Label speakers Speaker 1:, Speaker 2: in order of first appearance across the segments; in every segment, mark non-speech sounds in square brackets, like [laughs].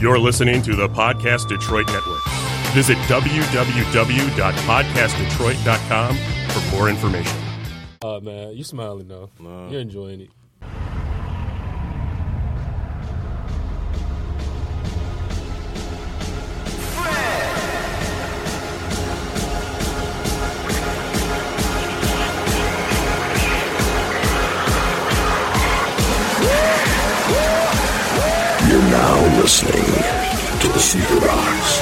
Speaker 1: You're listening to the Podcast Detroit Network. Visit www.podcastdetroit.com for more information.
Speaker 2: Oh man, you smiling though. You're enjoying it.
Speaker 3: You're now listening to the Sneaker Box.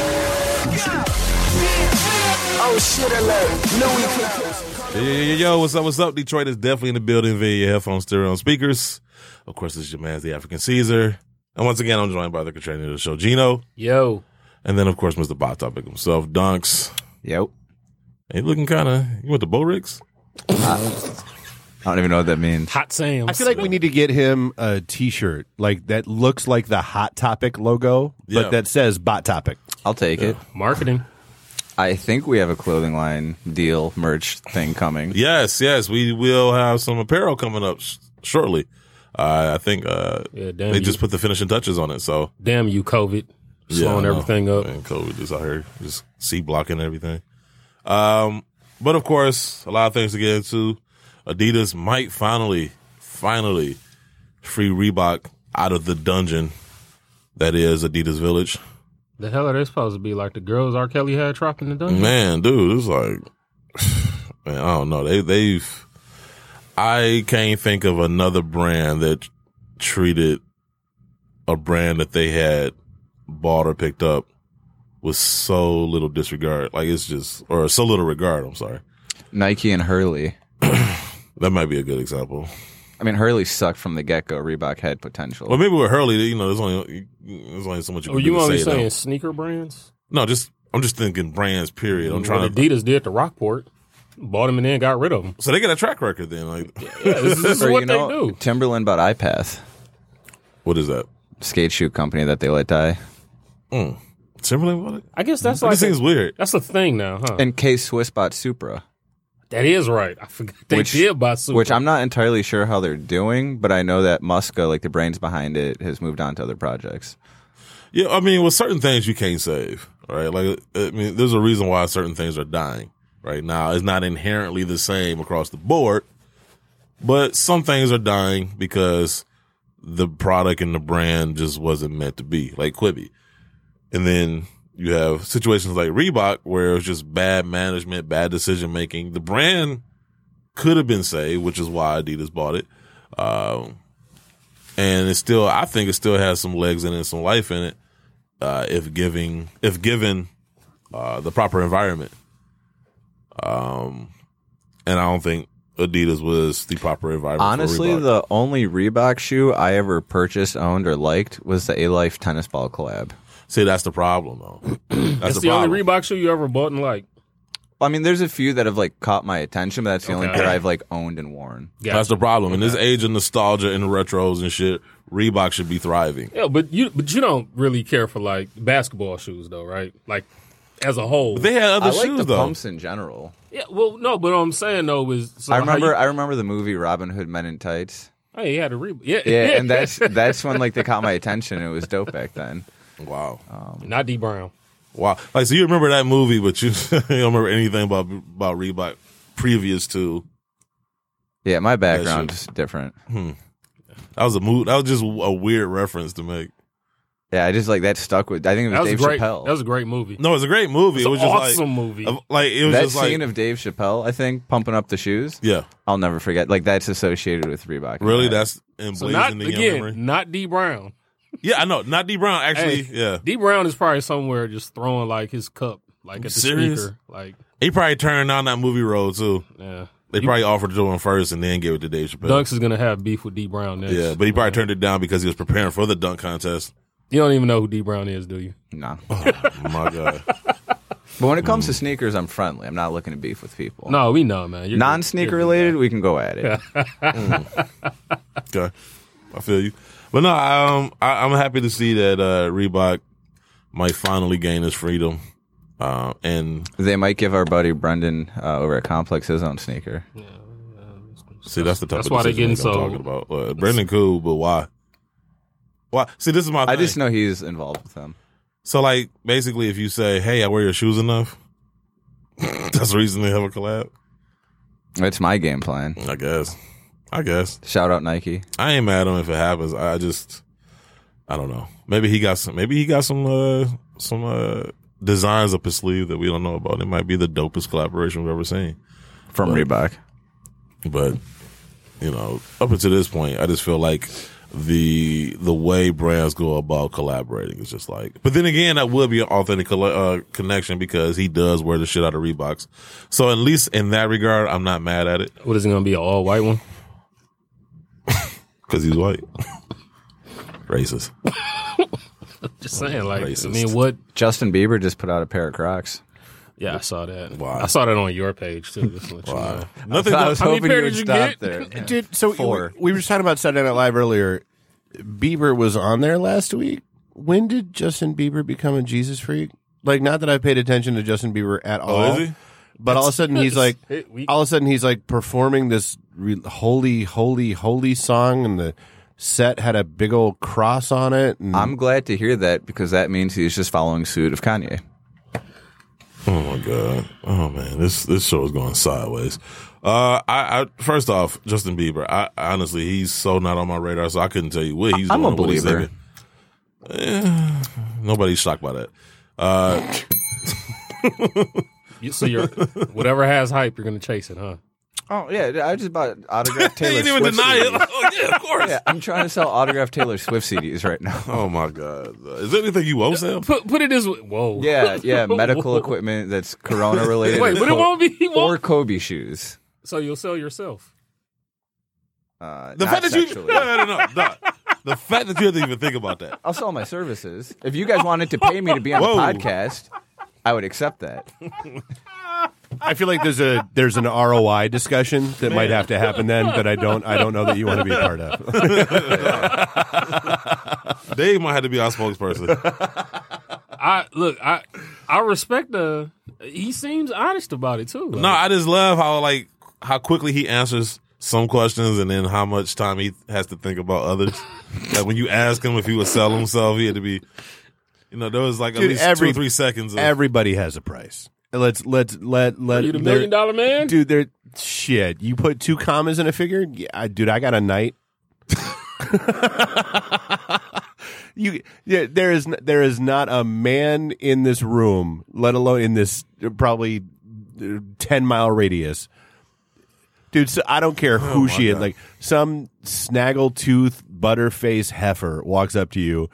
Speaker 3: Oh shit alert! Louis
Speaker 4: Yo, yo, yo, yo, what's up? What's up? Detroit is definitely in the building via your headphones, stereo, and speakers. Of course, this is your man's the African Caesar. And once again, I'm joined by the Katrina of the show, Gino.
Speaker 2: Yo,
Speaker 4: And then, of course, Mr. Bob Topic himself, Dunks.
Speaker 5: Yep.
Speaker 4: Hey, you looking kind of, you went to Bo Ricks?
Speaker 5: I don't even know what that means.
Speaker 2: hot Sam.
Speaker 6: I feel like we need to get him a T-shirt like that looks like the Hot Topic logo,
Speaker 4: Yeah.
Speaker 6: but that says Bot Topic.
Speaker 5: I'll take it.
Speaker 2: marketing.
Speaker 5: I think we have a clothing line deal merch thing coming.
Speaker 4: Yes, yes. We will have some apparel coming up sh- shortly. Uh, I think uh,
Speaker 2: Yeah, damn
Speaker 4: they
Speaker 2: you.
Speaker 4: just put the finishing touches on it. So,
Speaker 2: Damn you, COVID,
Speaker 4: Yeah,
Speaker 2: slowing
Speaker 4: I know.
Speaker 2: everything up.
Speaker 4: Man, COVID just out here, just C blocking everything. Um, but of course, a lot of things to get into. Adidas might finally, finally free Reebok out of the dungeon that is Adidas Village.
Speaker 2: The hell are they supposed to be like the girls R. Kelly had dropping the dungeon?
Speaker 4: Man, dude, it's like, [sighs] man, I don't know. They, they've, I can't think of another brand that treated a brand that they had bought or picked up with so little disregard. Like it's just, or so little regard. I'm sorry.
Speaker 5: Nike and Hurley.
Speaker 4: That might be a good example.
Speaker 5: I mean, Hurley sucked from the get go. Reebok had potential.
Speaker 4: Well, maybe with Hurley, you know, there's only there's only so much you
Speaker 2: Are
Speaker 4: can
Speaker 2: Oh, you
Speaker 4: do to
Speaker 2: only
Speaker 4: say
Speaker 2: saying
Speaker 4: though.
Speaker 2: sneaker brands?
Speaker 4: No, just I'm just thinking brands. Period. I'm
Speaker 2: Mm, What
Speaker 4: trying to.
Speaker 2: Adidas did to Rockport, bought them and then got rid of them.
Speaker 4: So they got a track record then. Like, [laughs]
Speaker 2: Yeah, this, is- this is
Speaker 5: Or,
Speaker 2: what
Speaker 5: you know,
Speaker 2: they do.
Speaker 5: Timberland bought iPath,
Speaker 4: what is that?
Speaker 5: skate shoe company that they let die.
Speaker 4: Timberland bought it.
Speaker 2: I guess that's
Speaker 4: That
Speaker 2: like
Speaker 4: just seems
Speaker 2: a,
Speaker 4: weird.
Speaker 2: that's a thing now, huh?
Speaker 5: And K Swiss bought Supra,
Speaker 2: that is right. I forgot they
Speaker 5: Which-
Speaker 2: did buy Super.
Speaker 5: which I'm not entirely sure how they're doing, but I know that Muska, like the brains behind it, has moved on to other projects.
Speaker 4: Yeah, I mean, with certain things you can't save, right? Like, I mean, there's a reason why certain things are dying right now. It's not inherently the same across the board, but some things are dying because the product and the brand just wasn't meant to be, like Quibi. And then you have situations like Reebok where it's just bad management, bad decision making. The brand could have been saved, which is why Adidas bought it. Um, and it still, I think it still has some legs in it, some life in it, uh, if giving, if given uh, the proper environment. Um, and I don't think Adidas was the proper environment. for
Speaker 5: Honestly,
Speaker 4: Reebok.
Speaker 5: the only Reebok shoe I ever purchased, owned, or liked was the A Life tennis ball collab.
Speaker 4: See, that's the problem, though. [clears throat] That's,
Speaker 2: that's the only Reebok shoe you ever bought and like.
Speaker 5: I mean, there's a few that have like caught my attention, but that's the only
Speaker 2: Okay.
Speaker 5: pair I've like owned and worn.
Speaker 2: Gotcha.
Speaker 4: That's the problem. In this age of nostalgia and retros and shit, Reebok should be thriving.
Speaker 2: Yeah, but you but you don't really care for like basketball shoes though, right? Like as a whole.
Speaker 4: They had other
Speaker 5: I
Speaker 4: shoes
Speaker 5: like the
Speaker 4: though.
Speaker 5: pumps in general.
Speaker 2: yeah, well, no, but what I'm saying though is so
Speaker 5: I
Speaker 2: how
Speaker 5: remember,
Speaker 2: You,
Speaker 5: I remember the movie Robin Hood Men in Tights.
Speaker 2: hey, he had a reboot. [laughs] Yeah,
Speaker 5: Yeah, and that's that's when like they caught my attention. and It was dope back then.
Speaker 4: Wow,
Speaker 2: not D Brown.
Speaker 4: wow. Like so, you remember that movie, but you, [laughs] you don't remember anything about about Reebok previous to
Speaker 5: Yeah, my background
Speaker 4: shit.
Speaker 5: is different.
Speaker 4: that was a move. That was just a weird reference to make.
Speaker 5: Yeah, I just like that stuck with. I think it was
Speaker 2: That was
Speaker 5: Dave
Speaker 2: a great.
Speaker 5: Chappelle.
Speaker 2: That was a great movie.
Speaker 4: No, it's a great movie.
Speaker 2: It's
Speaker 4: it was
Speaker 2: an
Speaker 4: just
Speaker 2: awesome
Speaker 4: like,
Speaker 2: movie.
Speaker 4: of- Like it was
Speaker 5: that
Speaker 4: just
Speaker 5: scene
Speaker 4: like
Speaker 5: of Dave Chappelle, I think, pumping up the shoes.
Speaker 4: yeah.
Speaker 5: I'll never forget. Like that's associated with Reebok.
Speaker 4: Really,
Speaker 5: Yeah.
Speaker 4: that's emblazoned
Speaker 2: so not
Speaker 4: in your
Speaker 2: again,
Speaker 4: memory.
Speaker 2: not D Brown.
Speaker 4: Yeah, I know. Not D Brown actually.
Speaker 2: Hey,
Speaker 4: yeah,
Speaker 2: D Brown is probably somewhere just throwing like his cup, like at the
Speaker 4: serious?
Speaker 2: speaker, like
Speaker 4: he probably turned down that movie role too.
Speaker 2: yeah.
Speaker 4: They probably offered to do him first and then gave it to Dave Chappelle.
Speaker 2: Dunks is gonna have beef with D Brown next.
Speaker 4: Yeah, but he probably turned it down because he was preparing for the
Speaker 2: [laughs]
Speaker 4: dunk contest.
Speaker 2: you don't even know who D Brown is, do you?
Speaker 5: no.
Speaker 2: Oh.
Speaker 4: My God.
Speaker 5: But when it comes to sneakers, I'm friendly. I'm not looking to beef with people.
Speaker 2: Hmm. No, we know, man. You're-
Speaker 5: non sneaker related, we can go at it.
Speaker 4: Okay. I feel you. But no, um, I, I'm happy to see that uh, Reebok might finally gain his freedom. Uh, and
Speaker 5: They might give our buddy Brendan uh, over at Complex his own sneaker.
Speaker 4: see, that's the type
Speaker 2: That's
Speaker 4: of
Speaker 2: why they
Speaker 4: decision
Speaker 2: getting
Speaker 4: I'm
Speaker 2: so-
Speaker 4: talking about. Uh, Brendan cool, but why? Well, see, this is my.
Speaker 5: I just
Speaker 4: thing.
Speaker 5: know he's involved with them.
Speaker 4: So, like, basically, if you say, "Hey, I wear your shoes enough," [laughs] that's the reason they have a collab.
Speaker 5: That's my game plan.
Speaker 4: I guess. I guess.
Speaker 5: Shout out Nike.
Speaker 4: I ain't mad at him if it happens. I I just, I don't know. Maybe he got some. Maybe he got some uh, some uh, designs up his sleeve that we don't know about. It might be the dopest collaboration we've ever seen.
Speaker 5: from Reebok.
Speaker 4: But you know, up until this point, I just feel like the the way brands go about collaborating is just like. But then again, that would be an authentic colla- uh, connection because he does wear the shit out of Reeboks. So at least in that regard, I'm not mad at it
Speaker 2: What is it going to be? An all white one?
Speaker 4: because he's white. [laughs] Racist.
Speaker 2: Just saying, like, I
Speaker 4: Racist.
Speaker 2: mean, what?
Speaker 5: Justin Bieber just put out a pair of Crocs.
Speaker 2: Yeah, I saw that.
Speaker 4: Wow.
Speaker 2: I saw that on your page too. Just to let you know.
Speaker 4: Nothing.
Speaker 5: [laughs] I was
Speaker 2: How many
Speaker 5: hoping
Speaker 2: pair
Speaker 5: you would
Speaker 2: did you
Speaker 5: stop
Speaker 2: get? [laughs]
Speaker 5: there.
Speaker 6: Did so?
Speaker 5: Four.
Speaker 6: We, we were just talking about Saturday Night Live earlier.
Speaker 7: Bieber was on there last week. When did Justin Bieber become a Jesus freak? Like, not that I paid attention to Justin Bieber at all.
Speaker 4: Oh, is he?
Speaker 7: But all of a sudden
Speaker 4: [laughs]
Speaker 7: he's like,
Speaker 2: It- we-
Speaker 7: all of a sudden he's like performing this re- holy, holy, holy song, and the set had a big old cross on it. And
Speaker 5: I'm glad to hear that because that means he's just following suit of Kanye.
Speaker 4: Oh my god! Oh man, this this show is going sideways. Uh, I, I first off, Justin Bieber. I honestly, he's so not on my radar, so I couldn't tell you what he's.
Speaker 5: I'm
Speaker 4: doing or
Speaker 5: a
Speaker 4: what he's
Speaker 5: believer.
Speaker 4: thinking. Eh, nobody's shocked by that. Uh,
Speaker 2: You- so
Speaker 6: [laughs]
Speaker 2: you're whatever has hype, you're going to chase it, huh?
Speaker 5: Oh yeah, I just bought [laughs] autographed
Speaker 4: he
Speaker 5: Taylor
Speaker 4: didn't even
Speaker 5: Swift.
Speaker 4: deny
Speaker 5: CDs.
Speaker 4: it. [laughs] Oh, yeah, of course.
Speaker 5: [laughs] Yeah, I'm trying to sell autographed Taylor Swift CDs right now.
Speaker 4: Oh my god! Is there anything you won't sell?
Speaker 2: Put put it this way. Whoa.
Speaker 5: [laughs] Yeah, [laughs] yeah, medical
Speaker 2: [laughs] Whoa.
Speaker 5: equipment that's corona related.
Speaker 2: Wait, but it
Speaker 5: or-
Speaker 2: won't be. He
Speaker 5: Or
Speaker 2: won't.
Speaker 5: Kobe shoes.
Speaker 2: So you'll sell yourself.
Speaker 5: Uh,
Speaker 4: The
Speaker 5: not
Speaker 4: fact that you
Speaker 5: [laughs] sexually.
Speaker 4: [laughs] no, no, no, no, no. the fact that you had to even think about that.
Speaker 5: I'll sell my services. If you guys wanted to pay me to be on
Speaker 4: Whoa.
Speaker 5: the podcast, I would accept that.
Speaker 6: I feel like there's a there's an ROI discussion that might have to happen then, but I don't I don't know that you want to be part
Speaker 2: [laughs]
Speaker 6: of.
Speaker 4: Dave might have to be our spokesperson.
Speaker 2: I look. I I respect the. He seems honest about it too.
Speaker 4: no, I just love how like how quickly he answers some questions and then how much time he has to think about
Speaker 6: [laughs]
Speaker 4: others. like when you ask him if he would sell himself, he had to be you know, there was like at
Speaker 6: Dude,
Speaker 4: least two
Speaker 6: every-
Speaker 4: or three seconds of
Speaker 6: Everybody has a price. Let's let's let let
Speaker 2: you the
Speaker 6: there-
Speaker 2: million dollar man.
Speaker 6: dude. There shit. You put two commas in a figure, yeah, I- dude. I got a night. [laughs] you yeah, there is n- there is not a man in this room, let alone in this uh, probably uh, ten mile radius. Dude, so I don't care who she is. Like some snaggletooth butterface heifer walks up to you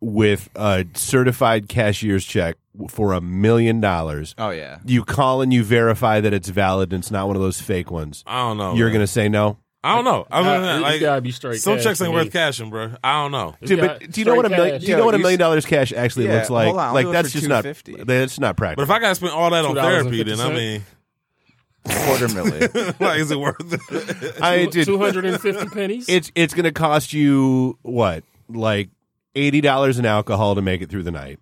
Speaker 6: with a certified cashier's check for a million dollars
Speaker 5: Oh yeah.
Speaker 6: you call and you verify that it's valid and it's not one of those fake ones.
Speaker 4: I don't
Speaker 2: Oh,
Speaker 4: know.
Speaker 6: You're
Speaker 4: man.
Speaker 6: gonna say no,
Speaker 4: I don't know. I
Speaker 2: Nah,
Speaker 4: mean,
Speaker 2: it- it's
Speaker 4: like,
Speaker 2: Uh, gotta be straight
Speaker 4: Some
Speaker 2: cash
Speaker 4: checks
Speaker 2: to
Speaker 4: ain't
Speaker 2: me.
Speaker 4: worth cashing, bro. I don't know.
Speaker 6: dude.
Speaker 2: Yeah,
Speaker 6: But do you know what a
Speaker 2: straight
Speaker 6: million?
Speaker 2: cash.
Speaker 6: Do you know
Speaker 5: Yeah,
Speaker 6: what a
Speaker 5: you
Speaker 6: million
Speaker 5: s-
Speaker 6: dollars cash actually
Speaker 5: Yeah,
Speaker 6: looks like?
Speaker 5: hold on, I'll
Speaker 6: like
Speaker 5: do it
Speaker 6: that's
Speaker 5: for
Speaker 6: just not.
Speaker 5: $2.50.
Speaker 6: That's not
Speaker 4: But
Speaker 6: practical.
Speaker 4: if I gotta spend all that on therapy,
Speaker 2: $2.50
Speaker 4: then I mean [laughs]
Speaker 5: Quarter [laughs] million.
Speaker 4: like is it worth it?
Speaker 6: I dude,
Speaker 2: Two hundred and
Speaker 6: [laughs]
Speaker 2: fifty pennies.
Speaker 6: it's it's gonna cost you what like eighty dollars in alcohol to make it through the night.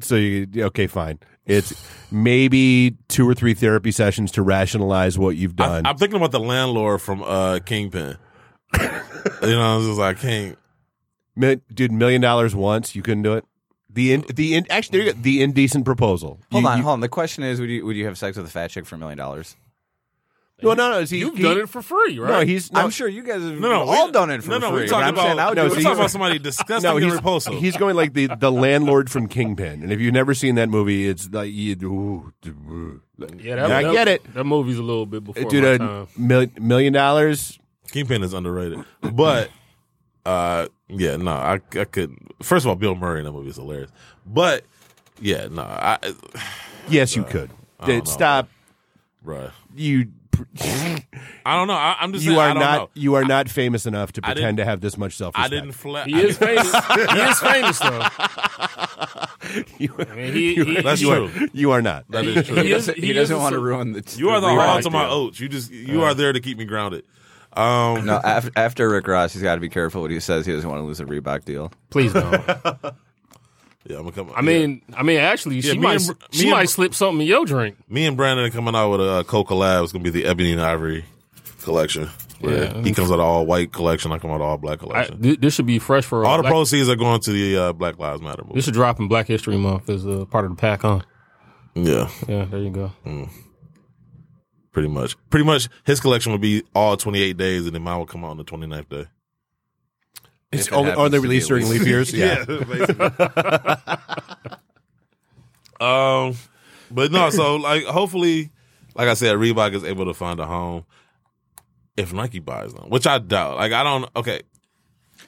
Speaker 6: So you okay, fine. It's maybe two or three therapy sessions to rationalize what you've
Speaker 4: I,
Speaker 6: done.
Speaker 4: I'm thinking about the landlord from uh Kingpin. [coughs] you know, I was just like, I can't
Speaker 6: Mi- dude, million dollars once you couldn't do it. The in, the in, actually there you go, the indecent proposal.
Speaker 5: Hold
Speaker 6: You-
Speaker 5: on,
Speaker 6: you-
Speaker 5: hold on. The question is, would you would you have sex with a fat chick for a million dollars?
Speaker 6: No, no, no. See,
Speaker 2: You've
Speaker 6: he-
Speaker 2: done it for free, right?
Speaker 6: No, he's. No,
Speaker 5: I'm sure you guys have
Speaker 4: no, no,
Speaker 5: all
Speaker 4: we-
Speaker 5: done it for
Speaker 4: no, no,
Speaker 5: free.
Speaker 4: We're
Speaker 5: but
Speaker 4: talking
Speaker 5: I'm
Speaker 4: about,
Speaker 5: saying I would
Speaker 4: no,
Speaker 5: do
Speaker 4: we're
Speaker 5: it
Speaker 4: talking
Speaker 5: for-
Speaker 4: about somebody disgusting
Speaker 6: No,
Speaker 4: and
Speaker 6: he's,
Speaker 4: repulsive.
Speaker 6: he's going like the, the landlord from Kingpin. And if you've never seen that movie, it's like, you, ooh, d- ooh.
Speaker 2: yeah, that,
Speaker 6: I
Speaker 2: that-
Speaker 6: get it.
Speaker 2: That movie's a little bit before
Speaker 6: dude, uh,
Speaker 2: my
Speaker 6: a
Speaker 2: time.
Speaker 6: mil- million dollars.
Speaker 4: Kingpin is underrated, but uh, yeah, no, I I could. First of all, Bill Murray in that movie is hilarious, but yeah, no, I,
Speaker 6: Yes, you could.
Speaker 4: Uh, don't
Speaker 6: Dude,
Speaker 4: know.
Speaker 6: Stop.
Speaker 4: bruh,
Speaker 6: You.
Speaker 4: [laughs] I don't know. I, I'm just
Speaker 6: You
Speaker 4: saying, I
Speaker 6: are
Speaker 4: don't
Speaker 6: not.
Speaker 4: Know.
Speaker 6: You are not famous enough to
Speaker 4: I didn't-
Speaker 6: pretend to have this much self.
Speaker 4: I didn't flat.
Speaker 2: He is famous. he is famous
Speaker 6: [laughs]
Speaker 2: though. I mean, he, he,
Speaker 4: That's
Speaker 2: he-
Speaker 4: true.
Speaker 6: You are not.
Speaker 4: That is
Speaker 2: he
Speaker 4: [laughs] true.
Speaker 2: is-
Speaker 5: He,
Speaker 2: he is
Speaker 5: doesn't
Speaker 2: a
Speaker 5: want to
Speaker 2: sur-
Speaker 5: ruin the.
Speaker 4: You are the
Speaker 5: rewrite
Speaker 4: heart to my
Speaker 5: deal.
Speaker 4: oats. You just you are there to keep me grounded. Um,
Speaker 5: No, af- after Rick Ross, he's got to be careful what he says. He doesn't want to lose a Reebok deal.
Speaker 2: Please
Speaker 4: [laughs]
Speaker 2: don't.
Speaker 4: yeah, I'm gonna come.
Speaker 2: I mean, I mean, actually,
Speaker 4: Yeah,
Speaker 2: she
Speaker 4: me
Speaker 2: might
Speaker 4: and Br- me
Speaker 2: she
Speaker 4: and
Speaker 2: might
Speaker 4: Br-
Speaker 2: slip something in your drink.
Speaker 4: me and Brandon are coming out with a uh, co collab. It's gonna be the Ebony and Ivory collection. Where He comes out of all white collection. I come out of all black
Speaker 2: I,
Speaker 4: collection.
Speaker 2: thi- this should be fresh for uh,
Speaker 4: all the
Speaker 2: Black-
Speaker 4: proceeds are going to the uh, Black Lives Matter
Speaker 2: This
Speaker 4: movement.
Speaker 2: should drop in Black History Month as a part of the pack, huh?
Speaker 4: Yeah,
Speaker 2: Yeah, there you go.
Speaker 4: pretty much. Pretty much, his collection would be all 28 days, and then mine would come out on the 29th day.
Speaker 6: It's only, are they released during
Speaker 4: [laughs]
Speaker 6: leap years? Yeah.
Speaker 4: basically. um, but no, so [laughs] like hopefully, like I said, Reebok is able to find a home if Nike buys them, which I doubt. Like I don't. Okay,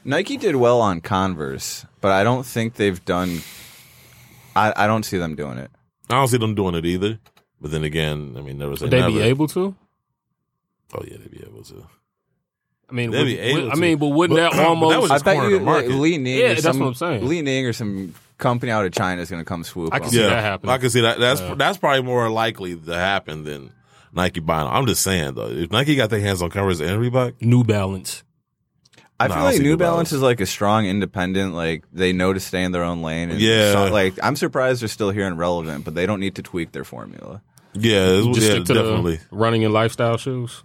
Speaker 5: Nike did well on Converse, but I don't think they've done. I, I don't see them doing it.
Speaker 4: I don't see them doing it either. But then again, I mean, never say
Speaker 2: Would they
Speaker 4: never.
Speaker 2: be able to?
Speaker 4: oh yeah, they'd be able to.
Speaker 2: I mean,
Speaker 4: They'd
Speaker 2: would,
Speaker 4: be able
Speaker 2: would- I
Speaker 4: to.
Speaker 2: mean, but wouldn't
Speaker 4: But-
Speaker 2: that almost?
Speaker 4: but [clears throat] that was
Speaker 5: I
Speaker 4: just
Speaker 5: bet
Speaker 4: corner
Speaker 5: you
Speaker 4: the market.
Speaker 5: like, Lee Ning.
Speaker 2: Yeah,
Speaker 5: or
Speaker 2: that's
Speaker 5: some,
Speaker 2: what I'm saying.
Speaker 5: Lee Ning or some company out of China is going to come swoop.
Speaker 2: I can
Speaker 5: them.
Speaker 2: see that happening.
Speaker 4: I can see that. That's that's probably more likely to happen than Nike buying. them. I'm just saying though, if Nike got their hands on Converse and Reebok,
Speaker 2: New Balance.
Speaker 5: I
Speaker 4: No,
Speaker 5: feel
Speaker 4: I don't
Speaker 5: like
Speaker 4: see
Speaker 5: New
Speaker 4: New
Speaker 5: Balance
Speaker 4: Balance.
Speaker 5: is like a strong independent. Like they know to stay in their own lane. And
Speaker 4: Yeah.
Speaker 5: so- like I'm surprised they're still here and relevant, but they don't need to tweak their formula.
Speaker 4: yeah, it's,
Speaker 2: Just
Speaker 4: yeah,
Speaker 2: stick to
Speaker 4: definitely.
Speaker 2: the running and lifestyle shoes.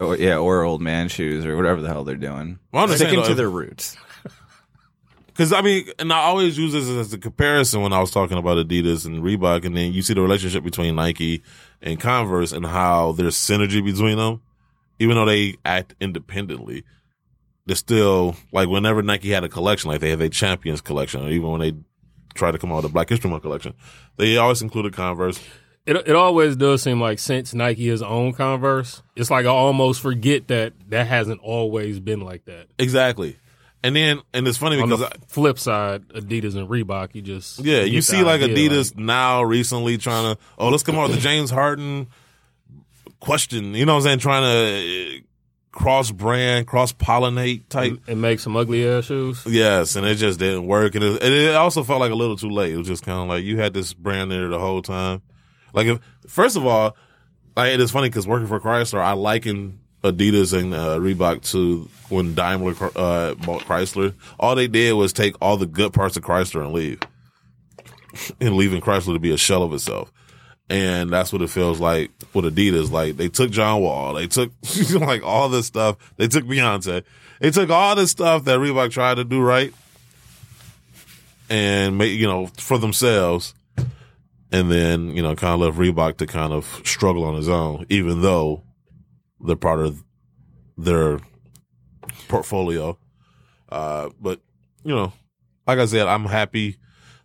Speaker 5: Or yeah, or old man shoes or whatever the hell they're doing.
Speaker 4: Well, I'm just
Speaker 5: Sticking
Speaker 4: saying,
Speaker 5: to
Speaker 4: though,
Speaker 5: their roots.
Speaker 4: Because I mean, and I always use this as a comparison when I was talking about Adidas and Reebok, and then you see the relationship between Nike and Converse and how there's synergy between them, even though they act independently. They're still like whenever Nike had a collection, like they had their Champions collection, or even when they tried to come out with a Black History Month collection, they always included Converse.
Speaker 2: It it always does seem like since Nike has owned Converse, it's like I almost forget that that hasn't always been like that.
Speaker 4: Exactly. And then, and it's funny
Speaker 2: On the
Speaker 4: because I,
Speaker 2: flip side, Adidas and Reebok, you just
Speaker 4: Yeah,
Speaker 2: get
Speaker 4: you
Speaker 2: the
Speaker 4: see like
Speaker 2: idea,
Speaker 4: Adidas now recently trying to oh let's come out with the James Harden question. You know what I'm saying? Trying to cross brand, cross pollinate type.
Speaker 2: like, and make some ugly ass shoes.
Speaker 4: Yes, and it just didn't work, and it, and it also felt like a little too late. It was just kind of like you had this brand there the whole time. Like if first of all, like it is funny because working for Chrysler, I liken Adidas and uh, Reebok to when Daimler uh, bought Chrysler. All they did was take all the good parts of Chrysler and leave [laughs] and leaving Chrysler to be a shell of itself. And that's what it feels like with Adidas. Like they took John Wall, they took [laughs] like all this stuff. They took Beyonce, they took all this stuff that Reebok tried to do right, and make you know for themselves. And then you know kind of left Reebok to kind of struggle on his own, even though they're part of their portfolio. Uh, but you know, like I said, I'm happy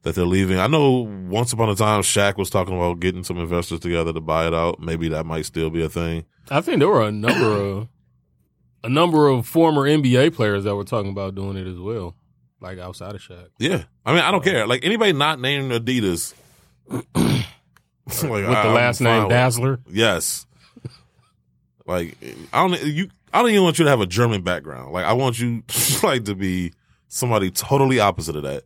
Speaker 4: that they're leaving. I know once upon a time Shaq was talking about getting some investors together to buy it out. Maybe that might still be a thing.
Speaker 2: I think there were a number of a number of former NBA players that were talking about doing it as well, like outside of Shaq.
Speaker 4: Yeah. I mean, I don't care. Like anybody not named Adidas. [laughs] like,
Speaker 2: with the last name Dazzler.
Speaker 4: Yes. Like I don't you I don't even want you to have a German background. Like I want you [laughs] like to be somebody totally opposite of that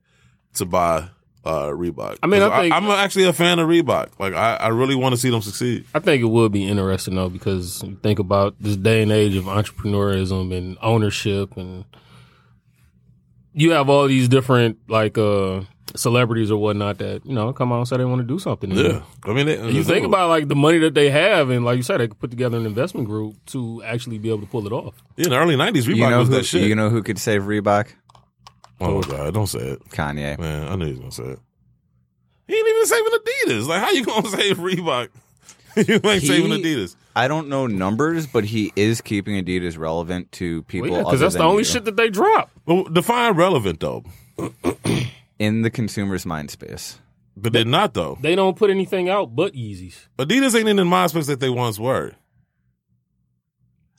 Speaker 4: to buy uh Reebok.
Speaker 2: I mean, I
Speaker 4: 'Cause
Speaker 2: think-
Speaker 4: I'm actually a fan of Reebok. Like I, I really want to see them succeed.
Speaker 2: I think it would be interesting though because you think about this day and age of entrepreneurism and ownership, and you have all these different like uh celebrities or whatnot that you know come out and say they want to do something.
Speaker 4: Yeah. I mean, they,
Speaker 2: Mm-hmm. You think about like the money that they have, and like you said, they could put together an investment group to actually be able to pull it off.
Speaker 4: Yeah, in the early '90s, Reebok
Speaker 5: You know
Speaker 4: was
Speaker 5: who?
Speaker 4: that shit.
Speaker 5: You know who could save Reebok?
Speaker 4: oh god, don't say it,
Speaker 5: Kanye.
Speaker 4: man. I knew he was gonna say it. He ain't even saving Adidas. Like, how you gonna [laughs] save Reebok? you ain't
Speaker 5: He-
Speaker 4: saving Adidas.
Speaker 5: I don't know numbers, but he is keeping Adidas relevant to people.
Speaker 2: Well, yeah,
Speaker 5: other
Speaker 2: because that's the
Speaker 5: than
Speaker 2: only
Speaker 5: you.
Speaker 2: shit that they drop.
Speaker 4: Well, define relevant though,
Speaker 5: in the consumer's mind space.
Speaker 4: but they're not though.
Speaker 2: They don't put anything out but Yeezys.
Speaker 4: Adidas ain't in the MySpace that they once were.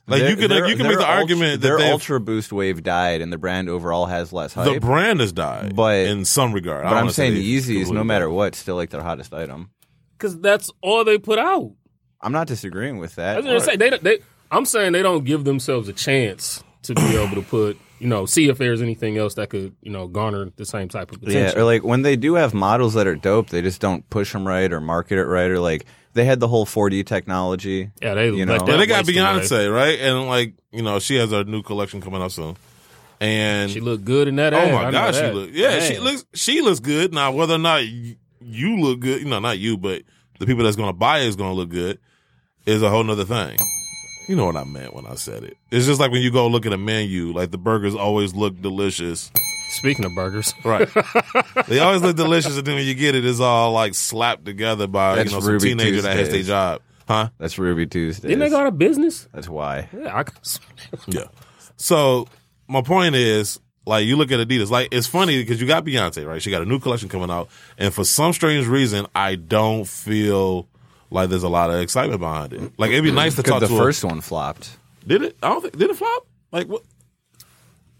Speaker 4: Like you
Speaker 5: Their-
Speaker 4: can, like, you can
Speaker 5: their-
Speaker 4: make the
Speaker 5: their
Speaker 4: argument
Speaker 5: ultra,
Speaker 4: that
Speaker 5: their
Speaker 4: they've-
Speaker 5: Ultra Boost wave died, and the brand overall has less hype.
Speaker 4: the brand has died,
Speaker 5: But-
Speaker 4: in some regard, I
Speaker 5: but
Speaker 4: don't
Speaker 5: I'm
Speaker 4: wanna say they
Speaker 5: saying Yeezys, no
Speaker 4: completely-
Speaker 5: matter what, still like their hottest item.
Speaker 2: Because that's all they put out.
Speaker 5: I'm not disagreeing with
Speaker 2: I
Speaker 5: that.
Speaker 2: was gonna say they, don't- they. I'm saying they don't give themselves a chance to be able to put, you know, see if there's anything else that could, you know, garner the same type of
Speaker 5: Yeah,
Speaker 2: attention.
Speaker 5: or like when they do have models that are dope, they just don't push them right or market it right, or like they had the whole 4D technology.
Speaker 2: Yeah, they
Speaker 5: You
Speaker 2: let
Speaker 5: know.
Speaker 2: that
Speaker 4: Yeah, they got
Speaker 2: waste away.
Speaker 4: Beyonce right, and like you know, she has her new collection coming out soon, and
Speaker 2: She looked good in that.
Speaker 4: Oh
Speaker 2: ad,
Speaker 4: my
Speaker 2: I know
Speaker 4: gosh, she
Speaker 2: that.
Speaker 4: look. Yeah, she
Speaker 2: Damn.
Speaker 4: looks. She looks good now. Whether or not you, you look good, you know, not you, but the people that's going to buy it is going to look good is a whole nother thing. You know what I meant when I said it. It's just like when you go look at a menu, like the burgers always look delicious.
Speaker 2: Speaking of
Speaker 4: [laughs]
Speaker 2: burgers,
Speaker 4: Right. they always look delicious, and then when you get it, it's all like slapped together by
Speaker 5: That's
Speaker 4: you know some
Speaker 5: Ruby
Speaker 4: teenager that hates their
Speaker 5: Tuesdays.
Speaker 4: job, huh?
Speaker 5: That's Ruby Tuesday.
Speaker 2: didn't they go out of business?
Speaker 5: That's why.
Speaker 2: Yeah, I could-
Speaker 4: Yeah. So my point is, like, you look at Adidas. Like, it's funny because you got Beyonce, right? She got a new collection coming out, and for some strange reason, I don't feel like there's a lot of excitement behind it. Like, it'd be nice to talk
Speaker 5: Because the
Speaker 4: to.
Speaker 5: first one flopped.
Speaker 4: a, did it? I don't think did it flop. Like, what?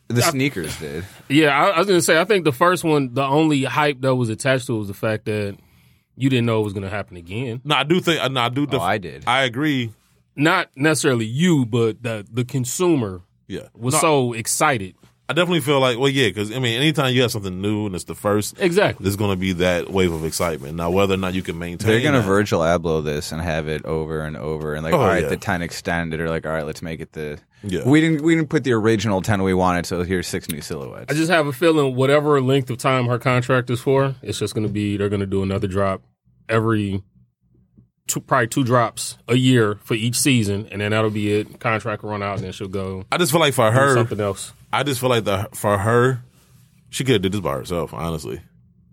Speaker 5: The sneakers did.
Speaker 2: Yeah, I, I was gonna say. I think the first one, the only hype that was attached to it was the fact that you didn't know it was gonna happen again.
Speaker 4: No, I do think. No, I do.
Speaker 5: Oh, I did.
Speaker 4: I agree.
Speaker 2: Not necessarily you, but the the consumer
Speaker 4: Yeah.
Speaker 2: was
Speaker 4: No,
Speaker 2: so excited.
Speaker 4: I definitely feel like, well, yeah, because I mean, anytime you have something new and it's the first,
Speaker 2: Exactly.
Speaker 4: there's going to be that wave of excitement. Now, whether or not you can maintain,
Speaker 5: They're gonna
Speaker 4: that-
Speaker 5: Virgil Abloh this and have it over and over and like,
Speaker 4: Oh,
Speaker 5: all right,
Speaker 4: yeah.
Speaker 5: the ten extended, or like, all right, let's make it the.
Speaker 4: Yeah.
Speaker 5: We didn't we didn't put the original ten we wanted, so here's six new
Speaker 2: I
Speaker 5: silhouettes.
Speaker 2: just have a feeling whatever length of time her contract is for, it's just gonna be they're gonna do another drop every two, probably two drops a year for each season, and then that'll be it. Contract will run out, and then she'll go
Speaker 4: I just feel like for
Speaker 2: do
Speaker 4: her,
Speaker 2: something else.
Speaker 4: I just feel like the for her, she could have did this by herself. Honestly,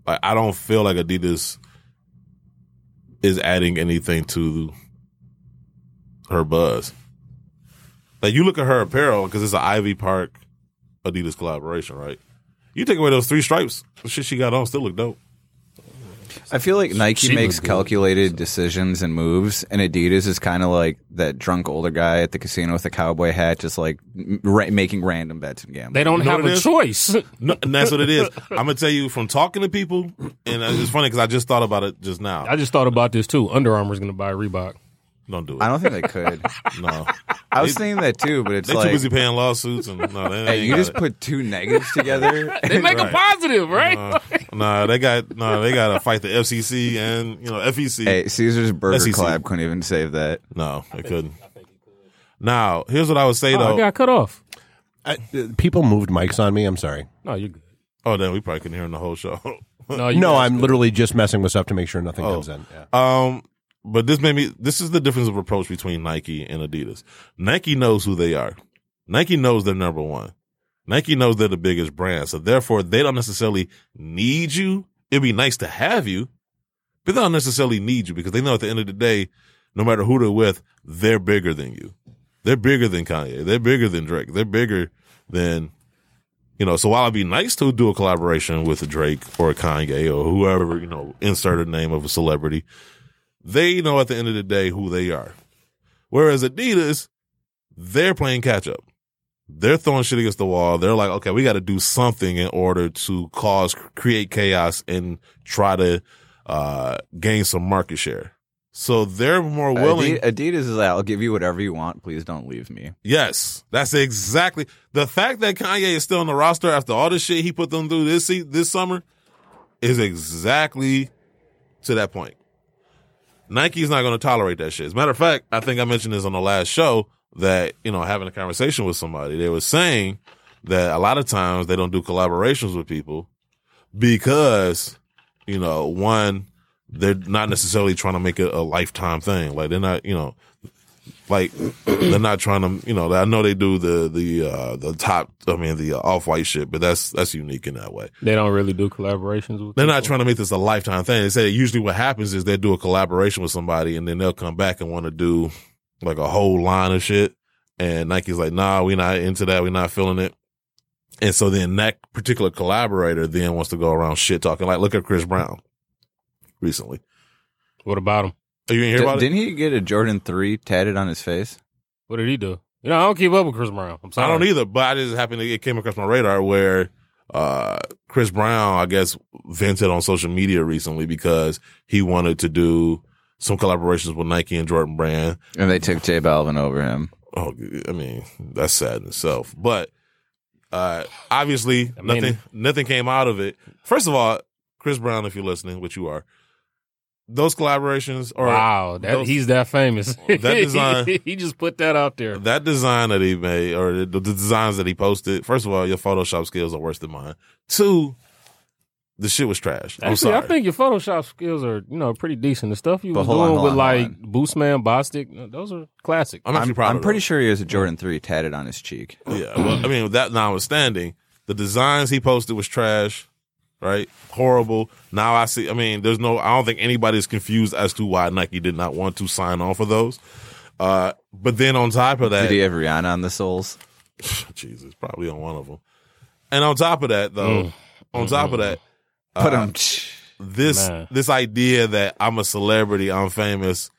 Speaker 4: like I don't feel like Adidas is adding anything to her buzz. Like you look at her apparel because it's an Ivy Park Adidas collaboration, right? You take away those three stripes, the shit she got on still look dope.
Speaker 5: I feel like Nike
Speaker 2: she
Speaker 5: makes
Speaker 2: looked good,
Speaker 5: calculated decisions and moves, and Adidas is kind of like that drunk older guy at the casino with a cowboy hat, just like m- ra- making random bets and gambling.
Speaker 2: They don't
Speaker 4: know
Speaker 2: have
Speaker 4: what it
Speaker 2: a
Speaker 4: is?
Speaker 2: choice. [laughs]
Speaker 4: No, and that's what it
Speaker 5: [laughs]
Speaker 4: is. I'm gonna tell you from talking to people, and it's funny because I just thought about it just now.
Speaker 2: I just thought about this too. Under Armour's gonna buy Reebok.
Speaker 4: don't do it.
Speaker 5: I don't think they could. [laughs]
Speaker 4: no,
Speaker 5: I was thinking that too, but it's
Speaker 4: they
Speaker 5: like
Speaker 4: too busy paying lawsuits and no. They,
Speaker 5: hey,
Speaker 4: ain't
Speaker 5: you
Speaker 4: got
Speaker 5: just
Speaker 4: it.
Speaker 5: put two negatives together.
Speaker 2: They make
Speaker 4: Right.
Speaker 2: a positive, right?
Speaker 4: Uh, [laughs] nah, they got nah, they got to fight the FCC and you know FEC.
Speaker 5: hey, Caesar's Burger
Speaker 4: SEC.
Speaker 5: Collab couldn't even save that.
Speaker 4: No, they couldn't. Now, here's what I would say
Speaker 2: oh, I
Speaker 4: though.
Speaker 2: got cut off.
Speaker 7: I, uh, people moved mics on me. I'm sorry.
Speaker 2: No, you're good.
Speaker 4: Oh, damn, we probably couldn't hear in the whole show.
Speaker 2: [laughs] No, you
Speaker 7: No,
Speaker 2: guys-
Speaker 7: I'm literally just messing with stuff to make sure nothing
Speaker 4: Oh.
Speaker 7: comes in. Yeah.
Speaker 4: [laughs] um, but this made me. This is the difference of approach between Nike and Adidas. Nike knows who they are. Nike knows they're number one. Nike knows they're the biggest brand, so therefore they don't necessarily need you. It'd be nice to have you, but they don't necessarily need you because they know at the end of the day, no matter who they're with, they're bigger than you. They're bigger than Kanye. They're bigger than Drake. They're bigger than, you know. So while it'd be nice to do a collaboration with a Drake or a Kanye or whoever, you know, insert a name of a celebrity, they know at the end of the day who they are. Whereas Adidas, they're playing catch up. They're throwing shit against the wall. They're like, okay, we got to do something in order to cause, create chaos and try to uh, gain some market share. So they're more willing.
Speaker 5: Adi- Adidas is like, I'll give you whatever you want. Please don't leave me.
Speaker 4: Yes, that's exactly the fact that Kanye is still on the roster after all the shit he put them through this se- this summer is exactly to that point. Nike's not going to tolerate that shit. As a matter of fact, I think I mentioned this on the last show that you know having a conversation with somebody, they were saying that a lot of times they don't do collaborations with people because you know one they're not necessarily trying to make it a lifetime thing. Like they're not you know like they're not trying to you know i know they do the the uh the top i mean the uh, off-white shit but that's that's unique in that way
Speaker 2: They don't really do collaborations with.
Speaker 4: they're not trying to make this a lifetime thing they say usually what happens is they do a collaboration with somebody and then they'll come back and want to do like a whole line of shit and nike's like nah we're not into that we're not feeling it and so then that particular collaborator then wants to go around shit talking like look at chris brown recently
Speaker 2: What about him?
Speaker 4: oh, you didn't hear
Speaker 5: D-
Speaker 4: about it
Speaker 5: didn't he get a Jordan three tatted on his face?
Speaker 2: What did he do? You know, I don't keep up with Chris Brown. I'm sorry.
Speaker 4: I don't either, but I just happened to it came across my radar where uh Chris Brown, I guess, vented on social media recently because he wanted to do some collaborations with Nike and Jordan Brand.
Speaker 5: And they took J Balvin over him.
Speaker 4: Oh, I mean, that's sad in itself. But uh obviously
Speaker 2: I mean-
Speaker 4: nothing nothing came out of it. First of all, Chris Brown, if you're listening, which you are, those collaborations are
Speaker 2: Wow, that,
Speaker 4: those-
Speaker 2: he's that
Speaker 5: [laughs]
Speaker 2: famous.
Speaker 4: That design-
Speaker 2: [laughs] he, just put that out there.
Speaker 4: That design that he made, or the, the designs that he posted, first of all, your Photoshop skills are worse than mine. Two, the shit was trash. I'm
Speaker 2: Actually,
Speaker 4: sorry.
Speaker 2: I think your Photoshop skills are you know pretty decent. The stuff you
Speaker 5: But
Speaker 2: was
Speaker 5: hold on,
Speaker 2: doing
Speaker 5: hold
Speaker 2: with
Speaker 5: on, hold
Speaker 2: like Boostman, Bostic, those are classic.
Speaker 4: I'm actually proud.
Speaker 5: I'm
Speaker 4: of
Speaker 5: pretty
Speaker 4: those.
Speaker 5: sure he has a Jordan 3 tatted on his cheek.
Speaker 4: Yeah. Well, I mean, with that notwithstanding, the designs he posted was trash, right? Horrible. Now I see. I mean, there's no. I don't think anybody's confused as to why Nike did not want to sign on for those. Uh, but then on top of that,
Speaker 5: Did he have Rihanna on the soles?
Speaker 4: [sighs] Jesus, probably on one of them. And on top of that, though, on top of that, Uh,
Speaker 5: Put him.
Speaker 4: this
Speaker 2: Man.
Speaker 4: this idea that I'm a celebrity, I'm famous,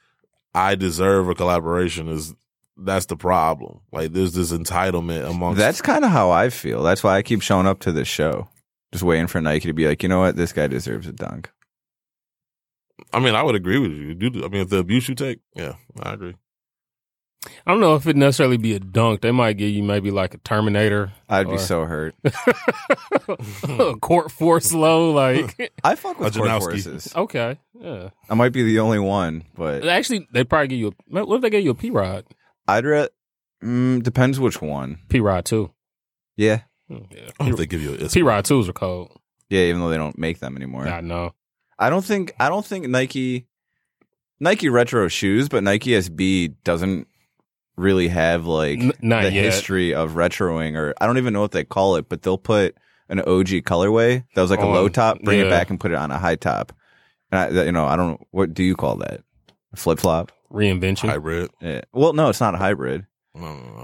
Speaker 4: I deserve a collaboration is that's the problem. Like there's this entitlement amongst
Speaker 5: That's kind of how I feel. That's why I keep showing up to this show. Just waiting for Nike to be like, you know what? This guy deserves a dunk.
Speaker 4: I mean, I would agree with you. Do I mean if the abuse you take? Yeah, I agree.
Speaker 2: I don't know if it necessarily be a dunk. They might give you maybe like a Terminator, [laughs]
Speaker 5: I'd
Speaker 2: Or-
Speaker 5: be
Speaker 4: [laughs]
Speaker 5: so hurt.
Speaker 2: a court force low.
Speaker 5: [laughs]
Speaker 2: Like
Speaker 5: I fuck with court
Speaker 4: Janowski.
Speaker 5: horses.
Speaker 2: okay, yeah.
Speaker 5: I might be the only one, but
Speaker 2: Actually, they probably give you. A, what if they gave you a P Rod?
Speaker 5: I'd rather. Mm, depends which one.
Speaker 2: P Rod two.
Speaker 5: Yeah.
Speaker 2: Yeah.
Speaker 4: I don't think give you a
Speaker 2: P Rod twos are cold.
Speaker 5: Yeah, even though they don't make them anymore.
Speaker 2: I know.
Speaker 5: I don't think I don't think Nike Nike retro shoes, but Nike SB doesn't really have like
Speaker 2: N- not
Speaker 5: the
Speaker 2: yet.
Speaker 5: history of retroing or I don't even know what they call it, but they'll put an OG colorway that was like a low
Speaker 2: On-
Speaker 5: top,
Speaker 2: Oh,
Speaker 5: bring
Speaker 2: yeah.
Speaker 5: it back and put it on a high top. And I, that- you know, I don't what do you call that? Flip flop?
Speaker 2: Reinvention.
Speaker 4: [laughs] hybrid.
Speaker 5: Yeah. Well, no, it's not a hybrid.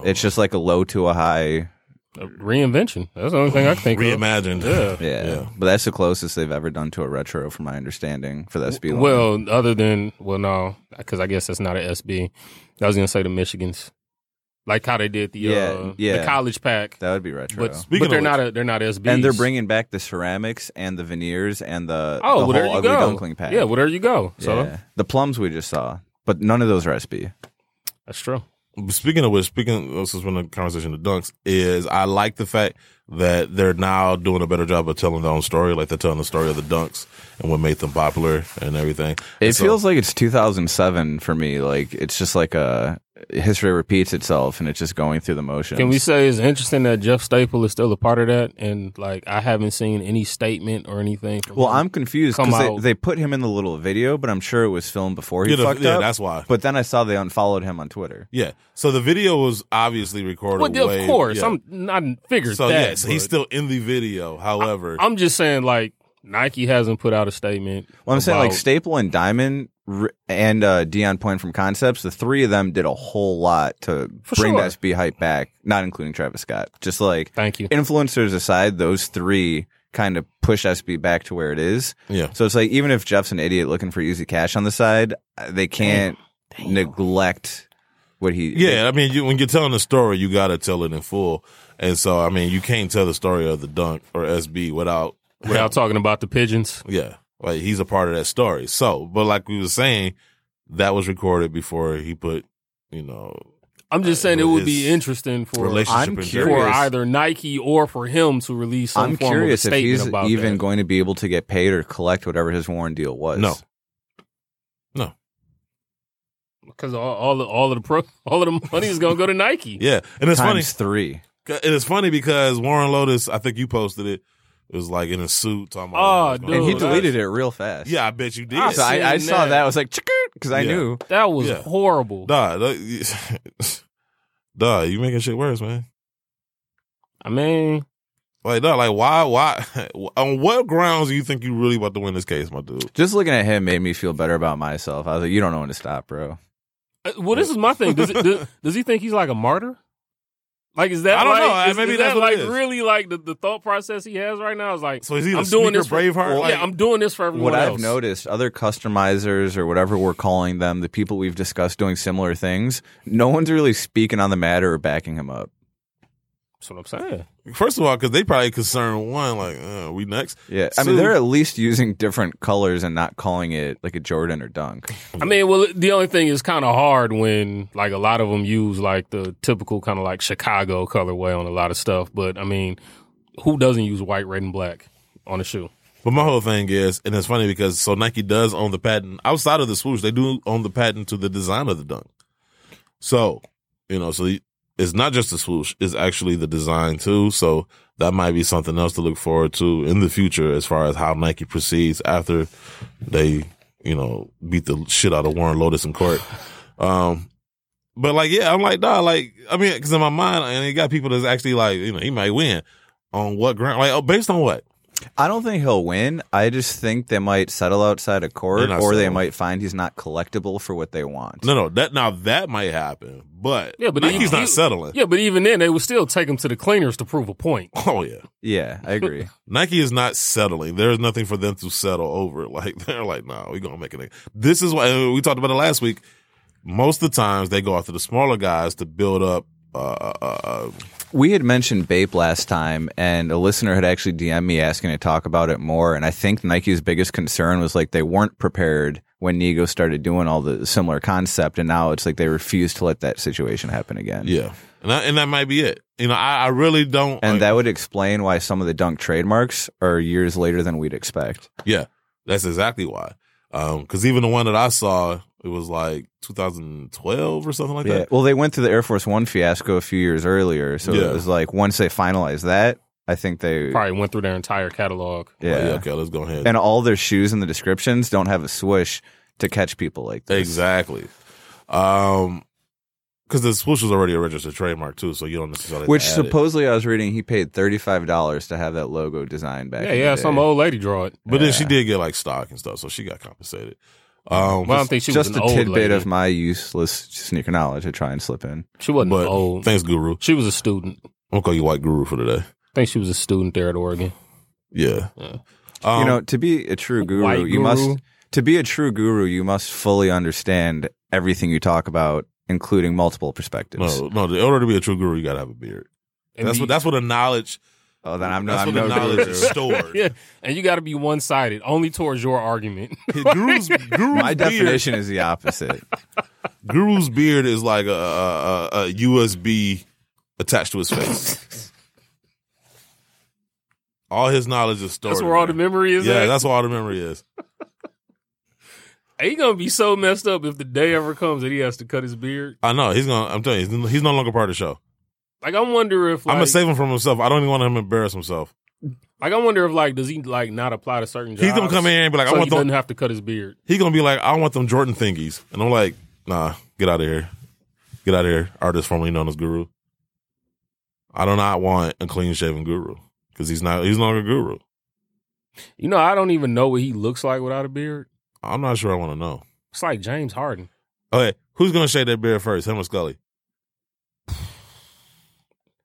Speaker 5: It's just like a low to a high.
Speaker 2: A reinvention. That's the only [laughs] thing I can think
Speaker 5: [laughs]
Speaker 2: of.
Speaker 4: reimagined.
Speaker 2: Yeah.
Speaker 4: [laughs]
Speaker 5: Yeah.
Speaker 4: Yeah.
Speaker 5: But that's the closest they've ever done to a retro, from my understanding, for the SB. line.
Speaker 2: Well, other than well, no, because I guess that's not an SB. I was gonna say the Michigan's, like how they did the
Speaker 5: Yeah,
Speaker 2: uh, the
Speaker 5: yeah.
Speaker 2: college pack,
Speaker 5: that would be retro.
Speaker 2: but,
Speaker 4: Speaking
Speaker 2: but
Speaker 4: of
Speaker 2: they're
Speaker 4: which-
Speaker 2: not a, they're not SBs.
Speaker 5: And they're bringing back the ceramics and the veneers and the
Speaker 2: oh,
Speaker 5: the
Speaker 2: well, there
Speaker 5: whole
Speaker 2: you
Speaker 5: ugly
Speaker 2: go.
Speaker 5: dunkling pack.
Speaker 2: Yeah, well, there you go. So
Speaker 5: Yeah. the plums we just saw, but none of those are SB.
Speaker 2: that's true.
Speaker 4: Speaking of which, speaking this is when the conversation of dunks is. I like the fact that they're now doing a better job of telling their own story, like they're telling the story of the dunks and what made them popular and everything.
Speaker 5: It
Speaker 4: And so-
Speaker 5: feels like it's 2007 for me. Like it's just like a history repeats itself, and it's just going through the motions.
Speaker 2: Can we say it's interesting that Jeff Staple is still a part of that, and like I haven't seen any statement or anything. From
Speaker 5: Well,
Speaker 2: him.
Speaker 5: I'm confused
Speaker 2: Come
Speaker 5: because
Speaker 2: out.
Speaker 5: they, they put him in the little video, but I'm sure it was filmed before he
Speaker 4: Yeah, the-
Speaker 5: fucked
Speaker 4: yeah,
Speaker 5: up.
Speaker 4: that's why.
Speaker 5: But then I saw they unfollowed him on Twitter.
Speaker 4: yeah. So the video was obviously recorded.
Speaker 2: Well,
Speaker 4: way-
Speaker 2: of course,
Speaker 4: yeah.
Speaker 2: I'm not figured
Speaker 4: so
Speaker 2: that.
Speaker 4: yeah, so he's
Speaker 2: but
Speaker 4: still in the video. However,
Speaker 2: I'm just saying, like Nike hasn't put out a statement.
Speaker 5: Well, I'm saying like
Speaker 2: about-
Speaker 5: Staple and Diamond r- and uh, Dion Point from Concepts, the three of them did a whole lot to
Speaker 2: For
Speaker 5: bring
Speaker 2: sure.
Speaker 5: that SB hype back, not including Travis Scott. Just like
Speaker 2: Thank you.
Speaker 5: influencers aside, those three kind of push SB back to where it is.
Speaker 2: [laughs]
Speaker 4: yeah.
Speaker 5: So it's like even if Jeff's an idiot looking for easy cash on the side, uh, they can't neglect what he.
Speaker 4: Yeah, I mean, you, when you're telling the story, you got to tell it in full. And so, I mean, you can't tell the story of the dunk or SB without,
Speaker 2: Without talking about the pigeons,
Speaker 4: [laughs] yeah, like he's a part of that story. So, but like we were saying, that was recorded before he put, you know,
Speaker 2: I'm just
Speaker 4: Uh,
Speaker 2: saying it
Speaker 4: with
Speaker 2: would be
Speaker 4: his
Speaker 2: interesting for
Speaker 4: relationship.
Speaker 5: I'm
Speaker 4: in
Speaker 5: curious.
Speaker 4: general.
Speaker 2: for either Nike or for him to release some
Speaker 5: I'm
Speaker 2: form
Speaker 5: curious
Speaker 2: of
Speaker 5: if
Speaker 2: a statement
Speaker 5: he's
Speaker 2: about
Speaker 5: even
Speaker 2: that.
Speaker 5: going to be able to get paid or collect whatever his Warren deal was.
Speaker 4: No.
Speaker 2: because all, all of- all of the pro, [laughs] all of the money is going to go to Nike.
Speaker 4: Yeah, and it's funny.
Speaker 5: times three.
Speaker 4: And it's funny because Warren Lotus, I think you posted it. It was like in a suit talking
Speaker 2: Oh,
Speaker 4: about.
Speaker 2: dude.
Speaker 5: And he
Speaker 2: Oh,
Speaker 5: deleted it real fast.
Speaker 4: Yeah, I bet you did.
Speaker 2: I
Speaker 5: So I, I
Speaker 2: seen
Speaker 5: saw
Speaker 2: that.
Speaker 5: that. I was like, because I
Speaker 4: Yeah.
Speaker 5: knew.
Speaker 2: That was
Speaker 4: Yeah.
Speaker 2: horrible.
Speaker 4: [laughs] Duh, [laughs] that- duh, you making shit worse, man.
Speaker 2: I mean,
Speaker 4: Like, no, like, why, why, [laughs] on what grounds do you think you really about to win this case, my dude?
Speaker 5: Just looking at him made me feel better about myself. I was like, you don't know when to stop, bro.
Speaker 2: uh, well, this is my thing. Does, it, does does he think he's like a martyr? Like, is that
Speaker 4: I don't
Speaker 2: like,
Speaker 4: know. Uh,
Speaker 2: Is,
Speaker 4: maybe
Speaker 2: is
Speaker 4: that's
Speaker 2: that
Speaker 4: what it
Speaker 2: like
Speaker 4: is.
Speaker 2: really like the, the thought process he has right now? Is like,
Speaker 4: So is he
Speaker 2: I'm
Speaker 4: a
Speaker 2: doing
Speaker 4: sneaker
Speaker 2: this for Oh,
Speaker 4: Braveheart? Like-
Speaker 2: yeah, I'm doing this for everyone
Speaker 5: What
Speaker 2: else.
Speaker 5: I've noticed, other customizers or whatever we're calling them, the people we've discussed doing similar things, no one's really speaking on the matter or backing him up.
Speaker 2: That's what I'm saying.
Speaker 4: First of all, because they probably concerned one, like, uh, we next.
Speaker 5: Yeah, I
Speaker 4: So-
Speaker 5: mean, they're at least using different colors and not calling it like a Jordan or Dunk.
Speaker 2: I mean, well, the only thing is kind of hard when like a lot of them use like the typical kind of like Chicago colorway on a lot of stuff. But I mean, who doesn't use white, red, and black on a shoe?
Speaker 4: But my whole thing is, and it's funny because so Nike does own the patent outside of the swoosh. They do own the patent to the design of the dunk. So you know, so it's not just the swoosh; it's actually the design too. So that might be something else to look forward to in the future, as far as how Nike proceeds after they, you know, beat the shit out of Warren Lotus in court. Um, but like, yeah, I'm like, nah, like, I mean, because in my mind, and you got people that's actually like, you know, he might win on what ground? Like, oh, based on what?
Speaker 5: I don't think he'll win. I just think they might settle outside of
Speaker 4: They're
Speaker 5: court,
Speaker 4: not
Speaker 5: or they
Speaker 4: settling.
Speaker 5: might find he's not collectible for what they want.
Speaker 4: No, no, that now that might happen, but
Speaker 2: Yeah, but
Speaker 4: Nike's
Speaker 2: he-
Speaker 4: not
Speaker 2: he-
Speaker 4: settling.
Speaker 2: Yeah, but even then, they would still take him to the cleaners to prove a point.
Speaker 4: Oh yeah,
Speaker 5: Yeah,
Speaker 4: [laughs]
Speaker 5: I agree.
Speaker 4: Nike is not settling. There is nothing for them to settle over. [laughs] Like they're like, no, we're gonna make it. This is why and we talked about it last week. Most of the times they go after the smaller guys to build up. Uh, uh, uh,
Speaker 5: we had mentioned Bape last time, and a listener had actually DM'd me asking to talk about it more. And I think Nike's biggest concern was like they weren't prepared when Nego started doing all the similar concept, and now it's like they refuse to let that situation happen again.
Speaker 4: yeah, and that, and that might be it. You know, I, I really don't.
Speaker 5: And
Speaker 4: like-
Speaker 5: that would explain why some of the dunk trademarks are years later than we'd expect.
Speaker 4: Yeah, that's exactly why. Because even the one that I saw, it was like 2012 or something like
Speaker 5: Yeah.
Speaker 4: that.
Speaker 5: Well, they went through the Air Force One fiasco a few years earlier, so
Speaker 4: Yeah.
Speaker 5: it was like once they finalized that, I think they
Speaker 2: Probably went through their entire catalog.
Speaker 5: yeah.
Speaker 4: Like, okay, let's go ahead.
Speaker 5: and all their shoes in the descriptions don't have a swoosh to catch people like this.
Speaker 4: Exactly. Um, because the swoosh was already a registered trademark too, so you don't necessarily
Speaker 5: Which
Speaker 4: add it.
Speaker 5: supposedly I was reading, he paid thirty five dollars to have that logo designed back.
Speaker 2: Yeah,
Speaker 5: in
Speaker 2: yeah,
Speaker 5: the
Speaker 2: some
Speaker 5: day.
Speaker 2: old lady draw it.
Speaker 4: But then she did get like stock and stuff, so she got compensated. Um,
Speaker 2: Well, I don't think she
Speaker 5: just
Speaker 2: was an
Speaker 5: a
Speaker 2: old
Speaker 5: tidbit
Speaker 2: lady.
Speaker 5: of my useless sneaker knowledge to try and slip in.
Speaker 2: she wasn't
Speaker 4: but
Speaker 2: old.
Speaker 4: thanks, Guru. I'm
Speaker 2: she was a student.
Speaker 4: gonna call you White Guru for today.
Speaker 2: I think she was a student there at Oregon.
Speaker 4: Yeah.
Speaker 2: Yeah.
Speaker 4: Um,
Speaker 5: you know, to be a true guru,
Speaker 2: White
Speaker 5: you
Speaker 2: guru.
Speaker 5: must to be a true guru, you must fully understand everything you talk about, including multiple perspectives.
Speaker 4: no, no. In order to be a true guru, you gotta have a beard.
Speaker 2: And
Speaker 4: that's
Speaker 2: you-
Speaker 4: what. That's what a knowledge.
Speaker 5: Oh, then I'm, no,
Speaker 4: that's
Speaker 5: I'm
Speaker 4: what
Speaker 5: no
Speaker 4: the knowledge
Speaker 5: guru.
Speaker 4: is stored.
Speaker 2: [laughs] Yeah, and you got to be one sided only towards your argument. [laughs]
Speaker 4: Guru's, guru's
Speaker 5: [laughs] My
Speaker 4: beard-
Speaker 5: definition is
Speaker 4: [laughs]
Speaker 5: the opposite.
Speaker 4: Guru's beard is like a, a, a- a USB attached to his face. all his knowledge is stored.
Speaker 2: that's
Speaker 4: in
Speaker 2: where all the
Speaker 4: there.
Speaker 2: memory is.
Speaker 4: yeah,
Speaker 2: at.
Speaker 4: that's where all the memory is.
Speaker 2: He gonna be so messed up if the day ever comes that he has to cut his beard.
Speaker 4: I know he's gonna. I'm telling you, he's- he's no longer part of the show.
Speaker 2: Like I wonder if like,
Speaker 4: I'm gonna save him from himself. I don't even want him to embarrass himself.
Speaker 2: like I wonder if like does he like not apply to certain jobs?
Speaker 4: He's gonna come in here and be like,
Speaker 2: so
Speaker 4: I want
Speaker 2: he doesn't
Speaker 4: them.
Speaker 2: have to cut his beard.
Speaker 4: He's gonna be like, I want them Jordan thingies, and I'm like, Nah, get out of here, get out of here. Artist formerly known as Guru. I do not want a clean shaven Guru because he's not. He's no longer Guru.
Speaker 2: You know, I don't even know what he looks like without a beard.
Speaker 4: I'm not sure. I want to know.
Speaker 2: It's like James Harden.
Speaker 4: Okay, who's gonna shave that beard first? Him or Scully?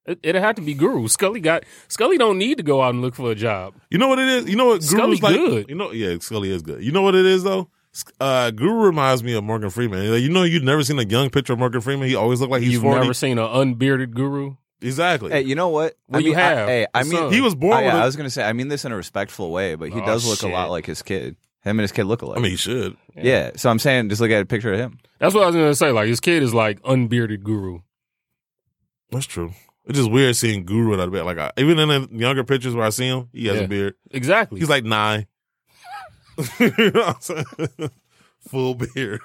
Speaker 2: It, it'd have to be Guru. Scully got Scully don't need to go out and look for a job.
Speaker 4: You know what it is? You know what
Speaker 2: Scully's
Speaker 4: Guru's like?
Speaker 2: good.
Speaker 4: You know, yeah, Scully is good. You know what it is though? S- Uh, Guru reminds me of Morgan Freeman. Like, You know, you've never seen a young picture of Morgan Freeman. He always looked like he's
Speaker 2: You've
Speaker 4: 40.
Speaker 2: never seen an unbearded Guru.
Speaker 4: Exactly.
Speaker 5: hey, you know what?
Speaker 2: Well,
Speaker 5: I
Speaker 2: you
Speaker 5: mean, I-
Speaker 2: have.
Speaker 5: hey, I
Speaker 2: The
Speaker 5: mean,
Speaker 2: son.
Speaker 4: he was born
Speaker 5: Oh, yeah,
Speaker 4: with a-
Speaker 5: I was gonna say I mean this in a respectful way, but he
Speaker 2: Oh,
Speaker 5: does look
Speaker 2: shit.
Speaker 5: a lot like his kid. Him and his kid look alike.
Speaker 4: I mean, he should.
Speaker 5: yeah. So I'm saying just look at a picture of him.
Speaker 2: That's what I was gonna say. Like his kid is like unbearded Guru.
Speaker 4: That's true. It's just weird seeing Guru without a beard. Like I, even in the younger pictures where I see him, he has
Speaker 2: Yeah.
Speaker 4: a beard.
Speaker 2: Exactly.
Speaker 4: He's like nine. [laughs] You know what I'm saying? [laughs] Full beard.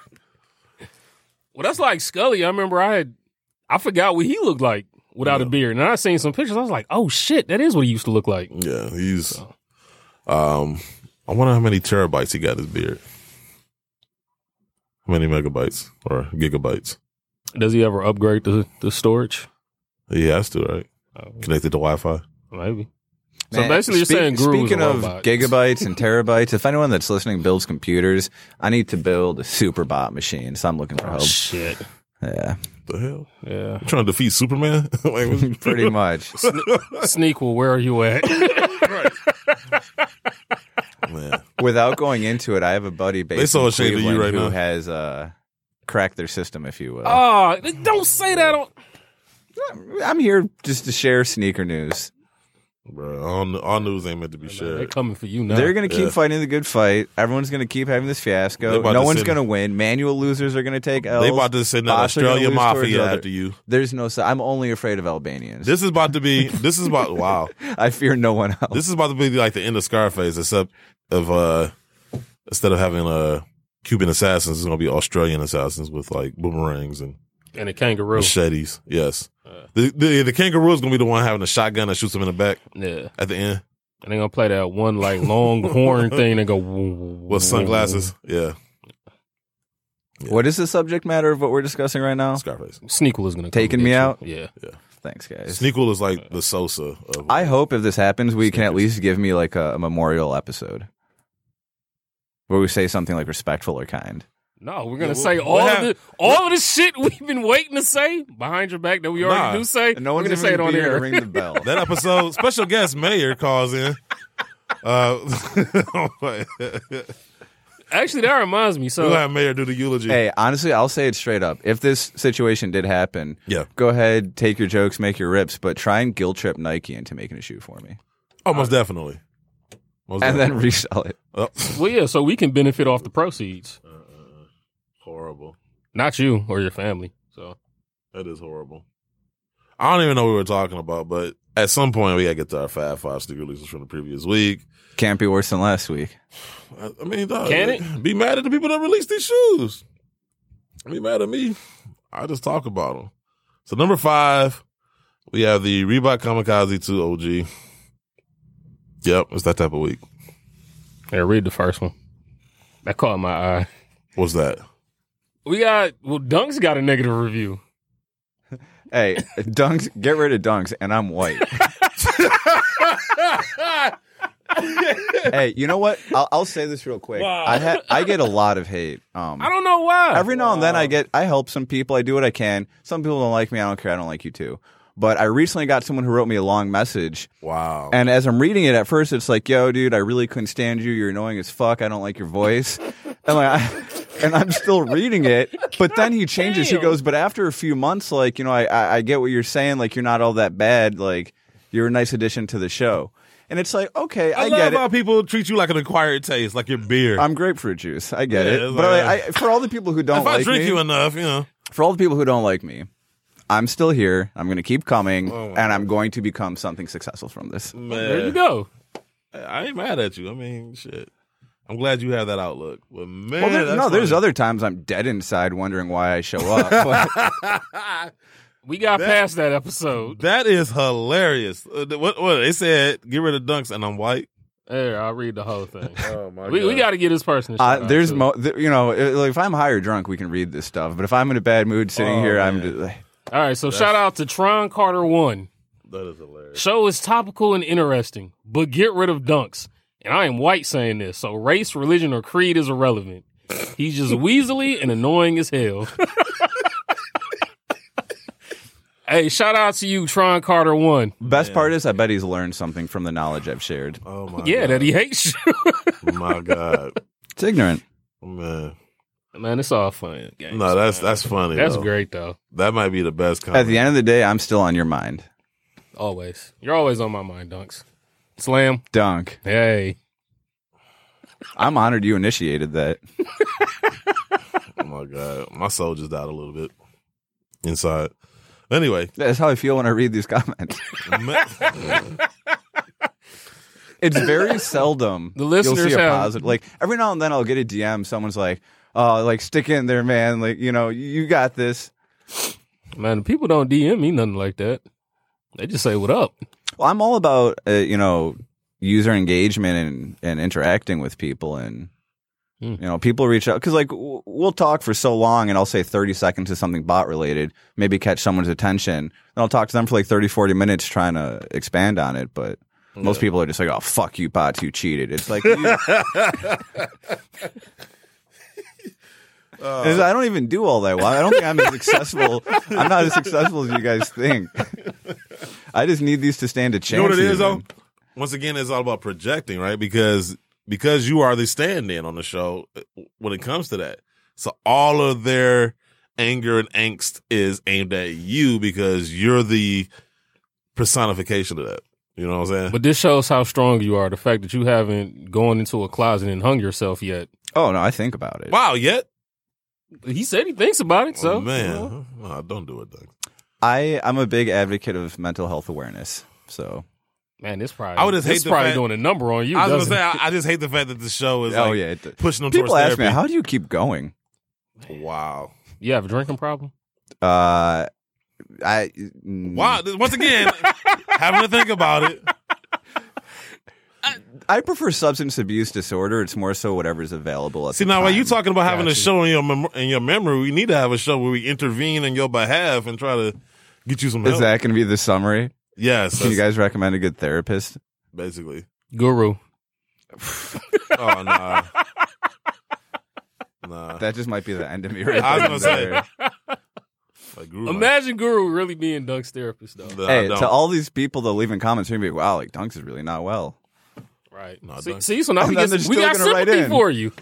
Speaker 2: well, that's like Scully. I remember I had I forgot what he looked like without a beard, and I seen some pictures. I was like, oh shit, that is what he used to look like.
Speaker 4: Yeah, he's. Um, I wonder how many terabytes he got his beard. How many megabytes or gigabytes?
Speaker 2: Does he ever upgrade the the storage?
Speaker 4: He has to, right? Connected to Wi-Fi.
Speaker 2: Maybe. So
Speaker 5: Man,
Speaker 2: basically, you're
Speaker 5: speak-
Speaker 2: saying Guru was a
Speaker 5: speaking of
Speaker 2: robot. [laughs]
Speaker 5: gigabytes and terabytes, if anyone that's listening builds computers, I need to build a super bot machine. So I'm looking
Speaker 4: Oh,
Speaker 5: for help.
Speaker 2: shit.
Speaker 5: Yeah,
Speaker 4: The hell?
Speaker 2: Yeah.
Speaker 4: You trying to defeat Superman? [laughs] like,
Speaker 5: [laughs]
Speaker 4: what-
Speaker 5: pretty much.
Speaker 2: [laughs] Sneak, well, where are you [laughs] at?
Speaker 4: man.
Speaker 5: Without going into it, I have a buddy based
Speaker 4: so
Speaker 5: in
Speaker 4: ashamed of you
Speaker 5: Cleveland
Speaker 4: right
Speaker 5: who
Speaker 4: now.
Speaker 5: has uh, cracked their system, if you will.
Speaker 2: oh, don't say that on.
Speaker 5: I'm here just to share sneaker news.
Speaker 4: Bro, all, all news ain't meant to be
Speaker 2: They're
Speaker 4: shared.
Speaker 2: coming for you now.
Speaker 5: They're going to keep
Speaker 4: yeah.
Speaker 5: fighting the good fight. Everyone's going to keep having this
Speaker 4: They
Speaker 5: fiasco.
Speaker 4: about
Speaker 5: No
Speaker 4: to
Speaker 5: one's
Speaker 4: send-
Speaker 5: going to win. Manual losers are going to take L's.
Speaker 4: They about to send that
Speaker 5: Bots are gonna
Speaker 4: Australia
Speaker 5: lose
Speaker 4: mafia
Speaker 5: towards other-
Speaker 4: after you.
Speaker 5: There's no. si- I'm only afraid of Albanians.
Speaker 4: This is about to be. This is about. Wow.
Speaker 5: [laughs] I fear no one else.
Speaker 4: This is about to be like the end of Scarface, except of uh, instead of having uh Cuban assassins, it's gonna be Australian assassins with like boomerangs and
Speaker 2: and a kangaroo.
Speaker 4: Machetes, yes. The, the the kangaroo is gonna be the one having a shotgun that shoots him in the back
Speaker 2: Yeah,
Speaker 4: at the end
Speaker 2: and they gonna play that one like long horn thing and go with
Speaker 4: with sunglasses. Yeah,
Speaker 5: What is the subject matter of what we're discussing right now?
Speaker 4: Scarface.
Speaker 2: Sneakle is gonna come
Speaker 5: Taking
Speaker 2: get
Speaker 5: me
Speaker 2: you.
Speaker 5: out?
Speaker 2: Yeah,
Speaker 5: Thanks, guys.
Speaker 4: Sneakle is like the Sosa. Of,
Speaker 5: I hope if this happens, we can at least give me like a, a memorial episode where we say something like respectful or kind.
Speaker 2: no, we're gonna
Speaker 4: Yeah,
Speaker 2: say
Speaker 4: what-
Speaker 2: all
Speaker 4: what
Speaker 2: of
Speaker 4: hap-
Speaker 2: the all of the shit we've been waiting to say behind your back that we already
Speaker 4: Nah.
Speaker 2: do say.
Speaker 5: And no
Speaker 2: we're
Speaker 5: one's
Speaker 2: gonna say it on
Speaker 5: here
Speaker 2: air.
Speaker 5: to ring the
Speaker 2: [laughs]
Speaker 5: bell. [laughs]
Speaker 4: that episode. special guest Mayor calls in. Uh,
Speaker 2: Actually, that reminds me. So
Speaker 4: [laughs] we'll have Mayor do the eulogy.
Speaker 5: hey, honestly, I'll say it straight up. If this situation did happen,
Speaker 4: Yeah.
Speaker 5: go ahead, take your jokes, make your rips, but try and guilt trip Nike into making a shoe for me,
Speaker 4: Oh, most definitely. Most
Speaker 5: and then [laughs]
Speaker 4: definitely.
Speaker 5: resell it.
Speaker 4: Oh,
Speaker 5: [laughs]
Speaker 2: well, yeah, so we can benefit off the proceeds,
Speaker 4: Uh, horrible.
Speaker 2: not you or your family. So
Speaker 4: That is horrible. I don't even know what we were talking about, but at some point we got to get to our Fab Five sneaker releases from the previous week.
Speaker 5: Can't be worse than last week.
Speaker 4: I, I mean, dog,
Speaker 2: Can it?
Speaker 4: Be mad at the people that released these shoes. Be mad at me. I just talk about them. So number five, we have the Reebok Kamikaze Two OG. Yep, it's that type of week.
Speaker 2: here, read the first one. That caught my eye.
Speaker 4: What's that?
Speaker 2: We got well, Dunk's got a negative review.
Speaker 5: Hey, dunks, get rid of dunks, and I'm white. hey, you know what? I'll, I'll say this real quick. I ha- I get a lot of hate. Um,
Speaker 2: I don't know why.
Speaker 5: [laughs] every now and then I get I help some people. I do what I can. Some people don't like me. I don't care. I don't like you too. But I recently got someone who wrote me a long message.
Speaker 4: Wow.
Speaker 5: And as I'm reading it at first, it's like, yo, dude, I really couldn't stand you. You're annoying as fuck. I don't like
Speaker 4: [laughs]
Speaker 5: your voice. And like, I, and I'm still reading it. But then he changes. He goes, but after a few months, like, you know, I, I, I get what you're saying. Like, you're not all that bad. Like, you're a nice addition to the show. And it's like, okay, I,
Speaker 4: I,
Speaker 5: get
Speaker 4: love
Speaker 5: it.
Speaker 4: how people treat you like an acquired taste, like your beer.
Speaker 5: I'm grapefruit juice. I get
Speaker 4: Yeah,
Speaker 5: it.
Speaker 4: it's
Speaker 5: But
Speaker 4: like-
Speaker 5: I, I, for all the people who
Speaker 4: [laughs]
Speaker 5: don't
Speaker 4: if
Speaker 5: like
Speaker 4: I drink
Speaker 5: me,
Speaker 4: you enough, you know.
Speaker 5: for all the people who don't like me, I'm still here. I'm going to keep coming,
Speaker 4: Oh, my
Speaker 5: and I'm going to become something successful from this.
Speaker 2: There you go.
Speaker 4: I ain't mad at you. I mean, shit. I'm glad you have that outlook. But man,
Speaker 5: well, there-
Speaker 4: that's
Speaker 5: no, there's
Speaker 4: funny.
Speaker 5: other times I'm dead inside, wondering why I
Speaker 4: [laughs]
Speaker 5: show up. Uh, But
Speaker 2: We got
Speaker 4: That-
Speaker 2: past that episode.
Speaker 4: That is hilarious. Uh, th- what, what they said? Get rid of dunks, and I'm white.
Speaker 2: There, I'll read the whole thing.
Speaker 4: Oh my
Speaker 2: we we got to get this person. a
Speaker 5: uh,
Speaker 2: shout-out,
Speaker 5: there's,
Speaker 2: too.
Speaker 5: mo- th- you know, it- like if I'm high or drunk, we can read this stuff. But if I'm in a bad mood sitting
Speaker 4: Oh,
Speaker 5: here, I'm
Speaker 4: man.
Speaker 5: just, like,
Speaker 2: All right, so shout out to Tron Carter One.
Speaker 4: that is hilarious.
Speaker 2: Show is topical and interesting, but get rid of dunks. And I am white saying this, so race, religion, or creed is irrelevant. He's
Speaker 4: [laughs]
Speaker 2: just weaselly and annoying as hell. hey, shout out to you, Tron Carter One.
Speaker 5: best part is I bet he's learned something from the knowledge I've shared.
Speaker 4: Oh my
Speaker 2: Yeah, that
Speaker 4: god.
Speaker 2: he hates you. [laughs]
Speaker 4: my god,
Speaker 5: It's ignorant.
Speaker 4: man.
Speaker 2: Man, it's all fun. Games.
Speaker 4: No, that's that's funny.
Speaker 2: that's
Speaker 4: though.
Speaker 2: great though.
Speaker 4: That might be the best. Comment.
Speaker 5: At the end of the day, I'm still on your mind.
Speaker 2: Always, you're always on my mind, Dunks. Slam.
Speaker 5: Dunk.
Speaker 2: Hey.
Speaker 5: I'm honored you initiated that.
Speaker 4: Oh my god, my soul just died a little bit inside. Anyway,
Speaker 5: That's how I feel when I read these comments.
Speaker 4: ma- [laughs]
Speaker 2: [laughs]
Speaker 5: It's very seldom
Speaker 2: The listeners
Speaker 5: you'll see a
Speaker 2: have-
Speaker 5: positive. Like every now and then, I'll get a DM. Someone's like, "Oh, like stick in there, man. Like you know, you got this."
Speaker 2: Man, people don't DM me nothing like that. They just say what up.
Speaker 5: Well, I'm all about uh, you know user engagement and and interacting with people and.
Speaker 2: Hmm.
Speaker 5: You know, people reach out because, like, w- we'll talk for so long, and I'll say 30 seconds to something bot related, maybe catch someone's attention. And I'll talk to them for like 30, 40 minutes trying to expand on it. But most people are just like, oh, fuck you, bots, you cheated. It's like, you- It's- I don't even do all that well. I don't think I'm as successful. I'm not as successful as you guys think. [laughs] I just need these to stand a chance.
Speaker 4: you know what it is though.
Speaker 5: even.
Speaker 4: Once again, it's all about projecting, right? Because because you are the stand-in on the show uh, when it comes to that. So all of their anger and angst is aimed at you because you're the personification of that. You know what I'm saying?
Speaker 2: But this shows how strong you are. The fact that you haven't gone into a closet and hung yourself yet.
Speaker 5: Oh no, I think about it.
Speaker 4: wow, yet?
Speaker 2: He said he thinks about it. So
Speaker 4: oh, man,
Speaker 2: you know.
Speaker 4: Nah, don't do it, Doug.
Speaker 5: I I'm a big advocate of mental health awareness. So
Speaker 2: man, this probably
Speaker 4: I would just
Speaker 2: this
Speaker 4: hate the
Speaker 2: probably
Speaker 4: fact-
Speaker 2: doing a number on you.
Speaker 4: I was
Speaker 2: doesn't
Speaker 4: gonna say
Speaker 2: it?
Speaker 4: I, I just hate the fact that the show is
Speaker 5: oh
Speaker 4: like,
Speaker 5: yeah, it-
Speaker 4: pushing them
Speaker 5: people
Speaker 4: towards
Speaker 5: ask me
Speaker 4: therapy.
Speaker 5: how do you keep going.
Speaker 4: wow.
Speaker 2: you have a drinking problem.
Speaker 5: Uh, I mm,
Speaker 4: Wow. this- Once again, [laughs] having to think about it.
Speaker 5: I prefer substance abuse disorder. It's more so whatever's available. At
Speaker 4: See,
Speaker 5: the
Speaker 4: now while
Speaker 5: time.
Speaker 4: you talking about having a show in your mem- in your memory, we need to have a show where we intervene on your behalf and try to get you some help.
Speaker 5: Is that going to be the summary?
Speaker 4: Yes,
Speaker 5: Can you
Speaker 4: that's
Speaker 5: guys recommend a good therapist?
Speaker 4: basically.
Speaker 2: Guru.
Speaker 4: Oh nah, nah.
Speaker 5: That just might be the end of me.
Speaker 4: [laughs] I was
Speaker 5: there.
Speaker 4: gonna say. Like, grew my-
Speaker 2: Imagine Guru really being Dunk's therapist, though.
Speaker 4: Nah, I
Speaker 5: Hey,
Speaker 4: don't.
Speaker 5: to all these people that leave in comments, you're gonna be wow, like Dunks is really not well.
Speaker 2: Right.
Speaker 4: No,
Speaker 2: see,
Speaker 4: Dunk-
Speaker 2: see, so now we
Speaker 5: And then
Speaker 2: got,
Speaker 5: they're
Speaker 2: we
Speaker 5: still
Speaker 2: got
Speaker 5: gonna write
Speaker 2: sympathy
Speaker 5: in.
Speaker 2: for you.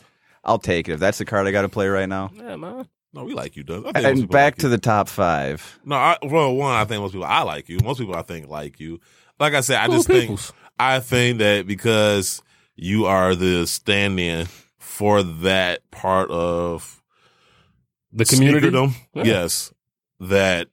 Speaker 5: I'll take it if that's the card I got to play right now.
Speaker 2: Yeah, man.
Speaker 4: no, we like you, Doug. I think most
Speaker 5: And
Speaker 4: people
Speaker 5: back
Speaker 4: like
Speaker 5: to
Speaker 4: you.
Speaker 5: the top five.
Speaker 4: no. I, well, one, I think most people I like you. Most people I think like you. Like I said, I
Speaker 2: Cool
Speaker 4: just
Speaker 2: peoples.
Speaker 4: think I think that because you are the stand-in for that part of
Speaker 2: The community.
Speaker 4: sneakerdom,
Speaker 2: Yeah.
Speaker 4: Yes, that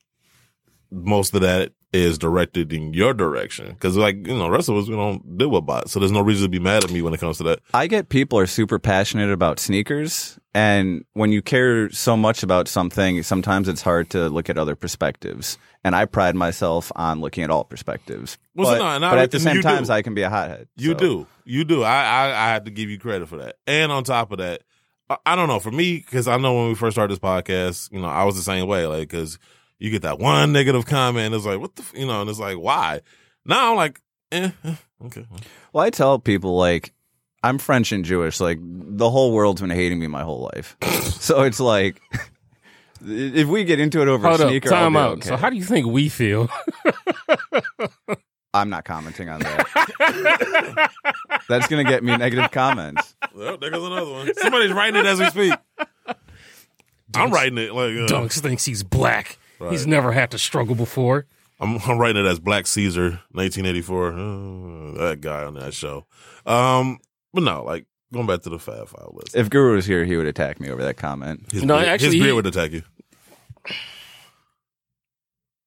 Speaker 4: most of that is directed in your direction because, like you know, the rest of us we don't deal with bots, so there's no reason to be mad at me when it comes to that.
Speaker 5: I get people are super passionate about sneakers, and when you care so much about something, sometimes it's hard to look at other perspectives. And I pride myself on looking at all perspectives.
Speaker 4: Well, so
Speaker 5: but,
Speaker 4: no, and I-
Speaker 5: but at the
Speaker 4: and
Speaker 5: same
Speaker 4: you do.
Speaker 5: time, I can be a hothead.
Speaker 4: You
Speaker 5: so.
Speaker 4: do, you do. I, I I have to give you credit for that. And on top of that, I, I don't know for me because I know when we first started this podcast, you know, I was the same way, like because you get that one negative comment, it's like what the, f-? you know, and it's like why? Now I'm like, eh, eh, okay,
Speaker 5: Well, I tell people like I'm French and Jewish. Like the whole world's been hating me my whole life. [laughs] so it's like [laughs] if we get into it over
Speaker 2: Hold
Speaker 5: a
Speaker 2: up.
Speaker 5: sneaker,
Speaker 2: Time
Speaker 5: I'll
Speaker 2: out.
Speaker 5: Be okay.
Speaker 2: So, how do you think we
Speaker 4: [laughs]
Speaker 2: feel?
Speaker 5: I'm not commenting on that. [laughs] That's gonna get me negative comments.
Speaker 4: well, there goes another one. Somebody's writing it as we speak. I'm writing it like uh,
Speaker 2: Dunks thinks he's black. He's
Speaker 4: Right.
Speaker 2: never had to struggle before.
Speaker 4: I'm, I'm writing it as Black Caesar, 1984. Uh, that guy on that show. Um, but no, like going back to the Fab Five list.
Speaker 5: If Guru was here, he would attack me over that comment.
Speaker 4: His,
Speaker 2: No,
Speaker 4: beard,
Speaker 2: actually,
Speaker 4: his beard
Speaker 2: he-
Speaker 4: would attack you.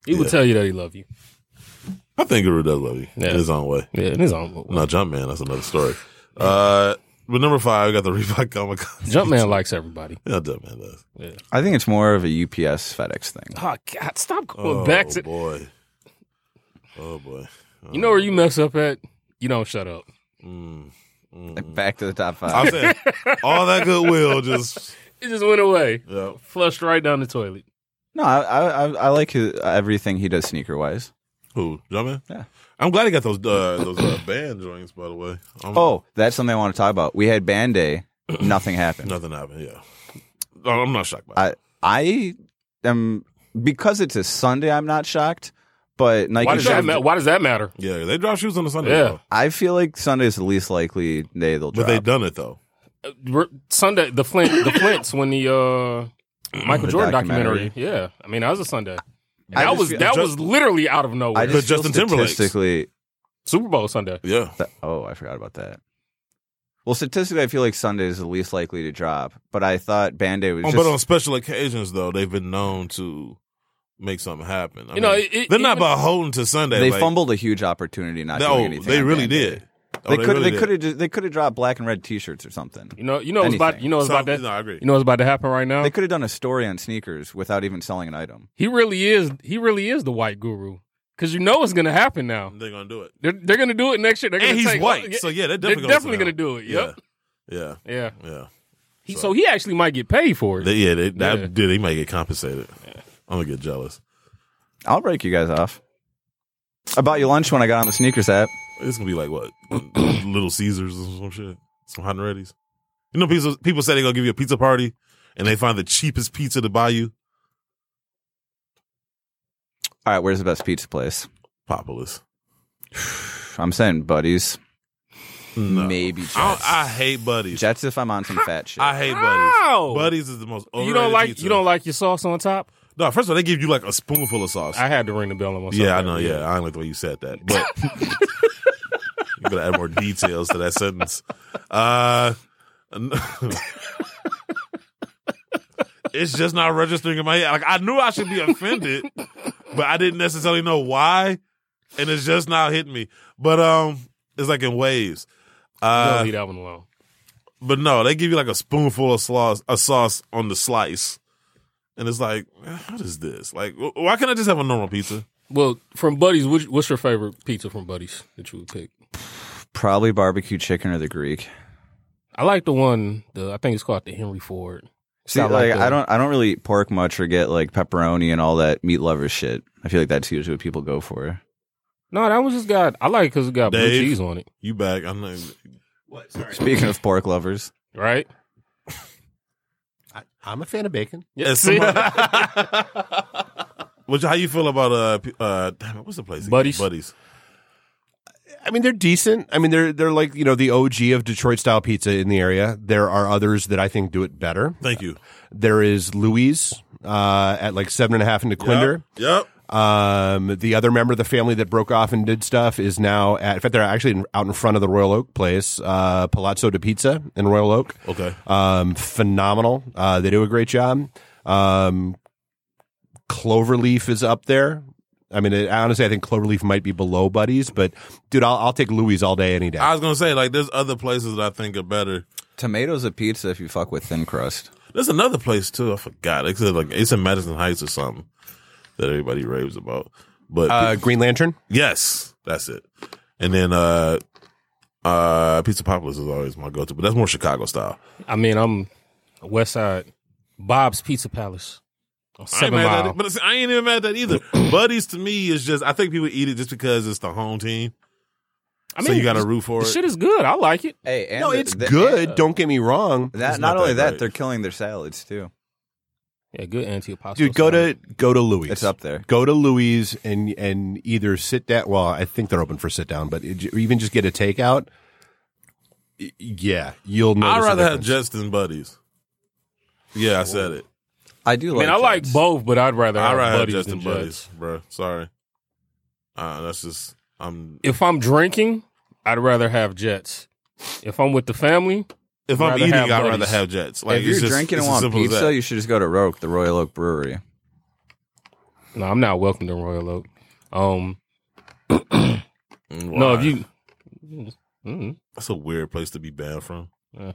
Speaker 2: He would
Speaker 4: Yeah.
Speaker 2: tell you that he love you.
Speaker 4: I think Guru does love you
Speaker 2: Yeah.
Speaker 4: in his own way.
Speaker 2: Yeah, in his own
Speaker 4: No, Jumpman, that's another story. Uh, but number five, we got the [laughs] Reebok Comic Con.
Speaker 2: Jumpman likes everybody.
Speaker 4: Yeah, Jumpman does.
Speaker 5: I think it's more of a UPS FedEx thing.
Speaker 2: Oh God! Stop going
Speaker 4: Oh
Speaker 2: back to
Speaker 4: boy. Oh boy.
Speaker 2: you know where you mess up at. You don't shut up.
Speaker 5: Back to the top
Speaker 4: Mm, I'm
Speaker 5: five.
Speaker 4: saying all that goodwill just
Speaker 2: It just went away,
Speaker 4: yeah.
Speaker 2: flushed right down the toilet.
Speaker 5: No, I I, I- I like his, everything he does sneaker wise.
Speaker 4: Who Jumpman?
Speaker 5: Yeah.
Speaker 4: I'm glad he got those uh, those uh, band joints. By the way. I'm-
Speaker 5: Oh, that's something I want to talk about. We had
Speaker 4: [clears throat]
Speaker 5: Band Day, nothing happened.
Speaker 4: Nothing happened. Yeah, No, I'm not shocked by. it.
Speaker 5: I I am because it's a Sunday. I'm not shocked, but Nike.
Speaker 2: Why does that?
Speaker 5: should-
Speaker 2: Ma- why does that matter?
Speaker 4: yeah, they drop shoes on the Sunday.
Speaker 2: Yeah.
Speaker 4: though.
Speaker 5: I feel like Sunday is the least likely day they'll
Speaker 4: but
Speaker 5: drop.
Speaker 4: they done it though.
Speaker 2: Uh, We're- Sunday, the Flint, the Flints when the uh, Michael
Speaker 5: The
Speaker 2: Jordan
Speaker 5: documentary.
Speaker 2: documentary. Yeah, I mean that was a Sunday.
Speaker 5: I
Speaker 2: That
Speaker 5: just
Speaker 2: was
Speaker 5: feel-
Speaker 2: that
Speaker 4: Ju-
Speaker 2: was literally out of nowhere.
Speaker 5: I just
Speaker 4: But
Speaker 5: feel
Speaker 4: Justin Timberlake's.
Speaker 5: statistically.
Speaker 2: Super Bowl Sunday.
Speaker 4: Yeah,
Speaker 5: That, oh, I forgot about that. Well, statistically, I feel like Sunday is the least likely to drop. But I thought Band Day was
Speaker 4: Oh,
Speaker 5: just.
Speaker 4: but on special occasions though, they've been known to make something happen. I
Speaker 2: You know,
Speaker 4: mean,
Speaker 2: it- it-
Speaker 4: they're not
Speaker 2: even-
Speaker 4: beholden to Sunday.
Speaker 5: they
Speaker 4: like,
Speaker 5: fumbled a huge opportunity not
Speaker 4: They,
Speaker 5: doing
Speaker 4: oh,
Speaker 5: anything.
Speaker 4: they
Speaker 5: on
Speaker 4: really
Speaker 5: Band Day.
Speaker 4: did. Oh,
Speaker 5: They could.
Speaker 4: really
Speaker 5: they
Speaker 4: did.
Speaker 5: could have. They could have dropped black and red T-shirts or something.
Speaker 2: You know, you know what's about
Speaker 5: Anything.
Speaker 2: you know what's
Speaker 4: So,
Speaker 2: about that.
Speaker 4: no, I agree.
Speaker 2: You know what's about to happen right now.
Speaker 5: They could have done a story on sneakers without even selling an item.
Speaker 2: He really is. He really is the white guru because you know it's going to happen now.
Speaker 4: They're gonna do it.
Speaker 2: They're they're going to do it next year. They're
Speaker 4: And
Speaker 2: gonna
Speaker 4: he's
Speaker 2: take-
Speaker 4: white, so yeah, they're
Speaker 2: they're
Speaker 4: definitely gonna
Speaker 2: definitely
Speaker 4: sell.
Speaker 2: going to do it. Yep.
Speaker 4: Yeah,
Speaker 2: Yeah.
Speaker 4: yeah, yeah.
Speaker 2: He, so he actually might get paid for it.
Speaker 4: They, yeah, they, that
Speaker 2: Yeah.
Speaker 4: dude, they might get compensated. I'm gonna get jealous.
Speaker 5: I'll break you guys off. I bought you lunch when I got on the sneakers app.
Speaker 4: It's gonna be like what [clears throat] Little Caesars or some shit, some hot and ready's. You know, people people say they gonna give you a pizza party, and they find the cheapest pizza to buy you.
Speaker 5: All right, where's the best pizza place?
Speaker 4: Populous.
Speaker 5: I'm saying buddies.
Speaker 4: No.
Speaker 5: Maybe Jets.
Speaker 4: I, I hate buddies.
Speaker 5: Jets if I'm
Speaker 4: [laughs]
Speaker 5: on some fat shit.
Speaker 4: I hate
Speaker 2: Ow!
Speaker 4: buddies. Buddies is the most. Overrated
Speaker 2: you don't like
Speaker 4: pizza.
Speaker 2: you don't like your sauce on top.
Speaker 4: No, first of all, they give you like a spoonful of sauce.
Speaker 2: I had to ring the bell on myself.
Speaker 4: yeah, I know. Yeah, I don't like the way you said that,
Speaker 2: [laughs]
Speaker 4: but you gotta add more details to that sentence. Uh, n- [laughs] it's just not registering in my head. Like I knew I should be offended, but I didn't necessarily know why, and it's just not hitting me. But um, it's like in waves.
Speaker 2: Don't
Speaker 4: Uh,
Speaker 2: leave that one alone.
Speaker 4: But no, they give you like a spoonful of sauce, a sauce on the slice, and it's like, man, what is this? Like, wh- why can't I just have a normal pizza?
Speaker 2: Well, from Buddies, which, what's your favorite pizza from Buddies that you would pick?
Speaker 5: Probably barbecue chicken or the Greek.
Speaker 2: I like the one. The I think it's called the Henry Ford.
Speaker 5: See,
Speaker 2: not
Speaker 5: like,
Speaker 2: like the-
Speaker 4: uh,
Speaker 5: I don't, I don't really eat pork much or get like pepperoni and all that meat lover shit. I feel like that's usually what people go for.
Speaker 2: No, that was just got. I like because it got blue
Speaker 4: Dave.
Speaker 2: cheese on it,
Speaker 4: You back? I'm not.
Speaker 5: Speaking of pork lovers,
Speaker 2: right?
Speaker 6: I, I'm a fan of bacon.
Speaker 2: Yeah.
Speaker 4: As
Speaker 2: See,
Speaker 4: somebody- Which how you feel about uh p- uh damn it, what's the place? again?
Speaker 2: Buddies.
Speaker 4: buddies.
Speaker 6: I mean, they're decent. I mean, they're they're like you know the OG of Detroit style pizza in the area. There are others that I think do it better.
Speaker 4: Thank you.
Speaker 6: There is Louise uh, at like seven and a half into Quinder.
Speaker 4: Yep.
Speaker 6: Um, the other member of the family that broke off and did stuff is now at. In fact, they're actually in, out in front of the Royal Oak place, uh, Palazzo de Pizza in Royal Oak.
Speaker 4: Okay.
Speaker 6: Um, phenomenal. Uh, they do a great job. Um, Cloverleaf is up there. I mean, it, honestly, I think Cloverleaf might be below Buddies, but dude, I'll, I'll take Louis all day, any day.
Speaker 4: I was gonna say like there's other places that I think are better.
Speaker 5: tomatoes a pizza if you fuck with thin crust.
Speaker 4: There's another place too. I forgot. It's in, like it's in Madison Heights or something that everybody raves about. But
Speaker 6: uh, Green Lantern.
Speaker 4: yes, that's it. And then uh uh Pizza Populous is always my go-to, but that's more Chicago style.
Speaker 2: I mean, I'm West Side. Bob's Pizza Palace. on Seven
Speaker 4: I ain't mad
Speaker 2: Mile.
Speaker 4: at that, but I ain't even mad at that either. [clears throat] Buddies to me is just I think people eat it just because it's the home team.
Speaker 2: I
Speaker 4: so you got to root for
Speaker 2: The
Speaker 4: it.
Speaker 2: shit is good. I like it.
Speaker 5: Hey, and
Speaker 6: No,
Speaker 5: the-
Speaker 6: it's
Speaker 5: the- uh,
Speaker 6: good. Don't get me wrong,
Speaker 5: That,
Speaker 4: It's
Speaker 5: not,
Speaker 4: not
Speaker 5: only
Speaker 4: that
Speaker 5: that,
Speaker 4: great.
Speaker 5: they're killing their salads too.
Speaker 2: Yeah, good antipasto.
Speaker 6: dude. Go
Speaker 2: salad.
Speaker 6: to go to Louis.
Speaker 5: It's up there.
Speaker 6: Go to Louis and and either sit down. Well, I think they're open for sit down, but it, even just get a takeout. y- Yeah, you'll know.
Speaker 4: I'd rather have Jets than Buddies. Yeah, I said it.
Speaker 5: I do
Speaker 2: I
Speaker 5: like.
Speaker 2: mean, I like
Speaker 5: Jets.
Speaker 2: both, but I'd rather
Speaker 4: I'd
Speaker 2: have
Speaker 4: rather have
Speaker 2: buddies
Speaker 4: Jets
Speaker 2: than
Speaker 4: than
Speaker 2: buddies.
Speaker 4: Buddies, bro. Sorry. Uh, that's just I'm.
Speaker 2: If I'm drinking, I'd rather have Jets. If I'm with the family,
Speaker 4: If
Speaker 2: Rather
Speaker 4: I'm eating,
Speaker 2: have
Speaker 4: I'd rather
Speaker 2: Buddies.
Speaker 4: have Jets. Like
Speaker 5: if
Speaker 4: it's
Speaker 5: you're
Speaker 4: just,
Speaker 5: drinking
Speaker 4: it's as
Speaker 5: and want
Speaker 4: simple as
Speaker 5: pizza,
Speaker 4: that.
Speaker 5: you should just go to Roke, the Royal Oak Brewery.
Speaker 2: no, I'm not welcome to Royal Oak. Um,
Speaker 4: Mm,
Speaker 2: no,
Speaker 4: why?
Speaker 2: if you. Mm,
Speaker 4: that's a weird place to be banned from.
Speaker 2: Yeah.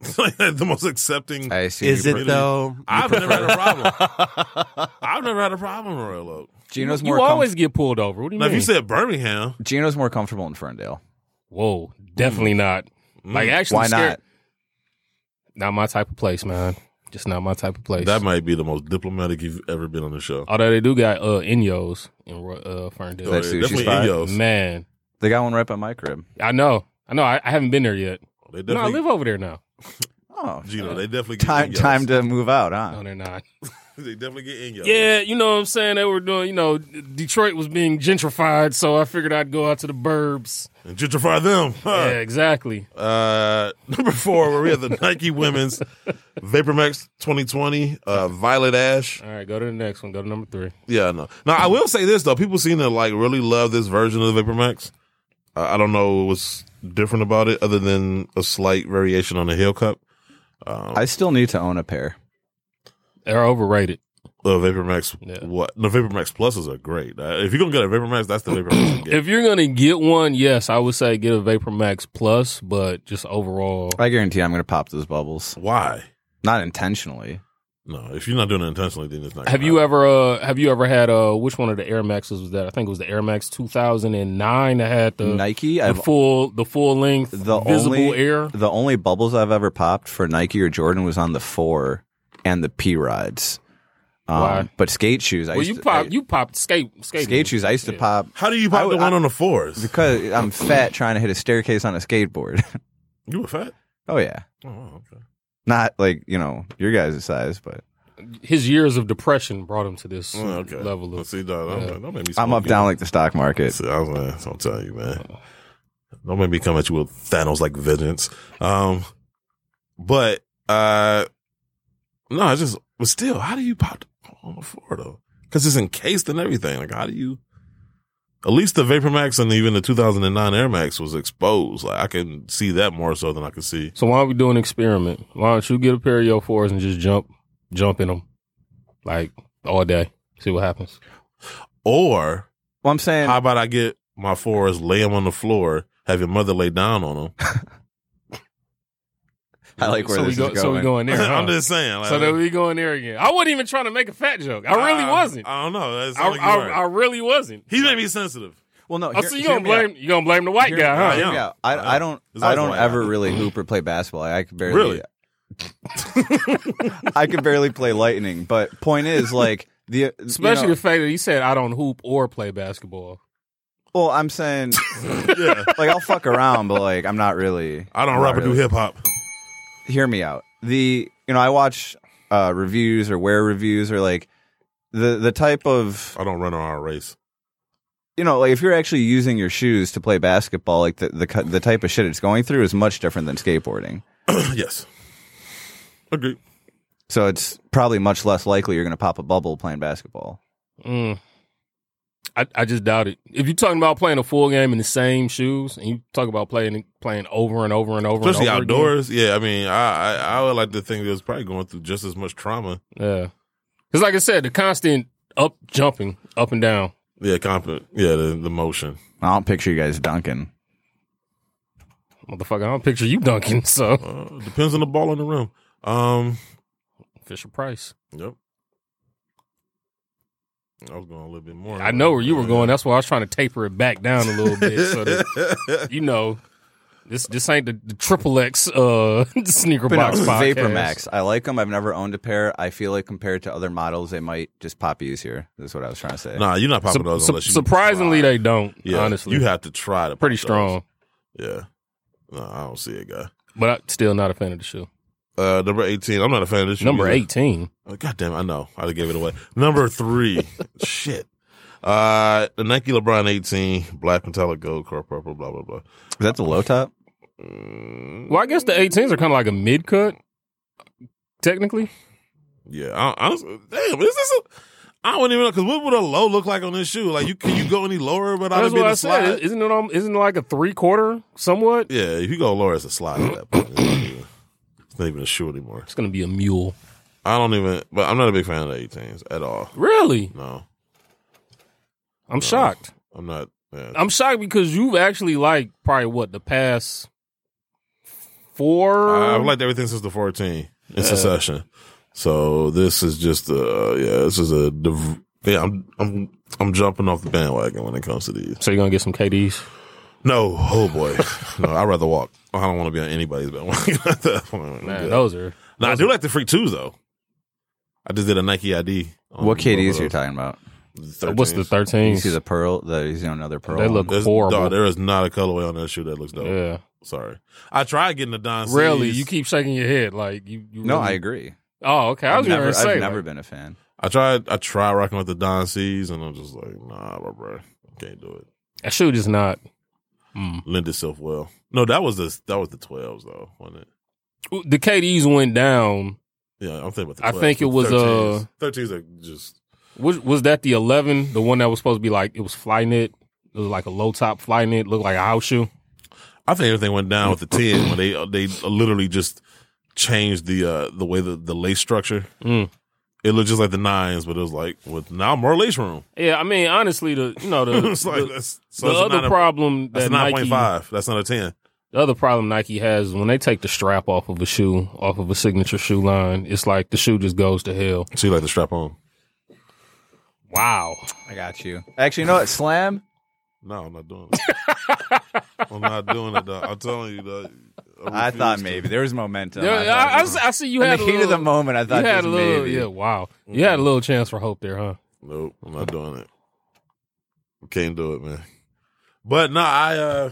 Speaker 4: It's [laughs] like the most accepting.
Speaker 5: I see.
Speaker 6: Is
Speaker 5: you
Speaker 6: it
Speaker 5: pre-
Speaker 6: though?
Speaker 4: I've never had a problem.
Speaker 5: [laughs]
Speaker 4: I've never had a problem in Royal Oak.
Speaker 5: Gino's
Speaker 2: you
Speaker 5: more. com-
Speaker 2: always get pulled over. What do you
Speaker 4: Now, if
Speaker 2: mean?
Speaker 4: you said Birmingham,
Speaker 5: Gino's more comfortable in Ferndale.
Speaker 2: Whoa,
Speaker 4: Mm.
Speaker 2: definitely not. Like actually,
Speaker 5: Why
Speaker 2: scared-
Speaker 5: not?
Speaker 2: Not my type of place, man. Just not my type of place.
Speaker 4: that might be the most diplomatic you've ever been on the show.
Speaker 5: Oh,
Speaker 2: Although they do got uh Inyos in Ro- uh, Ferndale.
Speaker 5: That sushi
Speaker 4: definitely
Speaker 5: spot?
Speaker 4: Indios.
Speaker 2: Man,
Speaker 5: They got one right by my crib.
Speaker 2: I know, I know. I, I haven't been there yet.
Speaker 4: They
Speaker 2: No, I
Speaker 4: definitely,
Speaker 2: live over there now.
Speaker 5: Oh,
Speaker 4: Gino, they definitely get
Speaker 5: [laughs] time
Speaker 4: Indios.
Speaker 5: time to move out,
Speaker 2: No,
Speaker 5: huh?
Speaker 2: they're not.
Speaker 4: [laughs] they definitely get in
Speaker 2: Yeah, you know what I'm saying. They were doing. You know, Detroit was being gentrified, so I figured I'd go out to the burbs.
Speaker 4: and gentrify them.
Speaker 2: Yeah, exactly.
Speaker 4: Uh, [laughs] number four, where we have the
Speaker 2: [laughs]
Speaker 4: Nike Women's VaporMax 2020 uh, Violet Ash.
Speaker 2: All right, go to the next one. Go to number three.
Speaker 4: Yeah, no. Now I will say this though, people seem to like really love this version of the VaporMax. Uh, I don't know what's different about it, other than a slight variation on the heel cup.
Speaker 5: I still need to own a pair.
Speaker 2: They're overrated.
Speaker 4: The VaporMax,
Speaker 2: Yeah.
Speaker 4: what the VaporMax Pluses are great. Uh, if you're gonna get a VaporMax, that's the
Speaker 2: [coughs]
Speaker 4: VaporMax. you get.
Speaker 2: If you're gonna get one, yes, I would say get a Vapor Max Plus, but just overall,
Speaker 5: I guarantee I'm going to pop those bubbles.
Speaker 4: Why?
Speaker 5: Not intentionally.
Speaker 4: No, if you're not doing it intentionally, then it's not.
Speaker 2: Have
Speaker 4: gonna
Speaker 2: you
Speaker 4: happen.
Speaker 2: ever uh have you ever had uh which one of the Air Maxes was that? I think it was the Air Max 2009 that had the
Speaker 5: Nike.
Speaker 2: the
Speaker 5: I've
Speaker 2: full the full length
Speaker 5: the
Speaker 2: visible
Speaker 5: only
Speaker 2: air.
Speaker 5: the only bubbles I've ever popped for Nike or Jordan was on the four and the P rides. Um,
Speaker 2: Why?
Speaker 5: But skate shoes, I
Speaker 2: Well,
Speaker 5: used
Speaker 2: you
Speaker 5: to,
Speaker 2: pop
Speaker 5: I-
Speaker 2: you popped skate skate
Speaker 5: skate shoes. I used to pop
Speaker 4: How do you pop
Speaker 5: I
Speaker 4: the
Speaker 5: would-
Speaker 4: one on the fours?
Speaker 5: because I'm fat trying to hit a staircase on a skateboard. [laughs]
Speaker 4: You were fat.
Speaker 5: oh yeah,
Speaker 4: Oh, okay.
Speaker 5: not like you know your guys' size, but
Speaker 2: His years of depression brought him to this
Speaker 4: Oh, okay.
Speaker 2: level of
Speaker 4: see, dog, don't,
Speaker 2: Yeah.
Speaker 4: don't make me
Speaker 5: I'm up
Speaker 4: smoke
Speaker 5: down
Speaker 4: you.
Speaker 5: like the stock market.
Speaker 4: See, I was like, that's what I'm telling you, man. Don't make me come at you with Thanos like vengeance. Um, but uh, no, it's just, but still, how do you pop the- on the floor though? Because it's encased and everything. Like, how do you? At least the Vapor Max and even the 2009 Air Max was exposed. Like, I can see that more so than I can see.
Speaker 2: So why don't we do an experiment? Why don't you get a pair of your fours and just jump jump in them like all day. See what happens.
Speaker 4: Or
Speaker 5: Well, I'm saying
Speaker 4: how about I get my fours, lay them on the floor, have your mother lay down on them,
Speaker 5: I like where
Speaker 2: so we
Speaker 5: this
Speaker 2: go,
Speaker 5: is going.
Speaker 2: so we going
Speaker 5: [laughs]
Speaker 2: there. huh?
Speaker 4: [laughs] I'm just saying. Like,
Speaker 2: so then we going there again. I wasn't even trying to make a fat joke. I really wasn't. I,
Speaker 4: I don't know. That's
Speaker 2: I,
Speaker 4: like you
Speaker 2: I,
Speaker 4: are.
Speaker 2: really wasn't.
Speaker 4: he made me sensitive.
Speaker 5: well, no,
Speaker 2: I
Speaker 5: here-
Speaker 2: Oh, so you
Speaker 5: hear
Speaker 2: gonna
Speaker 5: me out.
Speaker 2: blame you gonna blame the [laughs] white guy, huh?
Speaker 4: I am.
Speaker 5: Yeah, I, I don't.
Speaker 4: It's
Speaker 5: I
Speaker 4: always
Speaker 5: don't
Speaker 4: like
Speaker 5: ever
Speaker 4: that.
Speaker 5: really hoop or play basketball. I could barely.
Speaker 4: Really?
Speaker 5: [laughs] I could barely play lightning. But point is, like the
Speaker 2: Especially
Speaker 5: you know-
Speaker 2: the fact that he said I don't hoop or play basketball.
Speaker 5: well, I'm saying,
Speaker 4: Yeah.
Speaker 5: like I'll fuck around, but like I'm not really.
Speaker 4: I don't
Speaker 5: I'm
Speaker 4: rap
Speaker 5: not
Speaker 4: or do
Speaker 5: really-
Speaker 4: hip hop.
Speaker 5: hear me out. The you know I watch uh, reviews or wear reviews or like the the type of
Speaker 4: I don't run on our race.
Speaker 5: you know like if you're actually using your shoes to play basketball, like the the cu- the type of shit it's going through is much different than skateboarding.
Speaker 4: [clears throat] yes. Agree.
Speaker 5: So it's probably much less likely you're going to pop a bubble playing basketball.
Speaker 2: Mm. I, I just doubt it. If you're talking about playing a full game in the same shoes, and you talk about playing playing over and over and over,
Speaker 4: Especially
Speaker 2: and over again,
Speaker 4: outdoors. Yeah, I mean, I, I I would like to think it was probably going through just as much trauma.
Speaker 2: Yeah. Because, like I said, the constant up jumping, up and down.
Speaker 4: Yeah, comp- Yeah, the, the motion.
Speaker 5: I don't picture you guys dunking.
Speaker 2: Motherfucker, I don't picture you dunking. [laughs] So,
Speaker 4: Uh, depends on the ball in the rim. Um,
Speaker 2: Fisher Price.
Speaker 4: yep. I was going a little bit more.
Speaker 2: I know where you were going.
Speaker 4: [laughs]
Speaker 2: That's why I was trying to taper it back down a little bit. So that, you know, this this ain't the, the triple X uh, [laughs] sneaker
Speaker 5: But
Speaker 2: box
Speaker 5: no,
Speaker 2: podcast.
Speaker 5: Vapor Max. I like them. I've never owned a pair. I feel like compared to other models, they might just pop easier. That's what I was trying to say.
Speaker 4: Nah, you're not popping
Speaker 2: Sup-
Speaker 4: those
Speaker 2: sup-
Speaker 4: unless you
Speaker 2: surprisingly,
Speaker 4: try.
Speaker 2: they don't,
Speaker 4: Yeah,
Speaker 2: honestly.
Speaker 4: you have to try to
Speaker 2: Pretty
Speaker 4: pop those.
Speaker 2: strong,
Speaker 4: Yeah. No, I don't see it, guy.
Speaker 2: but I'm still not a fan of the shoe.
Speaker 4: Uh, number 18. I'm not a fan of this. shoe
Speaker 2: Number
Speaker 4: either.
Speaker 2: 18.
Speaker 4: Oh, God damn, it, I know. I gave it away.
Speaker 2: [laughs]
Speaker 4: Number three. Shit. Uh, the Nike LeBron 18, black metallic gold, core purple, blah, blah, blah.
Speaker 5: Is that the low top?
Speaker 2: Well, I guess the 18s are kind of like a mid cut, technically.
Speaker 4: Yeah. I, I was, damn, is this a. I wouldn't even know because what would a low look like on this shoe? Like you can you go any lower without it
Speaker 2: That's
Speaker 4: being
Speaker 2: what I
Speaker 4: a slide?
Speaker 2: said. Isn't it, al- isn't it like a three quarter somewhat?
Speaker 4: yeah, if you go lower, it's a slide at that point. It's not even- it's not even a shoe anymore.
Speaker 2: It's gonna be a mule.
Speaker 4: I don't even. But I'm not a big fan of the 18s at all.
Speaker 2: Really?
Speaker 4: No,
Speaker 2: I'm shocked.
Speaker 4: I'm not. Yeah.
Speaker 2: I'm shocked because you've actually liked probably what the past four.
Speaker 4: I've liked everything since the 14 in succession. So this is just a yeah, this is a div- yeah. I'm I'm I'm jumping off the bandwagon when it comes to these.
Speaker 2: so you're gonna get some KDs.
Speaker 4: No, oh boy, [laughs] no, I'd rather walk. I don't want to be on anybody's bandwagon [laughs] at that point.
Speaker 2: Man,
Speaker 4: Yeah.
Speaker 2: those are
Speaker 4: Now I do like the freak twos though. I just did a Nike ID.
Speaker 2: Um,
Speaker 4: on
Speaker 5: What KDs
Speaker 4: one
Speaker 5: are you
Speaker 4: of
Speaker 5: talking about?
Speaker 4: those
Speaker 2: what's the
Speaker 4: 13s.
Speaker 5: You
Speaker 2: 13s?
Speaker 5: see the pearl? The, you see another pearl?
Speaker 2: They
Speaker 5: on
Speaker 2: look-
Speaker 4: There's-
Speaker 2: Horrible.
Speaker 4: dog, there is not a colorway on that shoe that looks dope.
Speaker 2: yeah.
Speaker 4: Sorry, I tried getting the Don. C's.
Speaker 2: Really? You keep shaking your head like you. you
Speaker 5: No, I
Speaker 2: really-
Speaker 5: agree.
Speaker 2: Oh, okay. I
Speaker 5: I've
Speaker 2: was
Speaker 5: never,
Speaker 2: gonna say
Speaker 5: I've never
Speaker 2: like,
Speaker 5: been a fan.
Speaker 4: I tried. I tried rocking with the Don C's, and I'm just like, nah, bro, bro, can't do it.
Speaker 2: that shoe is not. mm.
Speaker 4: lend itself well. No, that was the that was the twelves though, wasn't it?
Speaker 2: The KDs went down.
Speaker 4: Yeah, I'm thinking about the.
Speaker 2: I
Speaker 4: 12s.
Speaker 2: think it was, uh,
Speaker 4: thirteens are just
Speaker 2: Was was that the 11? The one that was supposed to be like it was Flyknit. It was like a low top Flyknit. Looked like a house shoe.
Speaker 4: I think everything went down with the ten when they uh, they literally just changed the uh the way the the lace structure.
Speaker 2: Mm.
Speaker 4: It looked just like the nines, but it was like with now more lace room. [laughs]
Speaker 2: Yeah, I mean, honestly, the you know the
Speaker 4: it's like
Speaker 2: the-
Speaker 4: that's so
Speaker 2: the
Speaker 4: it's
Speaker 2: other
Speaker 4: not a-
Speaker 2: problem
Speaker 4: That's
Speaker 2: that
Speaker 4: a nine
Speaker 2: Nike,
Speaker 4: point five. That's not a ten.
Speaker 2: the other problem Nike has is when they take the strap off of a shoe, off of a signature shoe line, it's like the shoe just goes to hell.
Speaker 4: So you like the strap on?
Speaker 2: Wow.
Speaker 5: I got you. Actually, you know what? Slam.
Speaker 4: No, I'm not doing it. I'm not doing it. Dog. I'm telling you. Dog.
Speaker 5: I
Speaker 4: refuse
Speaker 5: thought
Speaker 4: to.
Speaker 5: maybe there was momentum.
Speaker 2: Yeah,
Speaker 5: I thought-
Speaker 2: I, I see- I see you
Speaker 5: in the
Speaker 2: had
Speaker 5: heat
Speaker 2: a little,
Speaker 5: of the moment, I thought
Speaker 2: you had
Speaker 5: just
Speaker 2: a little,
Speaker 5: maybe.
Speaker 2: yeah, wow.
Speaker 4: Mm-hmm.
Speaker 2: You had a little chance for hope there, huh?
Speaker 4: Nope, I'm not doing it. Can't do it, man. But no, I uh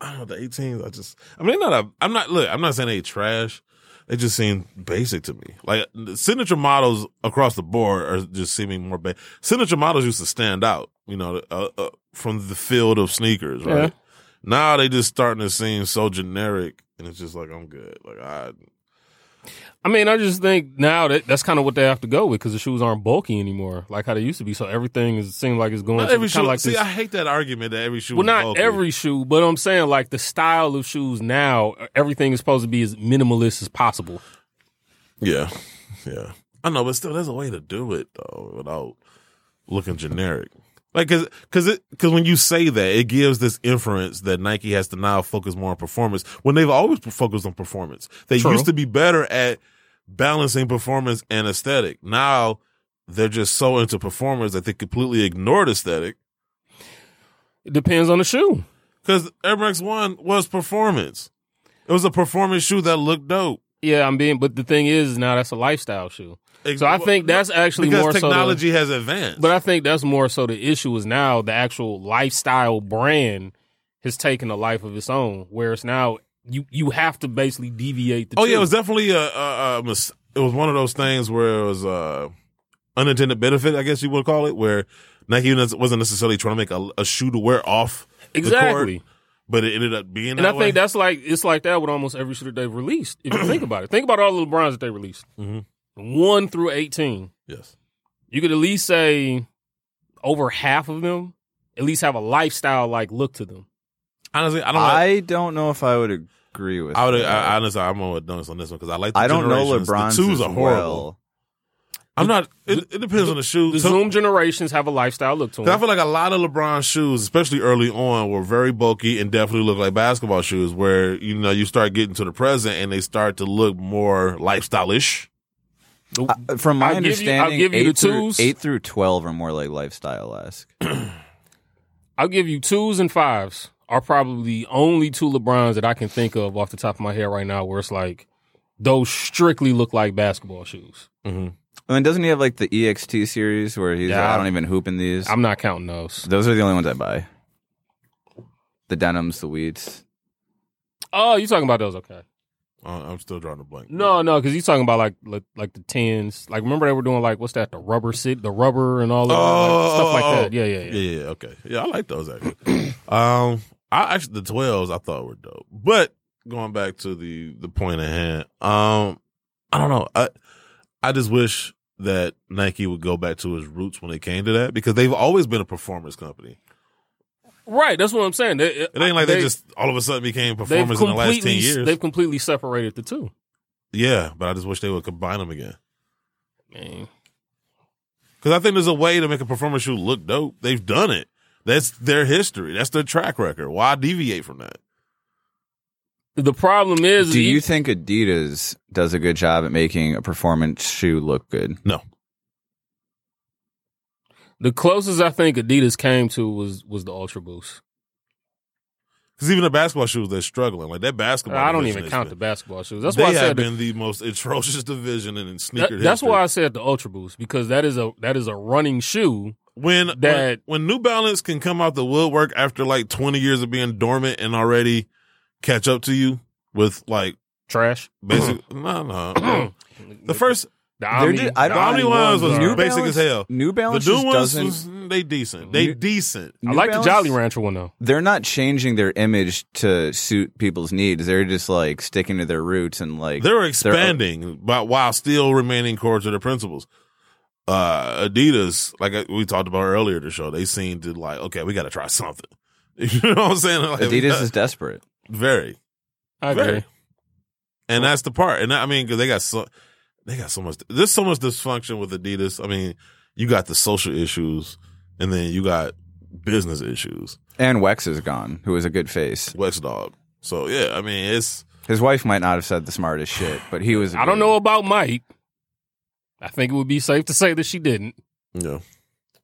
Speaker 4: I don't know, the 18s, I just I mean they're not a I'm not look, I'm not saying they trash. They just seem basic to me. Like the signature models across the board are just seeming more basic. Signature models used to stand out, you know, uh, uh, from the field of sneakers, right? Now they just starting to seem so generic, and it's just like I'm good. Like I,
Speaker 2: I mean, I just think now that that's kind of what they have to go with because the shoes aren't bulky anymore, like how they used to be. So everything is seems like it's going
Speaker 4: not
Speaker 2: to
Speaker 4: every
Speaker 2: kind
Speaker 4: shoe.
Speaker 2: of like
Speaker 4: see,
Speaker 2: this.
Speaker 4: I hate that argument that every shoe.
Speaker 2: well,
Speaker 4: is
Speaker 2: not
Speaker 4: bulky.
Speaker 2: every shoe, but I'm saying like the style of shoes now, e, everything is supposed to be as minimalist as possible.
Speaker 4: Yeah, yeah. I know, but still, there's a way to do it though without looking generic. Like, cause, cause it, cause when you say that, it gives this inference that Nike has to now focus more on performance when they've always focused on performance. They
Speaker 2: True.
Speaker 4: used to be better at balancing performance and aesthetic. Now they're just so into performance that they completely ignored aesthetic
Speaker 2: It depends on the shoe.
Speaker 4: because Air Max One was performance. It was a performance shoe that looked dope.
Speaker 2: Yeah, I'm being, but the thing is now that's a lifestyle shoe. So I think that's actually
Speaker 4: because
Speaker 2: more so the-
Speaker 4: technology has advanced.
Speaker 2: But I think that's more so the issue is now the actual lifestyle brand has taken a life of its own, whereas now you you have to basically deviate the.
Speaker 4: oh yeah,
Speaker 2: two.
Speaker 4: it was definitely a, a, a mis- it was one of those things where it was uh unintended benefit, I guess you would call it, where Nike wasn't necessarily trying to make a, a shoe to wear off the court,
Speaker 2: exactly.
Speaker 4: but it ended up being.
Speaker 2: And I
Speaker 4: that
Speaker 2: think
Speaker 4: way.
Speaker 2: that's like it's like that with almost every shooter they've released. If you think about it, think about all the LeBrons that they released,
Speaker 4: Mhm.
Speaker 2: one through eighteen.
Speaker 4: yes,
Speaker 2: You could at least say over half of them at least have a lifestyle like look to them.
Speaker 4: honestly, I don't. I,
Speaker 5: I don't know if I would agree with.
Speaker 4: I would.
Speaker 5: that.
Speaker 4: I, honestly, I'm on with Dunks on this one because I like. The
Speaker 5: I don't know
Speaker 4: generations.
Speaker 5: LeBron's
Speaker 4: The twos
Speaker 5: as
Speaker 4: are horrible.
Speaker 5: well.
Speaker 4: I'm not. It, it depends on the shoe.
Speaker 2: The
Speaker 4: Some-
Speaker 2: Zoom generations have a lifestyle look to
Speaker 4: Cause I
Speaker 2: them.
Speaker 4: feel like a lot of LeBron's shoes, especially early on, were very bulky and definitely look like basketball shoes. Where you know you start getting to the present and they start to look more lifestyle-ish.
Speaker 5: Uh, From my
Speaker 2: I'll give you- I'll
Speaker 5: understanding,
Speaker 2: give you the
Speaker 5: eight, through,
Speaker 2: twos.
Speaker 5: eight through twelve are more like lifestyle esque.
Speaker 2: I'll give you twos and fives are probably the only two LeBrons that I can think of off the top of my head right now where it's like those strictly look like basketball shoes.
Speaker 5: And then doesn't he have like the EXT series where he's like,
Speaker 2: Yeah.
Speaker 5: I don't even hoop in these.
Speaker 2: I'm not counting those.
Speaker 5: Those are the only ones I buy. The denims, the wheats.
Speaker 2: Oh, you're talking about those? Okay.
Speaker 4: Uh, I'm still drawing a blank.
Speaker 2: No, no, because you're talking about like, like like the tens. Like remember they were doing like what's that? The rubber sit, the rubber and all of
Speaker 4: Oh,
Speaker 2: that, like, stuff
Speaker 4: oh,
Speaker 2: like
Speaker 4: oh.
Speaker 2: that. Yeah, yeah, yeah.
Speaker 4: Yeah, yeah, okay. Yeah, I like those actually. [clears throat] um, I actually the twelves I thought were dope, but going back to the the point at hand, um, I don't know. I I just wish that Nike would go back to its roots when it came to that because they've always been a performance company.
Speaker 2: Right. That's what I'm saying. They,
Speaker 4: It ain't like they, just all of a sudden became
Speaker 2: they've
Speaker 4: performers in the last ten
Speaker 2: completely
Speaker 4: years.
Speaker 2: they've completely separated the two.
Speaker 4: Yeah, but I just wish they would combine them again.
Speaker 2: Man.
Speaker 4: Because I think there's a way to make a performance shoe look dope. They've done it. That's their history. That's their track record. Why deviate from that?
Speaker 2: The problem is,
Speaker 5: Do you
Speaker 2: you-
Speaker 5: think Adidas does a good job at making a performance shoe look good?
Speaker 4: No.
Speaker 2: the closest I think Adidas came to was was the Ultra Boost.
Speaker 4: Because even the basketball shoes, they're struggling. Like that basketball.
Speaker 2: I don't
Speaker 4: division
Speaker 2: even
Speaker 4: has
Speaker 2: count the
Speaker 4: been-
Speaker 2: basketball shoes. That's
Speaker 4: they
Speaker 2: why I
Speaker 4: have
Speaker 2: said the,
Speaker 4: been the most atrocious [laughs] division in
Speaker 2: that-
Speaker 4: sneaker.
Speaker 2: that's
Speaker 4: history.
Speaker 2: why I said the Ultra Boost because that is a that is a running shoe.
Speaker 4: when,
Speaker 2: that-
Speaker 4: when when New Balance can come out the woodwork after like 20 years of being dormant and already catch up to you with like
Speaker 2: Trash. [clears throat]
Speaker 4: basic. no, no. The first
Speaker 2: The
Speaker 5: They're
Speaker 2: Omni-
Speaker 5: ju- I
Speaker 2: the
Speaker 5: don't-
Speaker 2: Omni
Speaker 4: Omni ones was
Speaker 2: are-
Speaker 5: New
Speaker 4: basic
Speaker 5: Balance-
Speaker 4: as hell.
Speaker 5: New
Speaker 4: The
Speaker 5: Balance
Speaker 4: new
Speaker 5: just
Speaker 4: ones,
Speaker 5: doesn't.
Speaker 4: was- mm, they decent. They
Speaker 5: New-
Speaker 4: decent.
Speaker 2: I
Speaker 5: New
Speaker 2: like
Speaker 5: Balance-
Speaker 2: the Jolly Rancher one though.
Speaker 5: They're not changing their image to suit people's needs. They're just like sticking to their roots and like
Speaker 4: They're expanding, but while still remaining core to their principles. Uh, Adidas, like I- we talked about earlier in the show, they seem to like, okay, we got to try something. [laughs] You know what I'm saying? Like, we
Speaker 5: Adidas
Speaker 4: got-
Speaker 5: is desperate.
Speaker 4: very,
Speaker 2: I agree.
Speaker 4: very, and that's the part. And I mean, because they got so they got so much. There's so much dysfunction with Adidas. I mean, you got the social issues, and then you got business issues.
Speaker 5: And Wex is gone, who is a good face.
Speaker 4: West Dog. So yeah, I mean, it's
Speaker 5: His wife might not have said the smartest shit, but he was. a
Speaker 2: I don't
Speaker 5: good-
Speaker 2: know about Mike. I think it would be safe to say that she didn't.
Speaker 4: Yeah.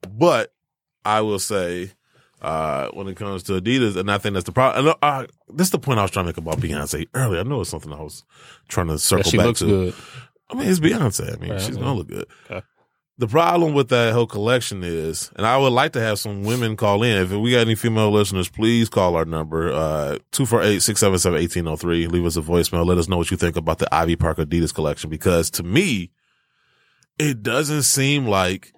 Speaker 4: But I will say, uh, when it comes to Adidas, and I think that's the problem. And, uh, this is the point I was trying to make about Beyonce earlier. I know it's something I was trying to circle
Speaker 2: That she
Speaker 4: back
Speaker 2: looks
Speaker 4: to.
Speaker 2: good.
Speaker 4: I mean, it's Beyonce. I mean,
Speaker 2: Yeah,
Speaker 4: she's
Speaker 2: yeah.
Speaker 4: gonna look good.
Speaker 2: Okay.
Speaker 4: The problem with that whole collection is, and I would like to have some women call in. If we got any female listeners, please call our number, uh, 248-677-1803. Leave us a voicemail. Let us know what you think about the Ivy Park Adidas collection. Because to me, it doesn't seem like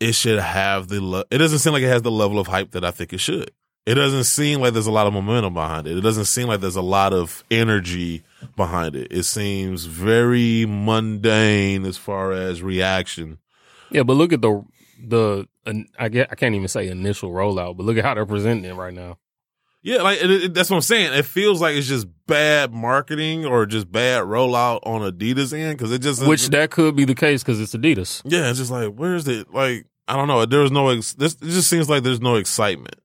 Speaker 4: it should have the, le- it doesn't seem like it has the level of hype that I think it should. It doesn't seem like there's a lot of momentum behind it. It doesn't seem like there's a lot of energy behind it. It seems very mundane as far as reaction.
Speaker 2: Yeah, but look at the the an- I get I can't even say initial rollout, but look at how they're presenting it right now.
Speaker 4: Yeah, like it, it- that's what I'm saying. It feels like it's just bad marketing or just bad rollout on Adidas end because it just
Speaker 2: Which that could be the case because it's Adidas.
Speaker 4: yeah, it's just like where's it like. I- I don't know. There was no ex- this. It just seems like there's no excitement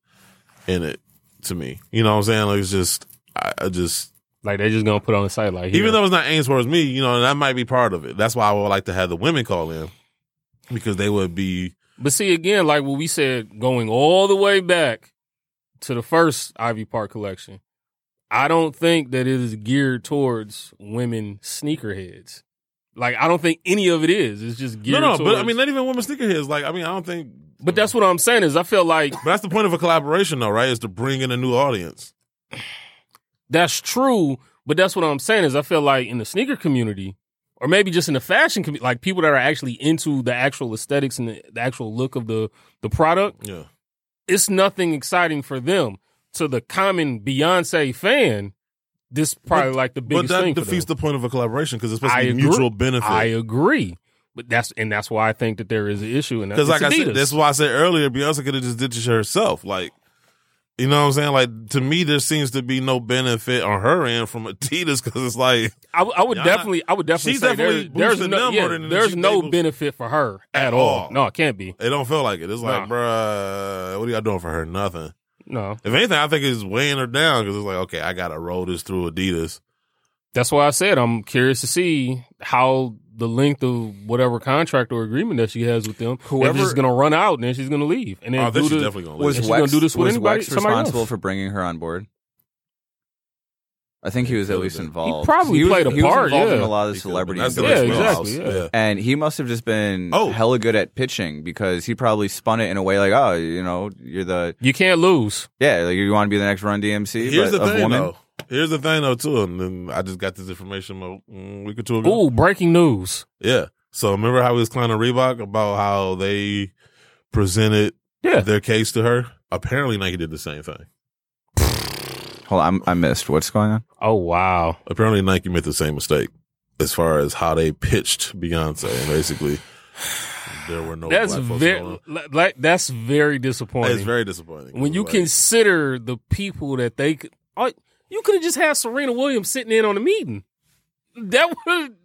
Speaker 4: in it to me. You know what I'm saying? Like it's just I, I just
Speaker 2: Like they just gonna put on the site like
Speaker 4: even
Speaker 2: here.
Speaker 4: though it's not aimed towards me, you know, and that might be part of it. That's why I would like to have the women call in because they would be
Speaker 2: But see again, like what we said, going all the way back to the first Ivy Park collection, I don't think that it is geared towards women sneakerheads. Like I don't think any of it is. It's just
Speaker 4: no,
Speaker 2: geared.
Speaker 4: no. But
Speaker 2: towards-
Speaker 4: I mean, not even women sneakerheads. Like I mean, I don't think.
Speaker 2: but that's what I'm saying is I feel like
Speaker 4: But that's the point of a collaboration, though, right? Is to bring in a new audience.
Speaker 2: that's true. But that's what I'm saying is I feel like in the sneaker community, or maybe just in the fashion community, like people that are actually into the actual aesthetics and the, the actual look of the the product,
Speaker 4: Yeah.
Speaker 2: it's nothing exciting for them. To the common Beyonce fan, this probably like the
Speaker 4: But
Speaker 2: biggest
Speaker 4: that
Speaker 2: thing. for
Speaker 4: defeats
Speaker 2: them.
Speaker 4: the point of a collaboration because it's supposed
Speaker 2: I
Speaker 4: to be
Speaker 2: agree.
Speaker 4: mutual benefit.
Speaker 2: I agree, but that's and that's why I think that there is an issue. And
Speaker 4: Because
Speaker 2: that's
Speaker 4: like I
Speaker 2: Adidas.
Speaker 4: said, that's why I said earlier, Beyonce could have just did this herself. Like, you know what I'm saying? Like to me, there seems to be no benefit on her end from Adidas because it's like
Speaker 2: I, w- I would
Speaker 4: Y'all not-
Speaker 2: definitely, I would definitely
Speaker 4: She's
Speaker 2: say
Speaker 4: definitely
Speaker 2: there, there's
Speaker 4: boosting
Speaker 2: no,
Speaker 4: them
Speaker 2: yeah,
Speaker 4: more than
Speaker 2: there's
Speaker 4: she
Speaker 2: no
Speaker 4: enables-
Speaker 2: benefit for her
Speaker 4: At
Speaker 2: at all.
Speaker 4: all.
Speaker 2: No, it can't be.
Speaker 4: it don't feel like it. It's like,
Speaker 2: Nah.
Speaker 4: bruh, what are y'all doing for her? Nothing.
Speaker 2: No,
Speaker 4: If anything, I think it's weighing her down because it's like, okay, I gotta roll this through Adidas.
Speaker 2: that's why I said I'm curious to see how the length of whatever contract or agreement that she has with them. Whoever is going to run out, and then she's going to leave, and then
Speaker 4: Oh, I
Speaker 2: do
Speaker 4: think she's
Speaker 2: the-
Speaker 4: definitely gonna
Speaker 5: Was
Speaker 4: lose.
Speaker 2: And she's
Speaker 5: Wex,
Speaker 2: gonna do this with
Speaker 5: was
Speaker 2: anybody-
Speaker 5: Wex
Speaker 2: somebody
Speaker 5: responsible
Speaker 2: else.
Speaker 5: for bringing her on board? I think he was at
Speaker 4: could've
Speaker 5: least
Speaker 4: been. He
Speaker 5: involved.
Speaker 2: probably
Speaker 5: was-
Speaker 2: played a
Speaker 5: he was
Speaker 2: part,
Speaker 5: involved in
Speaker 2: yeah.
Speaker 5: a lot of
Speaker 4: He could've
Speaker 5: celebrity
Speaker 4: been. That's the
Speaker 2: Yeah,
Speaker 5: endorsements.
Speaker 2: exactly.
Speaker 4: Yeah.
Speaker 2: Yeah.
Speaker 5: And he must have just been
Speaker 4: Oh.
Speaker 5: hella good at pitching because he probably spun it in a way like, oh, you know, you're the
Speaker 2: You can't lose.
Speaker 5: yeah, like you want to be the next Run DMC.
Speaker 4: Here's
Speaker 5: but
Speaker 4: the
Speaker 5: of
Speaker 4: thing,
Speaker 5: woman.
Speaker 4: though. Here's the thing, though, too. And then I just got this information a mm, week or two ago.
Speaker 2: Ooh, breaking news.
Speaker 4: Yeah. So remember how we was clowning Reebok about how they presented
Speaker 2: Yeah.
Speaker 4: their case to her? Apparently Nike did the same thing.
Speaker 5: Hold on, I'm- I missed what's going on.
Speaker 2: Oh wow.
Speaker 4: Apparently Nike made the same mistake as far as how they pitched Beyonce and basically there were no
Speaker 2: That's
Speaker 4: Oh, black folks
Speaker 2: very
Speaker 4: around.
Speaker 2: like that's very disappointing.
Speaker 4: It's very disappointing.
Speaker 2: when you
Speaker 4: Like,
Speaker 2: consider the people that they could, oh, you could have just had Serena Williams sitting in on the meeting. That would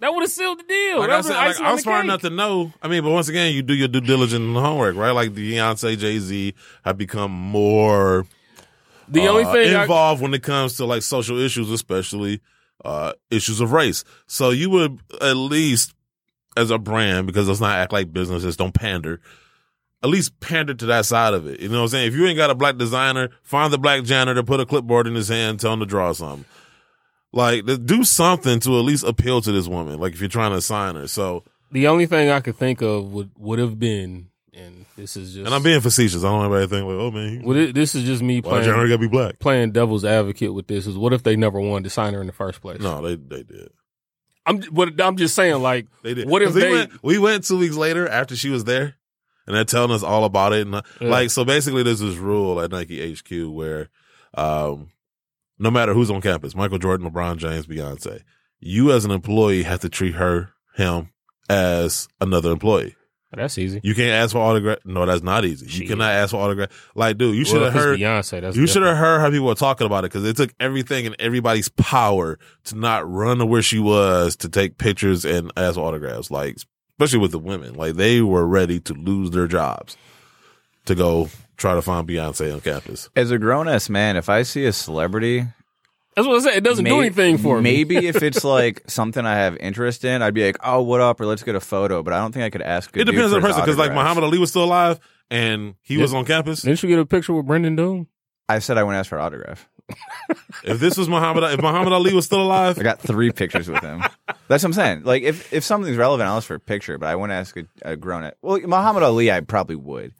Speaker 2: that would have sealed the deal.
Speaker 4: like
Speaker 2: that
Speaker 4: I
Speaker 2: was
Speaker 4: said,
Speaker 2: the
Speaker 4: like,
Speaker 2: icing on
Speaker 4: I'm
Speaker 2: the
Speaker 4: smart
Speaker 2: cake.
Speaker 4: enough to know. I mean, but once again, you do your due diligence and homework, right? Like Beyonce, Jay Z have become more
Speaker 2: The only
Speaker 4: uh,
Speaker 2: thing I,
Speaker 4: involved when it comes to like social issues, especially uh, issues of race. So you would at least, as a brand, because let's not act like businesses don't pander. At least pander to that side of it. You know what I'm saying? If you ain't got a black designer, find the black janitor, put a clipboard in his hand, tell him to draw something. Like, th- do something to at least appeal to this woman. Like, if you're trying to sign her. So,
Speaker 2: the only thing I could think of would would have been, and this is just
Speaker 4: and I'm being facetious. I don't want everybody to think like, oh man, he-
Speaker 2: Well, thi- this is just me
Speaker 4: why the
Speaker 2: playing
Speaker 4: janitor gotta be black?
Speaker 2: playing devil's advocate with this. Is what if they never wanted to sign her in the first place?
Speaker 4: No, they they did.
Speaker 2: I'm but I'm just saying like
Speaker 4: They did.
Speaker 2: What if
Speaker 4: 'Cause we
Speaker 2: they-
Speaker 4: Went, we went two weeks later after she was there, and they're telling us all about it. And uh,
Speaker 2: Yeah.
Speaker 4: like, so basically, there's this rule at Nike HQ where, um, no matter who's on campus, Michael Jordan, LeBron James, Beyonce, you as an employee have to treat her, him, as another employee.
Speaker 2: that's easy.
Speaker 4: You can't ask for autograph. No, that's not easy. You
Speaker 2: Shit.
Speaker 4: cannot ask for autograph. Like, dude, you should
Speaker 2: Well,
Speaker 4: have
Speaker 2: if it's
Speaker 4: heard.
Speaker 2: Beyonce. That's
Speaker 4: You should
Speaker 2: different.
Speaker 4: have heard how people were talking about it because it took everything in everybody's power to not run to where she was to take pictures and ask autographs. Like, especially with the women, like they were ready to lose their jobs to go try to find Beyonce on campus.
Speaker 5: As a grown ass man, if I see a celebrity
Speaker 2: That's what I said. It doesn't do
Speaker 5: May-
Speaker 2: anything for me.
Speaker 5: maybe
Speaker 4: [laughs]
Speaker 5: if it's like something I have interest in, I'd be like, "Oh, what up?" or "Let's get a photo." But I don't think I could ask. a
Speaker 4: It
Speaker 5: dude
Speaker 4: depends on
Speaker 5: for
Speaker 4: the
Speaker 5: his
Speaker 4: person because like
Speaker 5: autograph.
Speaker 4: Muhammad Ali was still alive and he was on campus.
Speaker 2: Didn't you get a picture with Brendan Doom?
Speaker 5: I said I wouldn't ask for an autograph.
Speaker 4: If this was Muhammad, if Muhammad Ali was still alive,
Speaker 5: I got three pictures with him. That's what I'm saying. Like if if something's relevant, I'll ask for a picture. But I wouldn't ask a, a grown up. Well, Muhammad Ali, I probably would.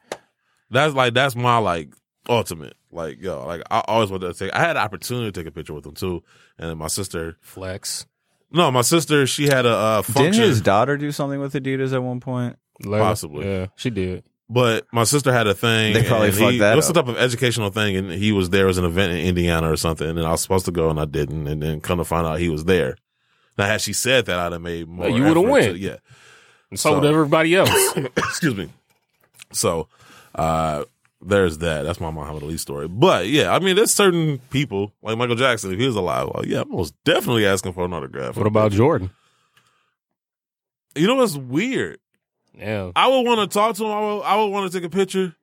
Speaker 4: that's like that's my like ultimate. Like yo, like I always wanted to take. I had an opportunity to take a picture with him too, and then my sister.
Speaker 2: Flex.
Speaker 4: No, my sister. She had a uh, function.
Speaker 5: Didn't his daughter do something with Adidas at one point?
Speaker 2: Later.
Speaker 4: Possibly.
Speaker 2: Yeah, she did.
Speaker 4: But my sister had a thing.
Speaker 5: They probably
Speaker 4: and
Speaker 5: fucked
Speaker 4: he,
Speaker 5: that
Speaker 4: It was some
Speaker 5: up.
Speaker 4: type of educational thing, and he was there as an event in Indiana or something. And I was supposed to go, and I didn't. And then come to find out he was there. Now, had she said that, I'd have made more.
Speaker 2: you would've
Speaker 4: effort
Speaker 2: went.
Speaker 4: to- Yeah.
Speaker 2: And so,
Speaker 4: So-
Speaker 2: did everybody [laughs] else.
Speaker 4: [coughs] Excuse me. So, uh, there's that. That's my Muhammad Ali story. But yeah, I mean, there's certain people like Michael Jackson. If he was alive, well, yeah, I'm most definitely asking for an autograph.
Speaker 2: what about Jordan?
Speaker 4: you know what's weird?
Speaker 2: Damn.
Speaker 4: I would want to talk to him. I would, I would want to take a picture.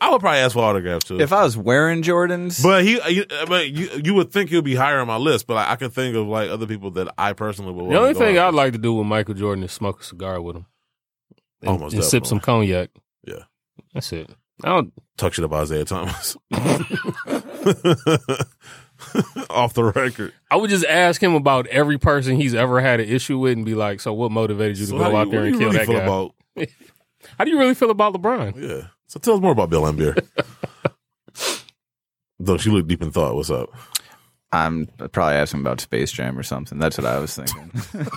Speaker 4: I would probably ask for autographs too.
Speaker 5: If I was wearing Jordans,
Speaker 4: but he, you, but you, you would think he'll be higher on my list. But I, I can think of like other people that I personally would.
Speaker 2: The
Speaker 4: wanna
Speaker 2: only
Speaker 4: go
Speaker 2: thing
Speaker 4: out
Speaker 2: I'd like to do with Michael Jordan is smoke a cigar with him. And,
Speaker 4: Almost
Speaker 2: and sip
Speaker 4: definitely.
Speaker 2: some cognac.
Speaker 4: Yeah.
Speaker 2: That's it. I don't
Speaker 4: talk shit about
Speaker 2: [laughs]
Speaker 4: Isaiah Thomas [laughs] off the record.
Speaker 2: I would just ask him about every person he's ever had an issue with and be like, so what motivated you to
Speaker 4: So how
Speaker 2: go
Speaker 4: do
Speaker 2: out
Speaker 4: you-
Speaker 2: there
Speaker 4: what
Speaker 2: and
Speaker 4: do you
Speaker 2: kill
Speaker 4: really
Speaker 2: that
Speaker 4: feel
Speaker 2: guy?
Speaker 4: about-
Speaker 2: How do you really feel about LeBron?
Speaker 4: yeah. So tell us more about
Speaker 2: [laughs]
Speaker 4: Bill Lambier. Though she looked deep in thought. What's up?
Speaker 5: I'm I'd probably asking about Space Jam or something. That's what I was thinking.
Speaker 2: [laughs]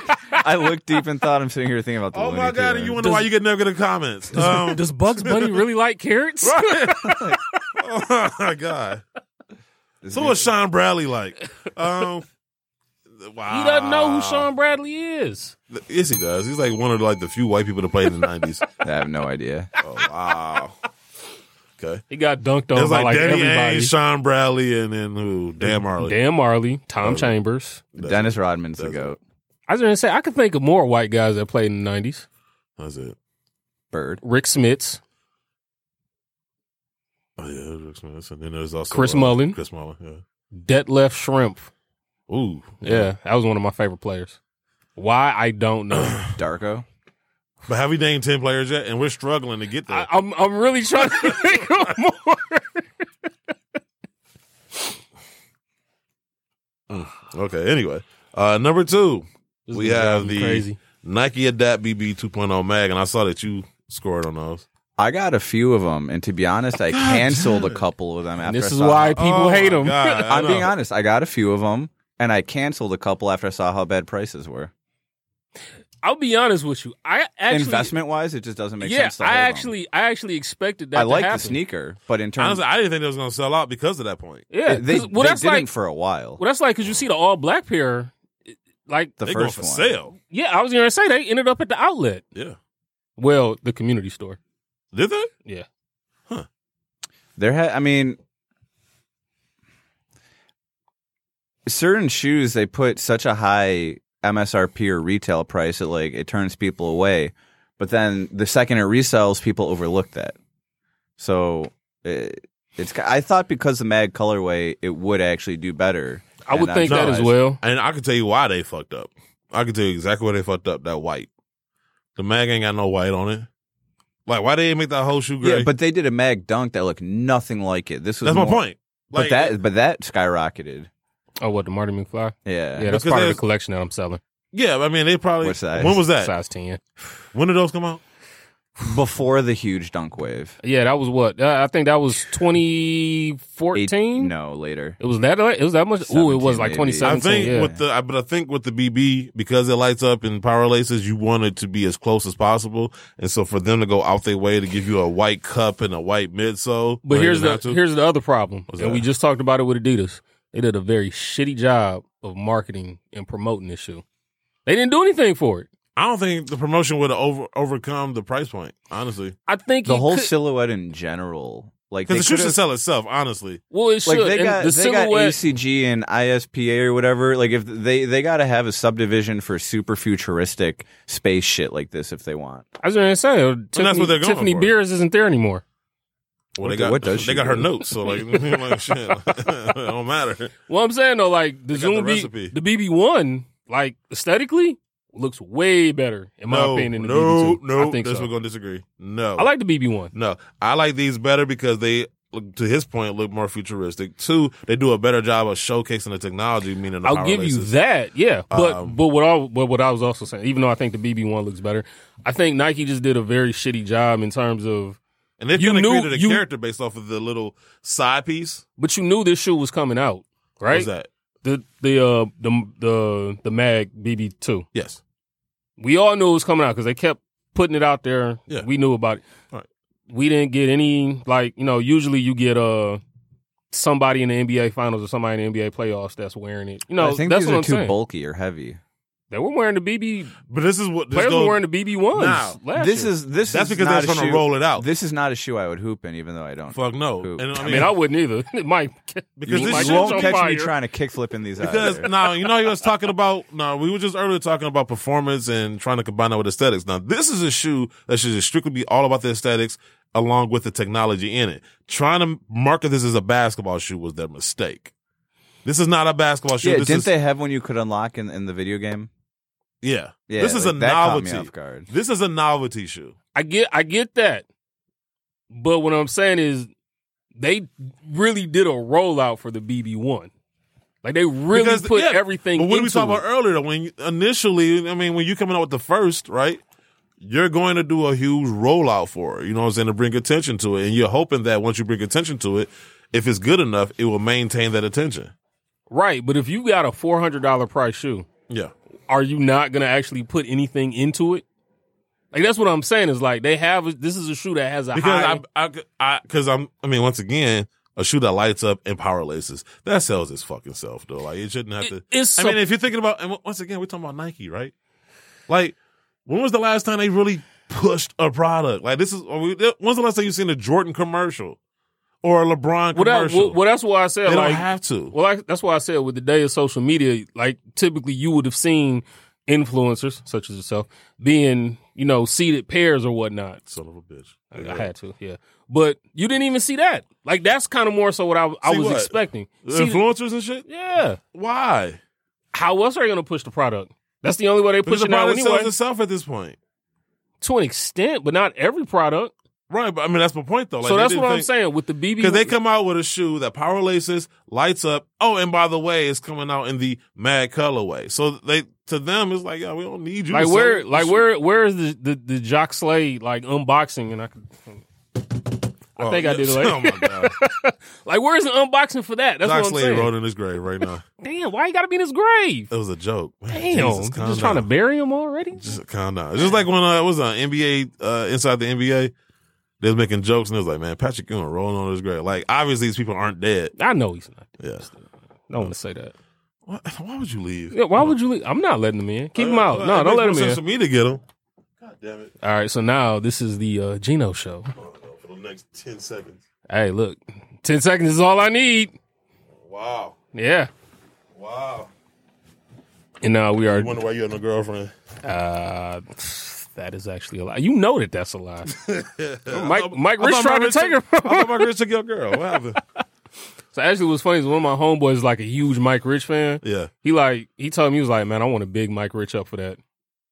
Speaker 5: [laughs] I looked deep and thought I'm sitting here thinking about the.
Speaker 4: Oh my
Speaker 5: Looney
Speaker 4: god!
Speaker 5: Tunes.
Speaker 4: And you wonder why you get negative comments?
Speaker 2: [laughs]
Speaker 4: Um, [laughs]
Speaker 2: Does Bugs Bunny really like carrots?
Speaker 4: oh my god! So what's Sean Bradley like? Um, wow.
Speaker 2: [laughs] He doesn't know who Sean Bradley is.
Speaker 4: Yes, he does. He's like one of like the few white people that played in
Speaker 2: [laughs]
Speaker 4: the nineties.
Speaker 5: I have no idea.
Speaker 4: Oh wow. Okay.
Speaker 2: He got dunked on
Speaker 4: There's
Speaker 2: by
Speaker 4: like,
Speaker 2: like
Speaker 4: Danny
Speaker 2: everybody.
Speaker 4: Ainge, Sean Bradley, and then who? Dan Marley.
Speaker 2: Dan Marley, Tom Chambers.
Speaker 5: Dennis Rodman's the
Speaker 4: doesn't-
Speaker 5: goat.
Speaker 2: I was gonna say I could think of more white guys that played in the nineties.
Speaker 4: That's it.
Speaker 5: Bird.
Speaker 2: Rick Smits.
Speaker 4: Oh yeah, that looks nice. And then there's also uh,
Speaker 2: Chris Mullin.
Speaker 4: Chris Mullen. Yeah.
Speaker 2: Detlef Shrimp.
Speaker 4: Ooh.
Speaker 2: Yeah, that was one of my favorite players. Why I don't
Speaker 4: [clears throat]
Speaker 2: know.
Speaker 5: Darko.
Speaker 4: But have we named ten players yet? And we're struggling to get there.
Speaker 2: I, I'm I'm really trying to think of more.
Speaker 4: okay. Anyway, uh, number two,
Speaker 2: This
Speaker 4: we
Speaker 2: is
Speaker 4: have
Speaker 2: driving
Speaker 4: the
Speaker 2: me crazy.
Speaker 4: Nike Adapt BB 2.0 Mag, and I saw that you scored on those.
Speaker 5: I got a few of them, and to be honest, I canceled a couple of them. After
Speaker 2: Oh And this
Speaker 5: I
Speaker 2: is
Speaker 5: saw
Speaker 2: why
Speaker 5: How,
Speaker 2: people
Speaker 4: Oh,
Speaker 2: hate
Speaker 4: my
Speaker 2: him.
Speaker 4: God, I
Speaker 5: [laughs] I'm being
Speaker 4: know.
Speaker 5: honest. I got a few of them, and I canceled a couple after I saw how bad prices were.
Speaker 2: I'll be honest with you. I actually
Speaker 5: Investment wise, it just doesn't make
Speaker 2: Yeah,
Speaker 5: sense. To
Speaker 2: I
Speaker 5: hold 'em.
Speaker 2: actually I actually expected that.
Speaker 5: I
Speaker 2: to
Speaker 5: like the
Speaker 2: happen.
Speaker 5: sneaker, but in terms
Speaker 4: Honestly, I didn't think they was gonna sell out because of that point.
Speaker 2: Yeah,
Speaker 5: they,
Speaker 2: 'cause- well,
Speaker 5: they
Speaker 2: that's
Speaker 5: didn't
Speaker 2: like
Speaker 5: for a while.
Speaker 2: well, that's like because you see the all black pair. it- Like
Speaker 5: the
Speaker 4: they
Speaker 5: first
Speaker 4: going
Speaker 5: one.
Speaker 4: for sale.
Speaker 2: yeah, I was gonna say they ended up at the outlet.
Speaker 4: Yeah.
Speaker 2: Well, the community store.
Speaker 4: Did they?
Speaker 2: Yeah,
Speaker 5: There had, I mean, certain shoes they put such a high MSRP or retail price that like it turns people away, but then the second it resells, people overlook that. So it, it's. I thought because the mag colorway, it would actually do better.
Speaker 2: I would
Speaker 5: And
Speaker 2: think that as
Speaker 5: realized-
Speaker 2: well.
Speaker 4: And I can tell you why they fucked up. I can tell you exactly why they fucked up. That white. The mag ain't got no white on it. Like, why they didn't make that whole shoe gray?
Speaker 5: Yeah, but they did a mag dunk that looked nothing like it. This was
Speaker 4: that's my
Speaker 5: more-
Speaker 4: point. Like,
Speaker 5: but that but that skyrocketed.
Speaker 2: Oh, what the Marty McFly?
Speaker 5: Yeah.
Speaker 2: Yeah, that's
Speaker 4: Because
Speaker 2: part of the
Speaker 4: there's-
Speaker 2: collection that I'm selling.
Speaker 4: yeah, I mean, they probably.
Speaker 5: What size?
Speaker 4: When was that?
Speaker 2: Size ten.
Speaker 4: When did those come out?
Speaker 5: Before the huge dunk wave.
Speaker 2: Yeah, that was what uh, I think that was
Speaker 5: Eight-
Speaker 2: 2014.
Speaker 5: no, later.
Speaker 2: It was that. uh, It was that much. Ooh, it was like
Speaker 5: 17 maybe.
Speaker 4: I
Speaker 2: 2017.
Speaker 4: think
Speaker 2: yeah.
Speaker 4: with the, I- but I think with the BB because it lights up in power laces, you want it to be as close as possible, and so for them to go out their way to give you a white cup and a white midsole,
Speaker 2: But
Speaker 4: or
Speaker 2: here's
Speaker 4: even
Speaker 2: the
Speaker 4: not to-
Speaker 2: here's the other problem,
Speaker 4: What's
Speaker 2: and we
Speaker 4: that?
Speaker 2: just talked about it with Adidas. They did a very shitty job of marketing and promoting this shoe. They didn't do anything for it.
Speaker 4: I don't think the promotion would have over overcome the price point, honestly,
Speaker 2: I think
Speaker 5: the
Speaker 2: it
Speaker 5: whole
Speaker 2: could-
Speaker 5: silhouette in general. Like
Speaker 4: because
Speaker 5: they
Speaker 4: the shoe should
Speaker 5: could've-
Speaker 4: sell itself, honestly.
Speaker 2: well, it should.
Speaker 5: like they
Speaker 2: and
Speaker 5: got
Speaker 2: the
Speaker 5: they got
Speaker 2: silhouette.
Speaker 5: ACG and ISPA or whatever. Like if they they got to have a subdivision for super futuristic space shit like this if they want.
Speaker 2: I was going to say uh, Tiffany,
Speaker 4: what they're going
Speaker 2: Tiffany
Speaker 4: for.
Speaker 2: Beers isn't there anymore.
Speaker 4: Well,
Speaker 5: What
Speaker 4: they
Speaker 5: the-
Speaker 4: got
Speaker 5: what does
Speaker 4: they
Speaker 5: she
Speaker 4: got her
Speaker 5: do?
Speaker 4: notes, so like, [laughs] like shit, it don't matter.
Speaker 2: Well, I'm saying though, like the
Speaker 4: got the
Speaker 2: Zoom B,
Speaker 4: recipe.
Speaker 2: the BB one, like aesthetically, looks way better in my
Speaker 4: no,
Speaker 2: opinion. Than
Speaker 4: no,
Speaker 2: the BB2.
Speaker 4: no,
Speaker 2: I think
Speaker 4: this
Speaker 2: so.
Speaker 4: we're gonna disagree. No,
Speaker 2: I like the BB one.
Speaker 4: No, I like these better because they, look- to his point, look more futuristic. Two, they do a better job of showcasing the technology. Meaning, the
Speaker 2: I'll
Speaker 4: power
Speaker 2: give you
Speaker 4: laces.
Speaker 2: that, yeah. But
Speaker 4: Um,
Speaker 2: but what I but what I was also saying, even though I think the BB one looks better, I think Nike just did a very shitty job in terms of.
Speaker 4: and they've
Speaker 2: you
Speaker 4: kind of
Speaker 2: knew-
Speaker 4: created a
Speaker 2: you-
Speaker 4: character based off of the little side piece.
Speaker 2: But you knew this shoe was coming out, right?
Speaker 4: What's that?
Speaker 2: The the uh, the the the Mag BB two.
Speaker 4: Yes,
Speaker 2: We all knew it was coming out because they kept putting it out there.
Speaker 4: Yeah.
Speaker 2: We knew about it.
Speaker 4: Right.
Speaker 2: We didn't get any like you know. Usually you get uh somebody in the NBA finals or somebody in the NBA playoffs that's wearing it. You know
Speaker 5: I think
Speaker 2: that's
Speaker 5: these
Speaker 2: what
Speaker 5: are
Speaker 2: I'm
Speaker 5: too
Speaker 2: saying.
Speaker 5: bulky or heavy.
Speaker 2: They were wearing the BB.
Speaker 4: But this is what this
Speaker 2: Players
Speaker 4: goes-
Speaker 2: were wearing the BB ones.
Speaker 4: Now,
Speaker 2: last
Speaker 5: This
Speaker 2: year.
Speaker 5: is this
Speaker 4: That's
Speaker 5: is
Speaker 4: because
Speaker 5: not
Speaker 4: that's
Speaker 5: a
Speaker 4: gonna
Speaker 5: shoe-
Speaker 4: roll it out.
Speaker 5: This is not a shoe I would hoop in, even though I don't.
Speaker 4: Fuck no.
Speaker 5: Hoop.
Speaker 4: And I
Speaker 2: I
Speaker 4: mean,
Speaker 2: mean, I wouldn't either. [laughs] It might
Speaker 4: Because
Speaker 2: you
Speaker 4: this
Speaker 2: might
Speaker 4: shit
Speaker 2: catch
Speaker 5: won't
Speaker 2: on
Speaker 5: catch
Speaker 2: fire.
Speaker 5: me trying to kickflip in
Speaker 4: [laughs]
Speaker 5: these
Speaker 4: Because
Speaker 5: eyes.
Speaker 4: now you know you was talking about no, we were just earlier talking about performance and trying to combine that with aesthetics. Now this is a shoe that should just strictly be all about the aesthetics along with the technology in it. Trying to market this as a basketball shoe was their mistake. This is not a basketball shoe.
Speaker 5: Yeah,
Speaker 4: this
Speaker 5: didn't
Speaker 4: is,
Speaker 5: they have one you could unlock in, in the video game?
Speaker 4: Yeah,
Speaker 5: Yeah,
Speaker 4: this is
Speaker 5: like,
Speaker 4: a
Speaker 5: that caught me
Speaker 4: novelty.
Speaker 5: off guard.
Speaker 4: This is a novelty shoe.
Speaker 2: I get I get that. But what I'm saying is they really did a rollout for the BB1. Like they really
Speaker 4: Because,
Speaker 2: put
Speaker 4: yeah,
Speaker 2: everything
Speaker 4: But what
Speaker 2: into
Speaker 4: we talked about
Speaker 2: it.
Speaker 4: earlier, though, when you- initially, I mean, when you coming out with the first, right? You're going to do a huge rollout for it. You know what I'm saying? To bring attention to it, and you're hoping that once you bring attention to it, if it's good enough, it will maintain that attention.
Speaker 2: Right, but if you got a $400 price shoe,
Speaker 4: Yeah,
Speaker 2: are you not going to actually put anything into it? Like that's what I'm saying is like they have this is a shoe that has a
Speaker 4: because
Speaker 2: high
Speaker 4: I, I, I, because I'm, I mean, once again. A shoe that lights up and power laces. That sells its fucking self, though. Like, it shouldn't have to.
Speaker 2: It- it's
Speaker 4: I
Speaker 2: so-
Speaker 4: mean, if you're thinking about, and once again, we're talking about Nike, right? Like, when was the last time they really pushed a product? Like, this is, are we- when's the last time you seen a Jordan commercial or a LeBron
Speaker 2: well, that,
Speaker 4: commercial?
Speaker 2: well, well, that's why I said
Speaker 4: they
Speaker 2: like
Speaker 4: don't have to.
Speaker 2: Well, I, that's why I said with the day of social media, like typically you would have seen influencers such as yourself being, you know, seated pairs or whatnot.
Speaker 4: Son of a bitch.
Speaker 2: I had to, yeah. But you didn't even see that. Like that's kind of more so what I, I
Speaker 4: See
Speaker 2: was
Speaker 4: what?
Speaker 2: expecting.
Speaker 4: The
Speaker 2: See-
Speaker 4: Influencers and shit?
Speaker 2: yeah.
Speaker 4: Why?
Speaker 2: How else are you going to push the product? That's the only way they push
Speaker 4: Because the
Speaker 2: it now
Speaker 4: product
Speaker 2: anyway.
Speaker 4: sells itself at this point.
Speaker 2: to an extent, but not every product.
Speaker 4: Right, but I mean, that's my point, though. Like,
Speaker 2: so
Speaker 4: they
Speaker 2: that's
Speaker 4: didn't
Speaker 2: what I'm
Speaker 4: think-
Speaker 2: saying with the BB.
Speaker 4: Because they come out with a shoe that power laces, lights up. Oh, and by the way, it's coming out in the mad colorway. So they to them, it's like, yeah, we don't need you.
Speaker 2: like
Speaker 4: to
Speaker 2: where,
Speaker 4: sell
Speaker 2: like
Speaker 4: shit.
Speaker 2: where, where is the the, the Jock Slade like unboxing? And I could, I
Speaker 4: Oh,
Speaker 2: think I did it.
Speaker 4: yes.
Speaker 2: Like,
Speaker 4: [laughs] Oh my
Speaker 2: [laughs]
Speaker 4: god,
Speaker 2: Like, where's the unboxing for that? That's
Speaker 4: Doc
Speaker 2: what I'm
Speaker 4: Slade
Speaker 2: saying.
Speaker 4: rolled in his grave right now.
Speaker 2: Damn, why you gotta be in his grave?
Speaker 4: It was a joke. Man,
Speaker 2: Damn,
Speaker 4: Jesus,
Speaker 2: you
Speaker 4: calm
Speaker 2: just trying
Speaker 4: down.
Speaker 2: to bury him already.
Speaker 4: just calm down. Just like when uh, it was on NBA uh, inside the NBA, they was making jokes and it was like, man, Patrick Ewing rolling on his grave. Like obviously these people aren't dead.
Speaker 2: I know he's not.
Speaker 4: Yeah.
Speaker 2: I don't want to say that.
Speaker 4: What? Why would you leave?
Speaker 2: Yeah, why would you? Leave? I'm not letting him in. Keep him out. No,
Speaker 4: It
Speaker 2: don't
Speaker 4: makes
Speaker 2: let him
Speaker 4: sense
Speaker 2: in.
Speaker 4: for me to get him. God damn it!
Speaker 2: All right, so now this is the uh, Gino show.
Speaker 4: Oh, no, for the next ten seconds.
Speaker 2: Hey, look, ten seconds is all I need.
Speaker 4: Wow.
Speaker 2: Yeah,
Speaker 4: Wow.
Speaker 2: and now we are.
Speaker 4: You wonder why you have no girlfriend.
Speaker 2: Uh, that is actually a lie. You know that that's a
Speaker 4: [laughs]
Speaker 2: lie. Mike, Mike
Speaker 4: I
Speaker 2: Rich
Speaker 4: thought my
Speaker 2: tried to
Speaker 4: Rich
Speaker 2: take her.
Speaker 4: took- I thought my girl took your girl. What happened?
Speaker 2: So actually, what's funny is one of my homeboys is like a huge Mike Rich fan.
Speaker 4: Yeah.
Speaker 2: He like he told me he was like, man, I want to big Mike Rich up for that. I'm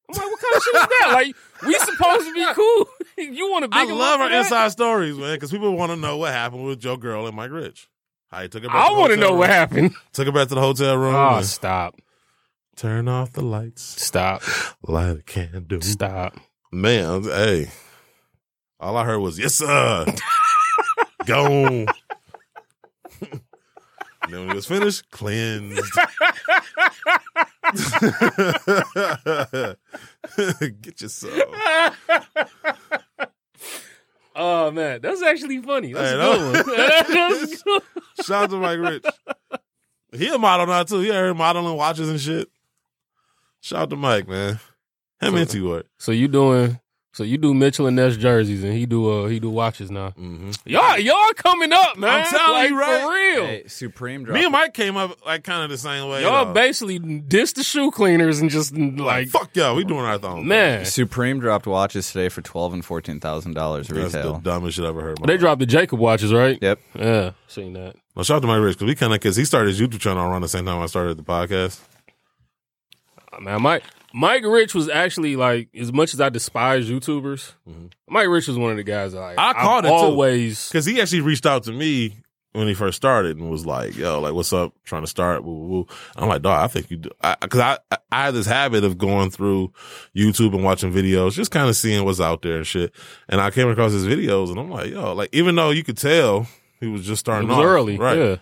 Speaker 2: like, what kind of shit is that? Like, we supposed to be cool. [laughs] you want to big
Speaker 4: I
Speaker 2: him
Speaker 4: love
Speaker 2: up
Speaker 4: our
Speaker 2: for that?
Speaker 4: inside stories, man, because people want to know what happened with Joe Girl and Mike Rich. How he took her. Back
Speaker 2: I
Speaker 4: the
Speaker 2: want to
Speaker 4: hotel
Speaker 2: know what
Speaker 4: room. [laughs]
Speaker 2: happened.
Speaker 4: Took her back to the hotel room.
Speaker 2: Oh,
Speaker 4: and
Speaker 2: stop,
Speaker 4: Turn off the lights.
Speaker 2: stop,
Speaker 4: Light a candle.
Speaker 2: stop.
Speaker 4: [laughs] Man, hey. All I heard was,
Speaker 2: [laughs]
Speaker 4: yes, sir. Gone. And then when it was
Speaker 2: [laughs]
Speaker 4: finished, cleansed. [laughs] Get yourself.
Speaker 2: Oh man, that's actually funny. That's
Speaker 4: Hey,
Speaker 2: a
Speaker 4: [laughs]
Speaker 2: good one.
Speaker 4: Shout out to Mike Rich. He a model now too. He out here modeling watches and shit. Shout out to Mike, man. Him and T Ward.
Speaker 2: [laughs] so you doing? So you do Mitchell and Ness jerseys, and he do uh he do watches now.
Speaker 4: Mm-hmm.
Speaker 2: Y'all y'all coming up,
Speaker 4: [laughs]
Speaker 2: man.
Speaker 4: telling
Speaker 2: like,
Speaker 4: you, right?
Speaker 2: For real.
Speaker 5: Hey, Supreme dropped
Speaker 4: Me and Mike came up like kind of the same way.
Speaker 2: Y'all
Speaker 4: though.
Speaker 2: basically dissed the shoe cleaners and just like,
Speaker 4: like fuck y'all. We doing our thing,
Speaker 2: man.
Speaker 5: Supreme dropped watches today for twelve and fourteen thousand dollars
Speaker 4: That's
Speaker 5: retail.
Speaker 4: the dumbest shit I ever heard. in my
Speaker 2: They
Speaker 4: life.
Speaker 2: dropped the Jacob watches, right?
Speaker 5: Yep.
Speaker 2: Yeah, seen that.
Speaker 4: Now, shout out to Mike Rich because we kind of because he started his YouTube channel around the same time I started the podcast.
Speaker 2: Uh, Man, Mike Mike Rich was actually like as much as I despise YouTubers,
Speaker 5: Mm-hmm.
Speaker 2: Mike Rich was one of the guys that like
Speaker 4: I called it,
Speaker 2: I've
Speaker 4: too.
Speaker 2: always.
Speaker 4: Because he actually reached out to me when he first started and was like, "Yo, like, what's up? Trying to start?" Woo, woo, woo. I'm like, "Dog, I think you do." Because I, I, I had this habit of going through YouTube and watching videos, just kind of seeing what's out there and shit. And I came across his videos, and I'm like, "Yo, like, even though you could tell he was just
Speaker 2: It
Speaker 4: starting
Speaker 2: was
Speaker 4: off,
Speaker 2: early,
Speaker 4: right?
Speaker 2: yeah.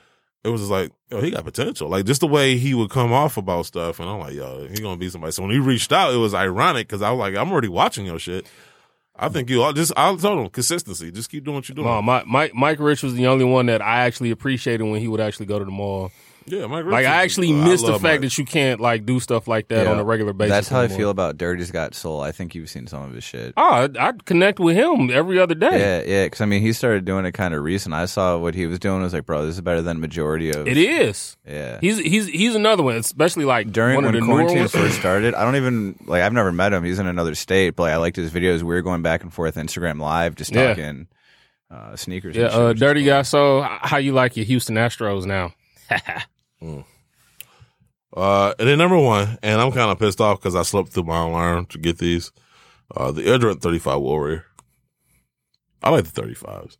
Speaker 4: It was just like, yo, he got potential. Like just the way he would come off about stuff, and I'm like, yo, he gonna be somebody. So when he reached out, it was ironic because I was like, I'm already watching your shit. I think you all just I told him consistency. Just keep doing what you're doing.
Speaker 2: No, my, Mike Mike Rich was the only one that I actually appreciated when he would actually go to the mall
Speaker 4: Yeah, my
Speaker 2: Like I actually miss the fact that you can't like do stuff like that
Speaker 5: Yeah.
Speaker 2: on a regular basis.
Speaker 5: That's how I
Speaker 2: anymore.
Speaker 5: feel about Dirty's Got Soul. I think you've seen some of his shit.
Speaker 2: Oh, I- I'd connect with him every other day.
Speaker 5: Yeah, yeah. Because I mean, he started doing it kind of recent. I saw what he was doing. I was like, bro, this is better than majority of.
Speaker 2: It is.
Speaker 5: Yeah.
Speaker 2: He's he's he's another one, especially like
Speaker 5: During
Speaker 2: one of
Speaker 5: when
Speaker 2: the newer
Speaker 5: quarantine
Speaker 2: ones. [coughs]
Speaker 5: first started, I don't even like. I've never met him. He's in another state, but like, I liked his videos. We were going back and forth Instagram live, just
Speaker 2: Yeah.
Speaker 5: talking uh, sneakers.
Speaker 2: Yeah,
Speaker 5: and shit,
Speaker 2: uh,
Speaker 5: which is
Speaker 2: dirty
Speaker 5: cool.
Speaker 2: guy. So, h- how you like your Houston Astros now?
Speaker 4: Uh, and then number one, and I'm kind of pissed off because I slept through my alarm to get these. Uh, the Edgerton 35 Warrior. I like the 35s.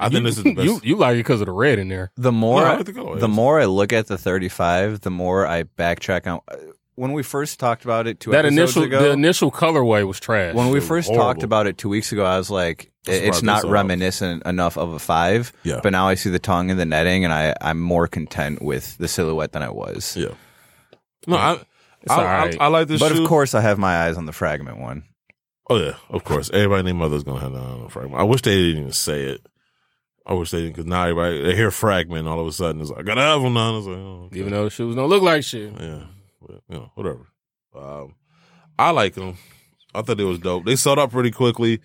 Speaker 4: I
Speaker 2: [laughs]
Speaker 4: think
Speaker 2: You-
Speaker 4: this is the best.
Speaker 2: You you like it because of the red in there.
Speaker 5: The more
Speaker 4: No, I
Speaker 5: I-
Speaker 4: like the colorways.
Speaker 5: the more I look at the 35, the more I backtrack on. uh, When we first talked about it two
Speaker 2: That
Speaker 5: episodes
Speaker 2: initial
Speaker 5: ago,
Speaker 2: the initial colorway was trash.
Speaker 5: when we
Speaker 4: was
Speaker 5: first
Speaker 4: horrible.
Speaker 5: talked about it two weeks ago, I was like, i-
Speaker 4: That's
Speaker 5: it's
Speaker 4: right,
Speaker 5: not
Speaker 4: that's all.
Speaker 5: reminiscent enough of a five.
Speaker 4: Yeah.
Speaker 5: But now I see the tongue and the netting, and I, I'm more content with the silhouette than I was.
Speaker 4: yeah. No, I, I,
Speaker 2: all
Speaker 4: I,
Speaker 2: right.
Speaker 4: I like this
Speaker 5: But
Speaker 4: shoe.
Speaker 5: of course, I have my eyes on the fragment one.
Speaker 4: Oh yeah, of course. Everybody named mother's gonna have a fragment. I wish they didn't even say it. I wish they didn't because now everybody they hear fragment all of a sudden it's like I gotta have them now. It's like, oh, okay.
Speaker 2: even though the shoes don't look like shit.
Speaker 4: yeah, but, you know whatever. Um, I like them. I thought it was dope. They sold out pretty quickly.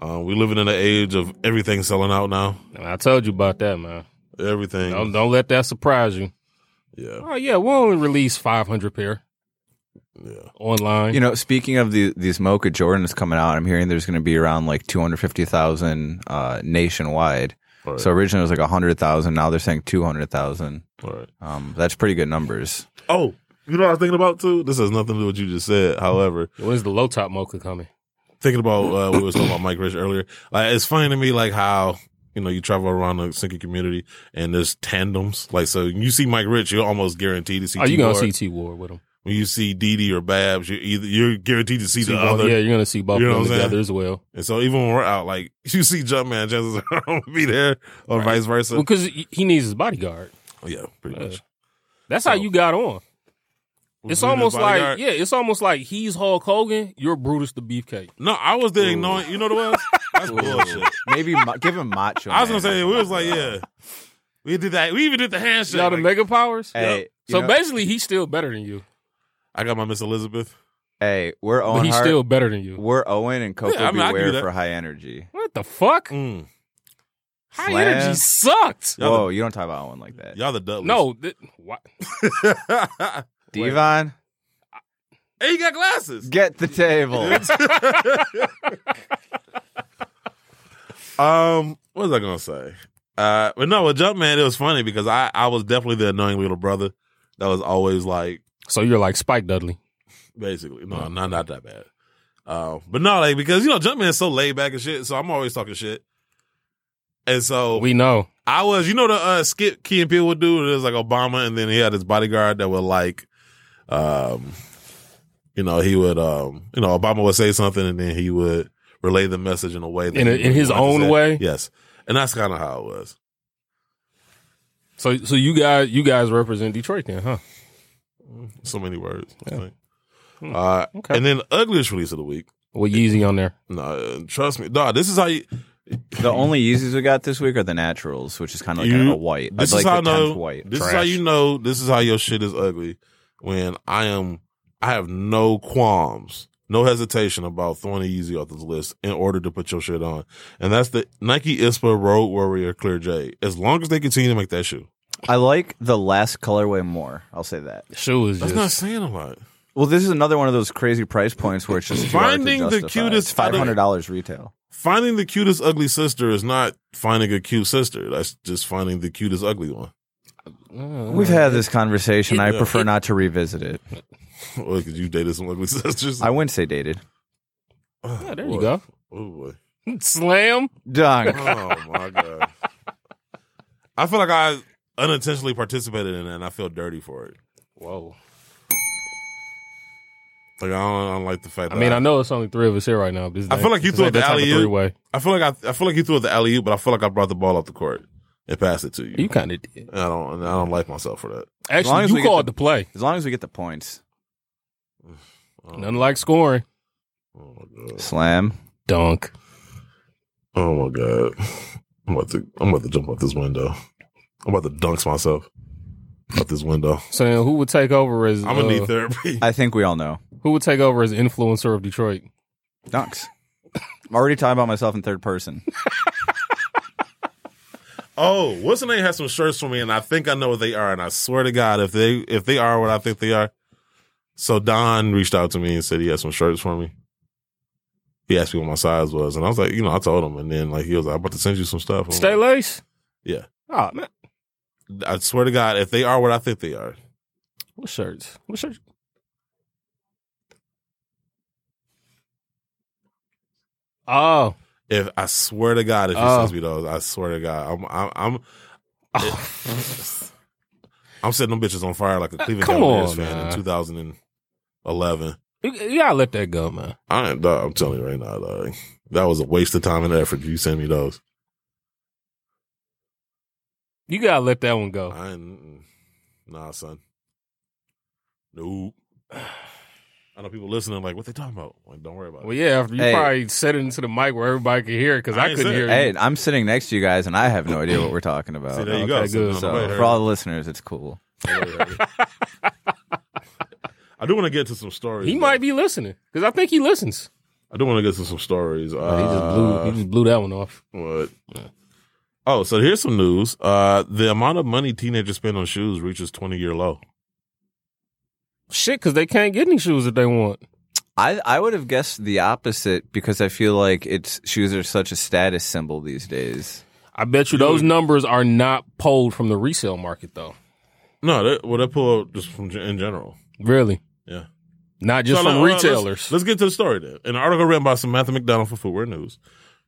Speaker 4: Uh, we living in the age of everything selling out now.
Speaker 2: And I told you about that, man.
Speaker 4: Everything.
Speaker 2: Don't don't let that surprise you.
Speaker 4: Yeah,
Speaker 2: Oh yeah, we'll only release five hundred pair
Speaker 4: yeah.
Speaker 2: online.
Speaker 5: You know, speaking of the, these Mocha Jordans coming out, I'm hearing there's going to be around like 250,000 uh, nationwide.
Speaker 4: All right.
Speaker 5: So originally it was like 100,000. Now they're saying 200,000.
Speaker 4: all right.
Speaker 5: Um, that's pretty good numbers.
Speaker 4: Oh, you know what I was thinking about too. This has nothing to do with what you just said. However,
Speaker 2: When's the low top mocha coming?
Speaker 4: thinking about uh, we were talking about Mike Rich earlier. Like it's funny to me, like how you know you travel around the Sinking community and there's tandems. Like so, you see Mike Rich, you're almost guaranteed to Oh, see.
Speaker 2: Are Oh, you gonna
Speaker 4: T-Ward.
Speaker 2: see T Ward with him?
Speaker 4: when you see Dee Dee or Babs? You're either you're guaranteed to see the
Speaker 2: T-Ward,
Speaker 4: other.
Speaker 2: yeah, you're gonna see both
Speaker 4: You know
Speaker 2: of
Speaker 4: what
Speaker 2: them
Speaker 4: I'm saying?
Speaker 2: together as well.
Speaker 4: And so even when we're out, like [laughs] you see Jumpman, chances are I'm [laughs] gonna be there, or vice versa. Oh,
Speaker 2: Because he he needs his bodyguard.
Speaker 4: Yeah, pretty much.
Speaker 2: That's how you got on. Uh, It's
Speaker 4: Brutus
Speaker 2: almost like
Speaker 4: Bodyguard.
Speaker 2: yeah, it's almost like he's Hulk Hogan, you're Brutus the Beefcake.
Speaker 4: No, I was there ignoring. You know what it was? That's bullshit.
Speaker 5: Maybe mo- give him macho.
Speaker 4: I was gonna
Speaker 5: Man.
Speaker 4: say we was like yeah. We did that. We even did the handshake.
Speaker 2: Y'all the
Speaker 4: Like,
Speaker 2: mega powers.
Speaker 5: Hey, you
Speaker 2: so
Speaker 5: know-
Speaker 2: basically, he's still better than you,
Speaker 4: I got my Miss Elizabeth.
Speaker 5: Hey, we're
Speaker 2: but
Speaker 5: Owen
Speaker 2: he's
Speaker 5: Hart.
Speaker 2: still better than you.
Speaker 5: we're Owen and Coco
Speaker 4: Yeah, I mean, I can do
Speaker 5: Beware
Speaker 4: that.
Speaker 5: for high energy.
Speaker 2: What the fuck?
Speaker 4: Mm.
Speaker 2: High
Speaker 5: Slam.
Speaker 2: energy sucked.
Speaker 4: Y'all
Speaker 5: Whoa, you don't talk about Owen like that.
Speaker 4: Y'all the Dudleys. [laughs]
Speaker 2: No, th- what?
Speaker 4: and
Speaker 5: Devon,
Speaker 4: you got glasses.
Speaker 5: get
Speaker 4: [laughs]
Speaker 5: the table.
Speaker 4: Um, what was I gonna say? Uh, but no, with Jumpman, it was funny because I I was definitely the annoying little brother that was always like
Speaker 2: So you're like Spike Dudley.
Speaker 4: basically no, not not that bad. Um, but no, like because you know Jumpman's so laid back and shit, so I'm always talking shit. And so
Speaker 2: We know.
Speaker 4: I was, you know, the uh, skit Key and Peele would do. It was like Obama, and then he had his bodyguard that would like, um, you know, he would, um, you know, Obama would say something, and then he would relay the message in a way that
Speaker 2: In a-
Speaker 4: he
Speaker 2: in his
Speaker 4: wanted to
Speaker 2: own
Speaker 4: say.
Speaker 2: way?
Speaker 4: Yes, and that's kind of how it was.
Speaker 2: So so you guys you guys represent Detroit then, huh?
Speaker 4: So many words. I think.
Speaker 2: Hmm.
Speaker 4: Uh, And then the ugliest release of the week.
Speaker 2: With Yeezy on there.
Speaker 4: No, uh, trust me, dog. This is how you.
Speaker 5: the only Yeezys we got this week are the Naturals, which is kind of like
Speaker 4: You-
Speaker 5: a white.
Speaker 4: This
Speaker 5: I'd
Speaker 4: is
Speaker 5: like
Speaker 4: how I
Speaker 5: the 10th
Speaker 4: know.
Speaker 5: white.
Speaker 4: This is
Speaker 5: Trash.
Speaker 4: how you know. This is how your shit is ugly. When I am, I have no qualms, no hesitation about throwing a Yeezy off this list in order to put your shit on, and that's the Nike Ispa Road Warrior Clear J. As long as they continue to make that shoe,
Speaker 5: I like the last colorway more. I'll say that.
Speaker 2: Shoe is
Speaker 4: that's
Speaker 2: just
Speaker 4: not saying a lot.
Speaker 5: Well, this is another one of those crazy price points where it's just too hard to
Speaker 4: Finding the
Speaker 5: justify.
Speaker 4: cutest-
Speaker 5: It's five hundred dollars retail.
Speaker 4: Finding the cutest ugly sister is not finding a cute sister. That's just finding the cutest ugly one. [laughs]
Speaker 2: uh,
Speaker 5: We've had this conversation. I
Speaker 4: Yeah.
Speaker 5: prefer not to revisit it.
Speaker 4: Well, because you dated some ugly [laughs] sisters.
Speaker 5: I wouldn't say dated.
Speaker 2: Yeah, there you go.
Speaker 4: Oh
Speaker 2: [laughs]
Speaker 4: boy.
Speaker 2: Slam.
Speaker 5: Dunk.
Speaker 4: Oh my god. I feel like I unintentionally participated in that and I feel dirty for it.
Speaker 2: Whoa.
Speaker 4: Like I don't, I don't like the fact
Speaker 2: I
Speaker 4: that
Speaker 2: mean, I know it's only three of us here right now. But this
Speaker 4: I feel like you threw the alley
Speaker 2: three way.
Speaker 4: I feel like I I feel like you threw the alley oop, but I feel like I brought the ball off the court and passed it to you.
Speaker 2: You kind of did.
Speaker 4: And I don't and I don't like myself for that.
Speaker 5: long
Speaker 2: Actually,
Speaker 5: as we
Speaker 2: you
Speaker 5: get
Speaker 2: called
Speaker 5: the-
Speaker 2: the play.
Speaker 5: As long as we get the points.
Speaker 4: Oh,
Speaker 2: Nothing like scoring.
Speaker 5: Slam.
Speaker 2: Dunk.
Speaker 4: Oh my god. I'm about to I'm about to jump out this window. I'm about to dunks myself. out this window.
Speaker 2: Saying who would take over as
Speaker 4: I'm gonna
Speaker 2: uh,
Speaker 4: need therapy.
Speaker 5: I think we all know.
Speaker 2: who would take over as influencer of Detroit?
Speaker 5: Dunks. I'm already talking about myself in third person.
Speaker 4: Oh, what's the name? Has some shirts for me, and I think I know what they are. And I swear to God, if they if they are what I think they are, so Don reached out to me and said he had some shirts for me. He asked me what my size was, and I was like, you know, I told him, and then like he was like, I'm about to send you some stuff. I'm
Speaker 2: Stay
Speaker 4: like,
Speaker 2: lace.
Speaker 4: Yeah.
Speaker 2: Oh man,
Speaker 4: I swear to God, if they are what I think they are,
Speaker 2: what shirts? What shirts? Oh,
Speaker 4: if I swear to God, if he
Speaker 2: Oh.
Speaker 4: sends me those, I swear to God, I'm I'm I'm
Speaker 2: [laughs]
Speaker 4: I'm setting them bitches on fire like a Cleveland
Speaker 2: Uh, come
Speaker 4: Cavaliers
Speaker 2: on,
Speaker 4: fan
Speaker 2: man.
Speaker 4: in 2011.
Speaker 2: you, you gotta let that go, man.
Speaker 4: I ain't, dog, I'm telling you right now, dog, that was a waste of time and effort. if You send me those.
Speaker 2: You gotta let that one go.
Speaker 4: I ain't, mm-mm. nah, son. Nope. [sighs] I know people listening like, what they talking about? Like, don't worry about
Speaker 2: Well,
Speaker 4: it.
Speaker 2: yeah, after you
Speaker 5: Hey.
Speaker 2: probably said it into the mic where everybody could hear it because
Speaker 4: I
Speaker 2: I,
Speaker 4: ain't
Speaker 2: couldn't
Speaker 4: said-
Speaker 2: hear
Speaker 5: hey,
Speaker 2: you.
Speaker 5: I'm sitting next to you guys and I have no idea what we're talking about.
Speaker 4: See, there you
Speaker 2: okay,
Speaker 4: go.
Speaker 2: good.
Speaker 4: Sitting on the
Speaker 5: so
Speaker 4: way,
Speaker 5: for all the listeners, it's cool.
Speaker 4: Harry. [laughs] I do want to get to some stories.
Speaker 2: He
Speaker 4: though.
Speaker 2: might be listening because I think he listens.
Speaker 4: I do want to get to some stories. uh,
Speaker 2: he just blew. he just blew that one off.
Speaker 4: What? Oh, so here's some news. Uh, the amount of money teenagers spend on shoes reaches 20 year low.
Speaker 2: Shit, because they can't get any shoes that they want.
Speaker 5: I, I would have guessed the opposite because I feel like it's shoes are such a status symbol these days.
Speaker 2: I bet you those numbers are not pulled from the resale market though.
Speaker 4: No, that, well, that pull up just from gen- in general.
Speaker 2: Really,
Speaker 4: Yeah.
Speaker 2: not just
Speaker 4: So,
Speaker 2: from
Speaker 4: uh, let's-
Speaker 2: retailers.
Speaker 4: Let's, get to the story then. An article written by Samantha McDonald for Footwear News.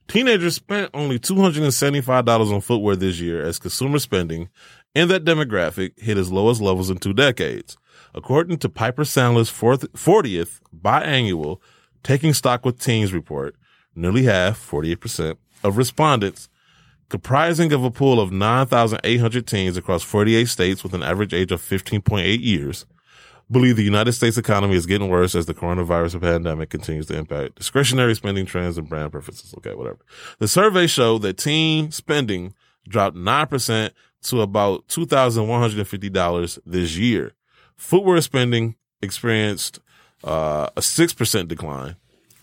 Speaker 4: Teenagers spent only $275 on footwear this year as consumer spending in that demographic hit its lowest levels in two decades. According to Piper Sandler's fourth, 40th biannual Taking Stock with Teens report, nearly half, 48%, of respondents comprising of a pool of 9,800 teens across 48 states with an average age of 15.8 years believe the United States economy is getting worse as the coronavirus pandemic continues to impact discretionary spending trends and brand preferences. Okay, whatever. The survey showed that teen spending dropped 9% to about $2,150 this year. Footwear spending experienced uh, a 6% decline,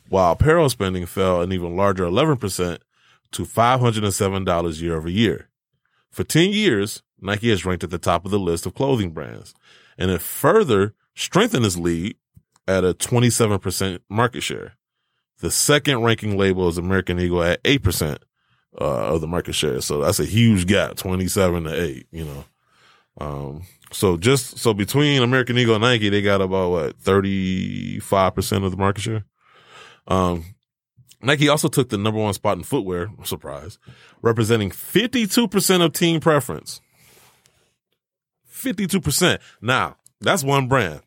Speaker 4: while apparel spending fell an even larger 11% to $507 year over year. For 10 years, Nike has ranked at the top of the list of clothing brands and it further strengthened its lead at a 27% market share. The second ranking label is American Eagle at 8% uh, of the market share. So that's a huge gap, 27 to 8, you know. Um, so just so between American Eagle and Nike, they got about what 35% of the market share. Um, Nike also took the number one spot in footwear, surprise, representing 52% of team preference. 52%. Now, that's one brand.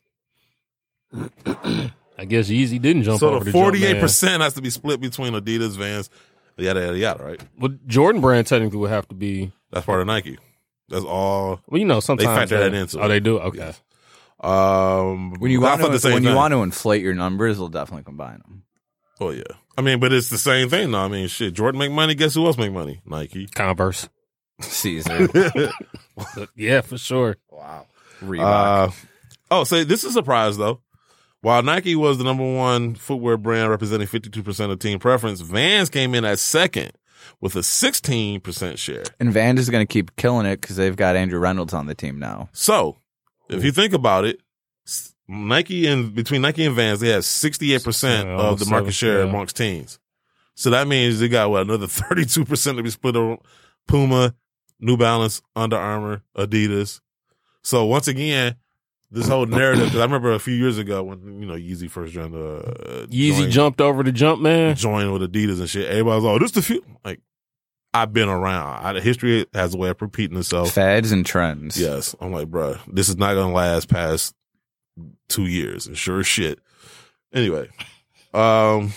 Speaker 2: I guess Yeezy didn't jump
Speaker 4: so
Speaker 2: over
Speaker 4: the
Speaker 2: the
Speaker 4: forty-eight
Speaker 2: 48%.
Speaker 4: percent has to be split between Adidas, Vans, yada yada yada. Right?
Speaker 2: Well, Jordan brand technically would have to be.
Speaker 4: That's part of Nike. That's all.
Speaker 2: Well, you know, sometimes
Speaker 4: factor that into
Speaker 2: Oh,
Speaker 4: it.
Speaker 2: they do. Okay,
Speaker 4: Um,
Speaker 5: When you
Speaker 4: I
Speaker 5: want
Speaker 4: thought the
Speaker 5: to,
Speaker 4: same
Speaker 5: when you
Speaker 4: thing.
Speaker 5: want to inflate your numbers, they'll definitely combine them.
Speaker 4: oh yeah. I mean, but it's the same thing. No, I mean, shit. Jordan make money. Guess who else make money? Nike.
Speaker 2: Converse.
Speaker 5: Caesar,
Speaker 4: [laughs]
Speaker 2: Yeah, for sure.
Speaker 5: Reebok.
Speaker 4: Uh, oh, so this is a surprise though. While Nike was the number one footwear brand representing 52% of team preference, Vans came in at second with a 16% share.
Speaker 5: and Van is going to keep killing it because they've got Andrew Reynolds on the team now.
Speaker 4: So, if you think about it, s- Nike and between Nike and Vans, they have 68%
Speaker 2: Yeah,
Speaker 4: of the
Speaker 2: almost seven,
Speaker 4: market share
Speaker 2: yeah.
Speaker 4: amongst teens. So that means they got what another [laughs] 32% to be split on Puma, New Balance, Under Armour, Adidas. So once again, this whole narrative because I remember a few years ago when you know Yeezy first joined uh,
Speaker 2: Yeezy
Speaker 4: joined,
Speaker 2: jumped over the jump man.
Speaker 4: joined with Adidas and shit. Everybody was like, "Oh, this the few." Like I've been around. I, history has a way of repeating itself.
Speaker 5: Fads and trends.
Speaker 4: Yes. I'm like, bruh, this is not gonna last past two years. And sure as shit. Anyway. Um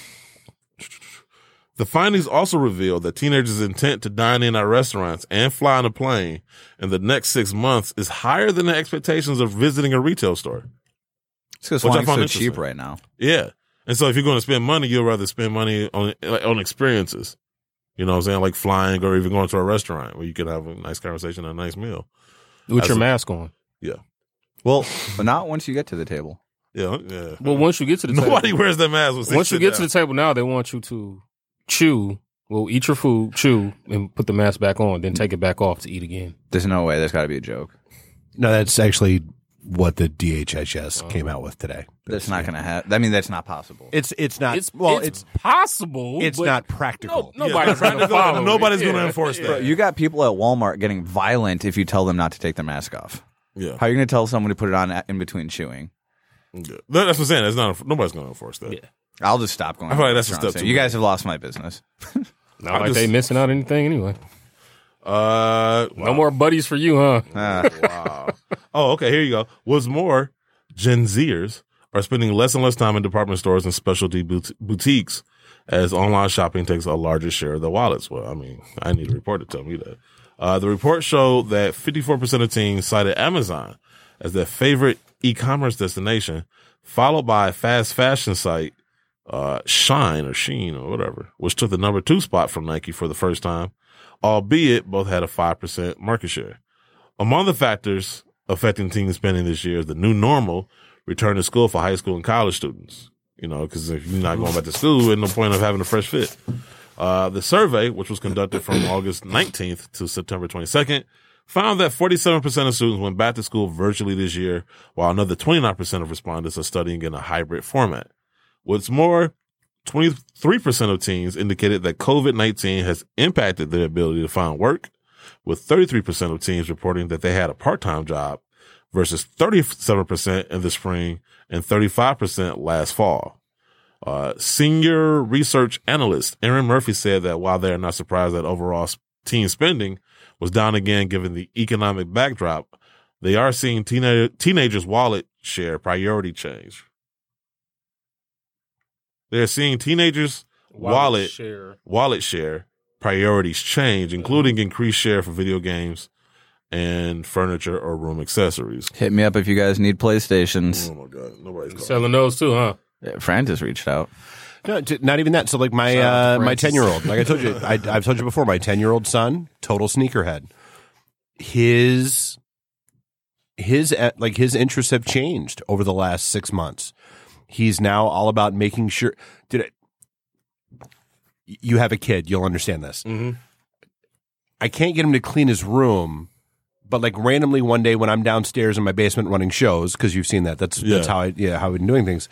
Speaker 4: the findings also reveal that teenagers' intent to dine in at restaurants and fly on a plane in the next six months is higher than the expectations of visiting a retail store.
Speaker 5: It's because
Speaker 4: Which I
Speaker 5: flying's
Speaker 4: found
Speaker 5: so
Speaker 4: interesting.
Speaker 5: cheap right now.
Speaker 4: Yeah. And so if you're going to spend money, you'd rather spend money on like, on experiences. You know what I'm saying? Like flying or even going to a restaurant where you can have a nice conversation and a nice meal.
Speaker 2: With
Speaker 4: As
Speaker 2: your
Speaker 4: a-
Speaker 2: mask on.
Speaker 4: Yeah.
Speaker 6: Well,
Speaker 5: But not once you get to the table.
Speaker 4: Yeah. Yeah.
Speaker 2: Well, once you get to the
Speaker 4: Nobody
Speaker 2: table,
Speaker 4: wears their mask. when they
Speaker 2: once you
Speaker 4: sit
Speaker 2: get to
Speaker 4: down.
Speaker 2: the table now, they want you to chew. Well, eat your food, chew, and put the mask back on, then take it back off to eat again.
Speaker 5: There's no way. There's got to be a joke.
Speaker 6: no, that's actually what the DHHS
Speaker 2: Oh.
Speaker 6: came out with today.
Speaker 5: That's not going to happen. I mean, that's not possible.
Speaker 6: It's it's not
Speaker 2: It's
Speaker 6: well,
Speaker 2: it's,
Speaker 6: it's
Speaker 2: possible.
Speaker 6: it's
Speaker 2: but
Speaker 6: not
Speaker 2: No,
Speaker 6: practical.
Speaker 2: nobody's trying to follow. it.
Speaker 4: [laughs] Nobody's going to
Speaker 2: Yeah.
Speaker 4: enforce that.
Speaker 5: you got people at Walmart getting violent if you tell them not to take their mask off.
Speaker 4: Yeah.
Speaker 5: How are you going to tell someone to put it on at- in between chewing?
Speaker 4: Yeah. That- That's what I'm saying. That's not nobody's going to enforce that.
Speaker 5: I'll just stop going.
Speaker 4: I feel like that's a step
Speaker 5: saying,
Speaker 4: too
Speaker 5: You
Speaker 4: far."
Speaker 5: guys have lost my business.
Speaker 2: Not
Speaker 4: I'm
Speaker 2: like
Speaker 4: just-
Speaker 2: they missing out anything anyway.
Speaker 4: Uh,
Speaker 2: No more buddies for you, huh?
Speaker 5: Uh,
Speaker 4: wow. oh, okay. Here you go. What's more, Gen Zers are spending less and less time in department stores and specialty bout- boutiques as online shopping takes a larger share of their wallets. Well, I mean, I need a report to tell me that. Uh, the report showed that 54% of teens cited Amazon as their favorite e commerce destination, followed by fast fashion site uh, Shine or Sheen or whatever, which took the number two spot from Nike for the first time, albeit both had a 5% market share. Among the factors affecting teen spending this year is the new normal return to school for high school and college students. You know, because if you're not going back to school, there's no point of having a fresh fit. Uh, the survey, which was conducted from August 19th to September 22nd, found that 47% of students went back to school virtually this year, while another 29% of respondents are studying in a hybrid format. What's more, 23% of teens indicated that COVID 19 has impacted their ability to find work, with 33% of teens reporting that they had a part time job versus 37% in the spring and 35% last fall. Uh, senior research analyst Aaron Murphy said that while they are not surprised that overall s- teen spending was down again given the economic backdrop, they are seeing teenager, teenagers' wallet share priority change. They're seeing teenagers' wallet
Speaker 2: share.
Speaker 4: wallet share priorities change, including increased share for video games and furniture or room accessories.
Speaker 5: hit me up if you guys need PlayStations.
Speaker 4: Oh my god, nobody's calling.
Speaker 2: Selling those too, huh?
Speaker 5: Uh, Francis reached out.
Speaker 6: No, t- not even that. So like my
Speaker 2: Shout out
Speaker 6: uh,
Speaker 2: to
Speaker 6: my
Speaker 2: Francis.
Speaker 6: ten year old, like I told you, I, I've told you before, my ten year old son, total sneakerhead. His his uh, like his interests have changed over the last six months. He's now all about making sure. Did it? You have a kid, you'll understand this.
Speaker 5: Mm-hmm.
Speaker 6: I can't get him to clean his room, but like randomly one day when I'm downstairs in my basement running shows, because you've seen that. That's that's
Speaker 4: Yeah.
Speaker 6: how I yeah how I've been doing things.